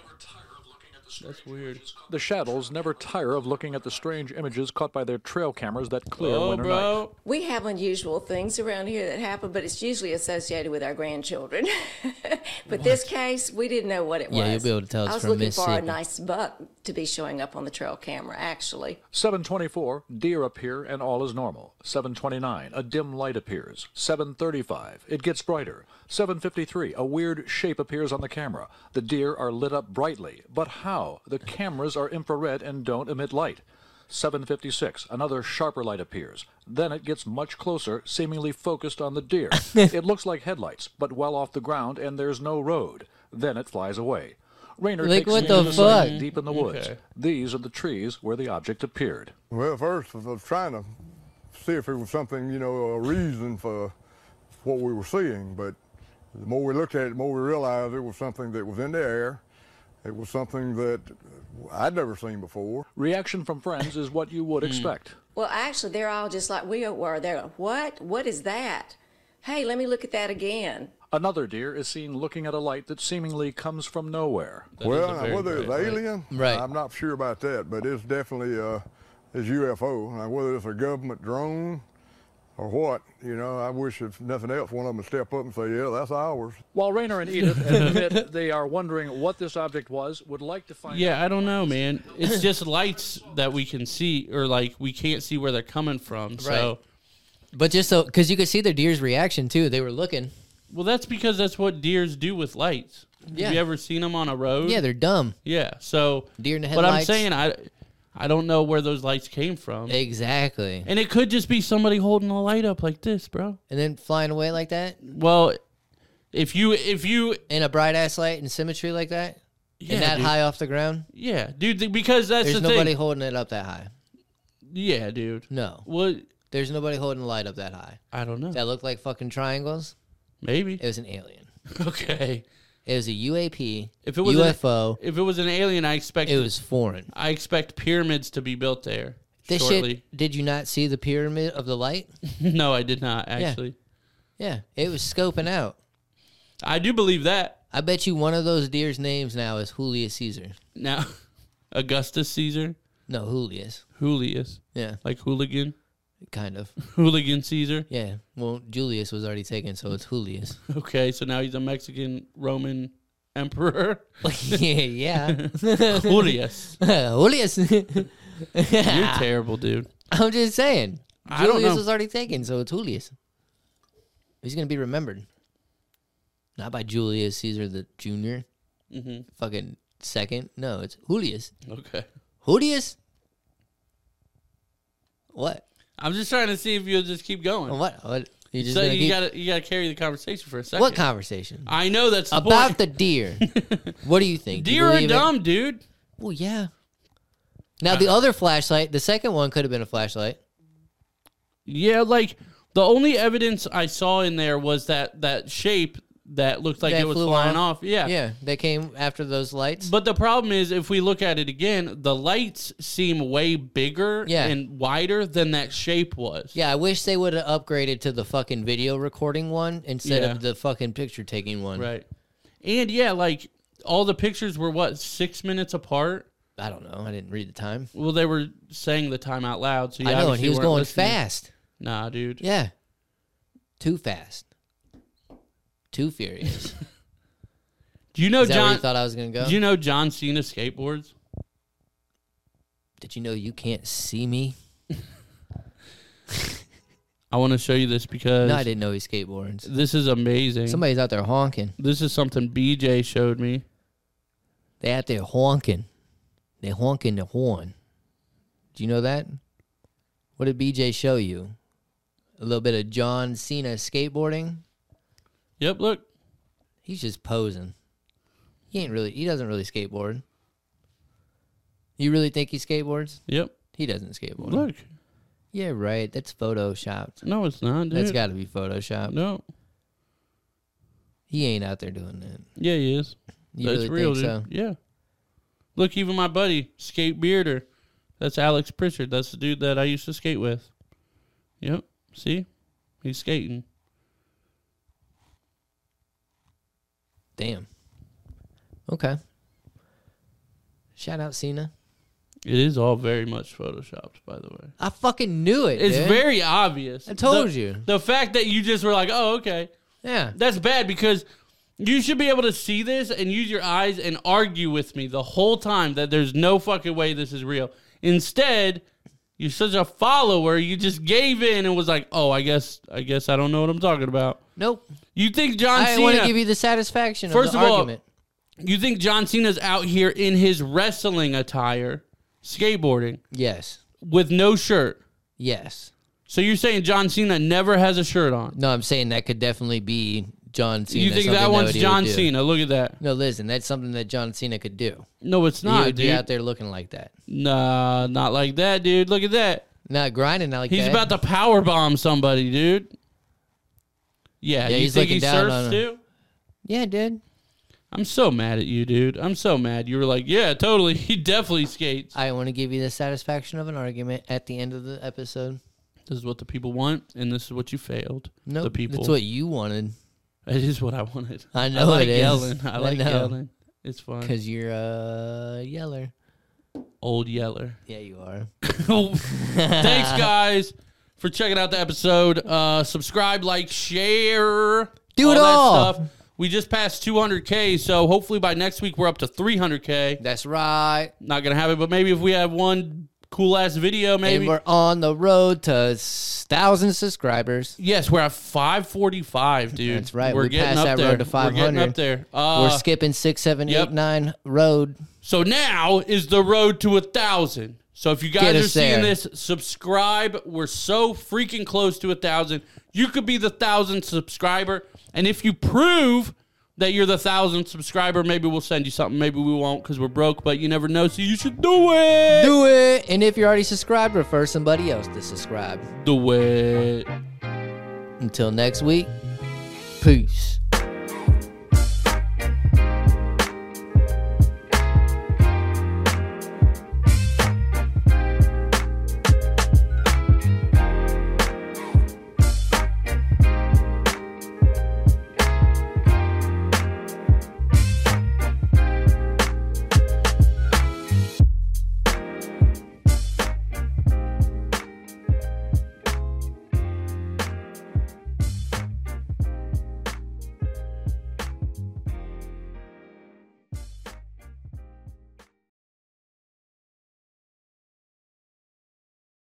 [SPEAKER 3] That's weird.
[SPEAKER 4] The shadows never tire of looking at the strange images caught by their trail cameras that clear
[SPEAKER 3] Oh,
[SPEAKER 4] winter night.
[SPEAKER 3] bro.
[SPEAKER 5] We have unusual things around here that happen, but it's usually associated with our grandchildren. but this case, we didn't know what it
[SPEAKER 2] Yeah, you'll
[SPEAKER 5] was.
[SPEAKER 2] be able to tell it's
[SPEAKER 5] I was
[SPEAKER 2] from
[SPEAKER 5] looking for a
[SPEAKER 2] Mississippi.
[SPEAKER 5] nice buck to be showing up on the trail camera, actually.
[SPEAKER 4] 724, deer appear and all is normal. 729, a dim light appears. 735, it gets brighter. 753, a weird shape appears on the camera. The deer are lit up brightly, but how? The cameras are infrared and don't emit light. 756, another sharper light appears. Then it gets much closer, seemingly focused on the deer. it looks like headlights, but well off the ground and there's no road. Then it flies away. Rainer
[SPEAKER 2] Like,
[SPEAKER 4] takes
[SPEAKER 2] what
[SPEAKER 4] in
[SPEAKER 2] the
[SPEAKER 4] sight
[SPEAKER 2] fuck?
[SPEAKER 4] deep in the woods. These are the trees where the object appeared.
[SPEAKER 6] Well, first, I was trying to see if it was something, you know, a reason for what we were seeing. But the more we looked at it, the more we realized it was something that was in the air. It was something that I'd never seen before.
[SPEAKER 4] Reaction from friends is what you would expect.
[SPEAKER 5] Well, actually, they're all just like we were. They're like, what? What is that? Hey, let me look at that again.
[SPEAKER 4] Another deer is seen looking at a light that seemingly comes from nowhere.
[SPEAKER 6] well, now, whether it's alien,
[SPEAKER 2] Right.
[SPEAKER 6] I'm not sure about that, but it's definitely uh, it's UFO. Now, whether it's a government drone or what, you know, I wish if nothing else, one of them would step up and say, yeah, that's ours.
[SPEAKER 4] While Rainer and Edith admit they are wondering what this object was, would like to find
[SPEAKER 3] Yeah, I don't know, man. It's just lights that we can see, or like we can't see where they're coming from. So,
[SPEAKER 2] Right. But just so, because you could see the deer's reaction too. They were looking.
[SPEAKER 3] well, that's because that's what deers do with lights.
[SPEAKER 2] Yeah.
[SPEAKER 3] Have you ever seen them on a road?
[SPEAKER 2] Yeah, they're dumb.
[SPEAKER 3] Yeah. So,
[SPEAKER 2] Deer in the
[SPEAKER 3] But I'm
[SPEAKER 2] headlights.
[SPEAKER 3] saying I, I don't know where those lights came from,
[SPEAKER 2] Exactly.
[SPEAKER 3] and it could just be somebody holding a light up like this, bro.
[SPEAKER 2] And then flying away like that
[SPEAKER 3] Well, if you if you
[SPEAKER 2] in a bright ass light and symmetry like that,
[SPEAKER 3] yeah,
[SPEAKER 2] and that
[SPEAKER 3] dude.
[SPEAKER 2] high off the ground.
[SPEAKER 3] yeah, dude, th- because that's
[SPEAKER 2] There's
[SPEAKER 3] the
[SPEAKER 2] nobody
[SPEAKER 3] thing.
[SPEAKER 2] holding it up that high.
[SPEAKER 3] Yeah, dude.
[SPEAKER 2] No,
[SPEAKER 3] Well,
[SPEAKER 2] there's nobody holding the light up that high.
[SPEAKER 3] I don't know.
[SPEAKER 2] That looked like fucking triangles.
[SPEAKER 3] Maybe.
[SPEAKER 2] It was an alien.
[SPEAKER 3] okay.
[SPEAKER 2] It was a UAP.
[SPEAKER 3] If it was an-
[SPEAKER 2] UFO,
[SPEAKER 3] If it was an alien, I expect
[SPEAKER 2] it was foreign.
[SPEAKER 3] I expect pyramids to be built there
[SPEAKER 2] This
[SPEAKER 3] shortly.
[SPEAKER 2] shit. Did you not see the pyramid of the light?
[SPEAKER 3] no, I did not actually.
[SPEAKER 2] Yeah, it was scoping out.
[SPEAKER 3] I do believe that.
[SPEAKER 2] I bet you one of those deer's names now is Julius Caesar.
[SPEAKER 3] Now, Augustus Caesar,
[SPEAKER 2] No, Julius.
[SPEAKER 3] Julius,
[SPEAKER 2] Yeah,
[SPEAKER 3] like hooligan,
[SPEAKER 2] kind of.
[SPEAKER 3] hooligan Caesar.
[SPEAKER 2] Yeah. Well, Julius was already taken, so it's Julius.
[SPEAKER 3] Okay, so now he's a Mexican Roman emperor,
[SPEAKER 2] yeah,
[SPEAKER 3] Julius.
[SPEAKER 2] yeah. Julius.
[SPEAKER 3] You're terrible, dude.
[SPEAKER 2] I'm just saying.
[SPEAKER 3] I don't
[SPEAKER 2] Julius
[SPEAKER 3] know.
[SPEAKER 2] was already taken, so it's Julius. He's gonna be remembered, not by Julius Caesar the Junior,
[SPEAKER 3] Mm-hmm.
[SPEAKER 2] fucking second. No, it's Julius.
[SPEAKER 3] Okay.
[SPEAKER 2] Julius. What?
[SPEAKER 3] I'm just trying to see if you'll just keep going.
[SPEAKER 2] What? What? You just
[SPEAKER 3] so
[SPEAKER 2] gonna
[SPEAKER 3] you
[SPEAKER 2] keep-
[SPEAKER 3] gotta you gotta carry the conversation for a second.
[SPEAKER 2] what conversation
[SPEAKER 3] I know that's the
[SPEAKER 2] about
[SPEAKER 3] point.
[SPEAKER 2] the deer? what do you think? Do you
[SPEAKER 3] deer are
[SPEAKER 2] believe it?
[SPEAKER 3] dumb, dude.
[SPEAKER 2] Well, yeah. Now the other flashlight, the second one could have been a flashlight.
[SPEAKER 3] Yeah, like the only evidence I saw in there was that that shape that looked like
[SPEAKER 2] That
[SPEAKER 3] it was
[SPEAKER 2] flew
[SPEAKER 3] flying
[SPEAKER 2] off.
[SPEAKER 3] off. Yeah.
[SPEAKER 2] Yeah, they came after those lights.
[SPEAKER 3] But the problem is if we look at it again, the lights seem way bigger
[SPEAKER 2] Yeah.
[SPEAKER 3] and wider than that shape was.
[SPEAKER 2] Yeah, I wish they would have upgraded to the fucking video recording one instead
[SPEAKER 3] Yeah.
[SPEAKER 2] of the fucking picture taking one.
[SPEAKER 3] Right. And yeah, like all the pictures were what, six minutes apart?
[SPEAKER 2] I don't know. I didn't read the time.
[SPEAKER 3] Well, they were saying the time out loud. So you
[SPEAKER 2] I know, and
[SPEAKER 3] obviously
[SPEAKER 2] he was
[SPEAKER 3] weren't
[SPEAKER 2] going
[SPEAKER 3] listening.
[SPEAKER 2] fast.
[SPEAKER 3] Nah, dude.
[SPEAKER 2] Yeah. Too fast. Too furious.
[SPEAKER 3] Do you know
[SPEAKER 2] Is that where you
[SPEAKER 3] Oh, John?
[SPEAKER 2] thought I was going to go?
[SPEAKER 3] Do you know John Cena skateboards?
[SPEAKER 2] Did you know you can't see me?
[SPEAKER 3] I want to show you this because
[SPEAKER 2] No, I didn't know he skateboards.
[SPEAKER 3] this is amazing.
[SPEAKER 2] Somebody's out there honking.
[SPEAKER 3] This is something BJ showed me.
[SPEAKER 2] They out there honking. They honking the horn. Do you know that? What did BJ show you? A little bit of John Cena skateboarding?
[SPEAKER 3] Yep, look.
[SPEAKER 2] He's just posing. He ain't really. He doesn't really skateboard. You really think he skateboards?
[SPEAKER 3] Yep.
[SPEAKER 2] He doesn't skateboard.
[SPEAKER 3] Look.
[SPEAKER 2] Yeah, right. That's photoshopped.
[SPEAKER 3] No, it's not, dude.
[SPEAKER 2] That's got to be photoshopped.
[SPEAKER 3] no.
[SPEAKER 2] He ain't out there doing that.
[SPEAKER 3] Yeah, he is.
[SPEAKER 2] You
[SPEAKER 3] That's
[SPEAKER 2] really
[SPEAKER 3] real,
[SPEAKER 2] think
[SPEAKER 3] dude.
[SPEAKER 2] so?
[SPEAKER 3] Yeah. Look, even my buddy, Skate Bearder. That's Alex Pritchard. That's the dude that I used to skate with. Yep. See? He's skating.
[SPEAKER 2] Damn. Okay. Shout out Cena.
[SPEAKER 3] It is all very much photoshopped, by the way.
[SPEAKER 2] I fucking knew it.
[SPEAKER 3] It's
[SPEAKER 2] dude.
[SPEAKER 3] very obvious.
[SPEAKER 2] I told
[SPEAKER 3] The-
[SPEAKER 2] you.
[SPEAKER 3] The fact that you just were like, oh, okay.
[SPEAKER 2] Yeah.
[SPEAKER 3] That's bad because you should be able to see this and use your eyes and argue with me the whole time that there's no fucking way this is real. Instead, you're such a follower, you just gave in and was like, "Oh, I guess I guess I don't know what I'm talking about."
[SPEAKER 2] Nope.
[SPEAKER 3] You think John
[SPEAKER 2] I want
[SPEAKER 3] Cena
[SPEAKER 2] to give you the satisfaction
[SPEAKER 3] First
[SPEAKER 2] of the
[SPEAKER 3] of all,
[SPEAKER 2] argument.
[SPEAKER 3] You think John Cena's out here in his wrestling attire skateboarding
[SPEAKER 2] yes.
[SPEAKER 3] with no shirt.
[SPEAKER 2] Yes.
[SPEAKER 3] So you're saying John Cena never has a shirt on.
[SPEAKER 2] No, I'm saying that could definitely be John Cena.
[SPEAKER 3] you think
[SPEAKER 2] something
[SPEAKER 3] that one's
[SPEAKER 2] he would
[SPEAKER 3] John
[SPEAKER 2] do.
[SPEAKER 3] Cena? Look at that.
[SPEAKER 2] No, listen, that's something that John Cena could do.
[SPEAKER 3] No, it's
[SPEAKER 2] he
[SPEAKER 3] not,
[SPEAKER 2] would
[SPEAKER 3] dude.
[SPEAKER 2] be out there looking like that.
[SPEAKER 3] Nah, not like that, dude. Look at that.
[SPEAKER 2] Not grinding not like
[SPEAKER 3] He's
[SPEAKER 2] that.
[SPEAKER 3] about to power bomb somebody, dude. Yeah,
[SPEAKER 2] Yeah,
[SPEAKER 3] you
[SPEAKER 2] he's
[SPEAKER 3] think
[SPEAKER 2] looking
[SPEAKER 3] he
[SPEAKER 2] down
[SPEAKER 3] surfs
[SPEAKER 2] on him.
[SPEAKER 3] too?
[SPEAKER 2] Yeah, dude.
[SPEAKER 3] I'm so mad at you, dude. I'm so mad. You were like, yeah, totally. He definitely skates.
[SPEAKER 2] I want to give you the satisfaction of an argument at the end of the episode.
[SPEAKER 3] This is what the people want, and this is what you failed.
[SPEAKER 2] No,
[SPEAKER 3] the people.
[SPEAKER 2] That's what you wanted
[SPEAKER 3] It is what I wanted.
[SPEAKER 2] I know
[SPEAKER 3] like
[SPEAKER 2] it is.
[SPEAKER 3] yelling. I
[SPEAKER 2] I
[SPEAKER 3] like
[SPEAKER 2] know.
[SPEAKER 3] yelling. It's fun.
[SPEAKER 2] because you're a yeller.
[SPEAKER 3] Old yeller.
[SPEAKER 2] Yeah, you are.
[SPEAKER 3] Thanks, guys, for checking out the episode. Uh, subscribe, like, share.
[SPEAKER 2] Do it
[SPEAKER 3] that
[SPEAKER 2] all.
[SPEAKER 3] stuff. We just passed 200K, so hopefully by next week we're up to 300K.
[SPEAKER 2] That's right.
[SPEAKER 3] Not going to happen, but maybe if we have one cool ass video,
[SPEAKER 2] And
[SPEAKER 3] maybe.
[SPEAKER 2] we're on the road to s- thousand subscribers.
[SPEAKER 3] Yes, we're at 545, dude.
[SPEAKER 2] That's right.
[SPEAKER 3] We're
[SPEAKER 2] We
[SPEAKER 3] getting
[SPEAKER 2] passed
[SPEAKER 3] up
[SPEAKER 2] that
[SPEAKER 3] there.
[SPEAKER 2] road to
[SPEAKER 3] We're getting
[SPEAKER 2] 500.
[SPEAKER 3] up there. Uh,
[SPEAKER 2] We're skipping six, seven, eight, nine
[SPEAKER 3] yep.
[SPEAKER 2] road.
[SPEAKER 3] So now is the road to a thousand. So if you guys
[SPEAKER 2] Get
[SPEAKER 3] are
[SPEAKER 2] us
[SPEAKER 3] seeing
[SPEAKER 2] there.
[SPEAKER 3] this, subscribe. We're so freaking close to a thousand. You could be the thousand subscriber, and if you prove that you're the thousand subscriber, maybe we'll send you something. Maybe we won't because we're broke, but you never know. So you should do it.
[SPEAKER 2] Do it. And if you're already subscribed, refer somebody else to subscribe.
[SPEAKER 3] Do it.
[SPEAKER 2] Until next week, peace.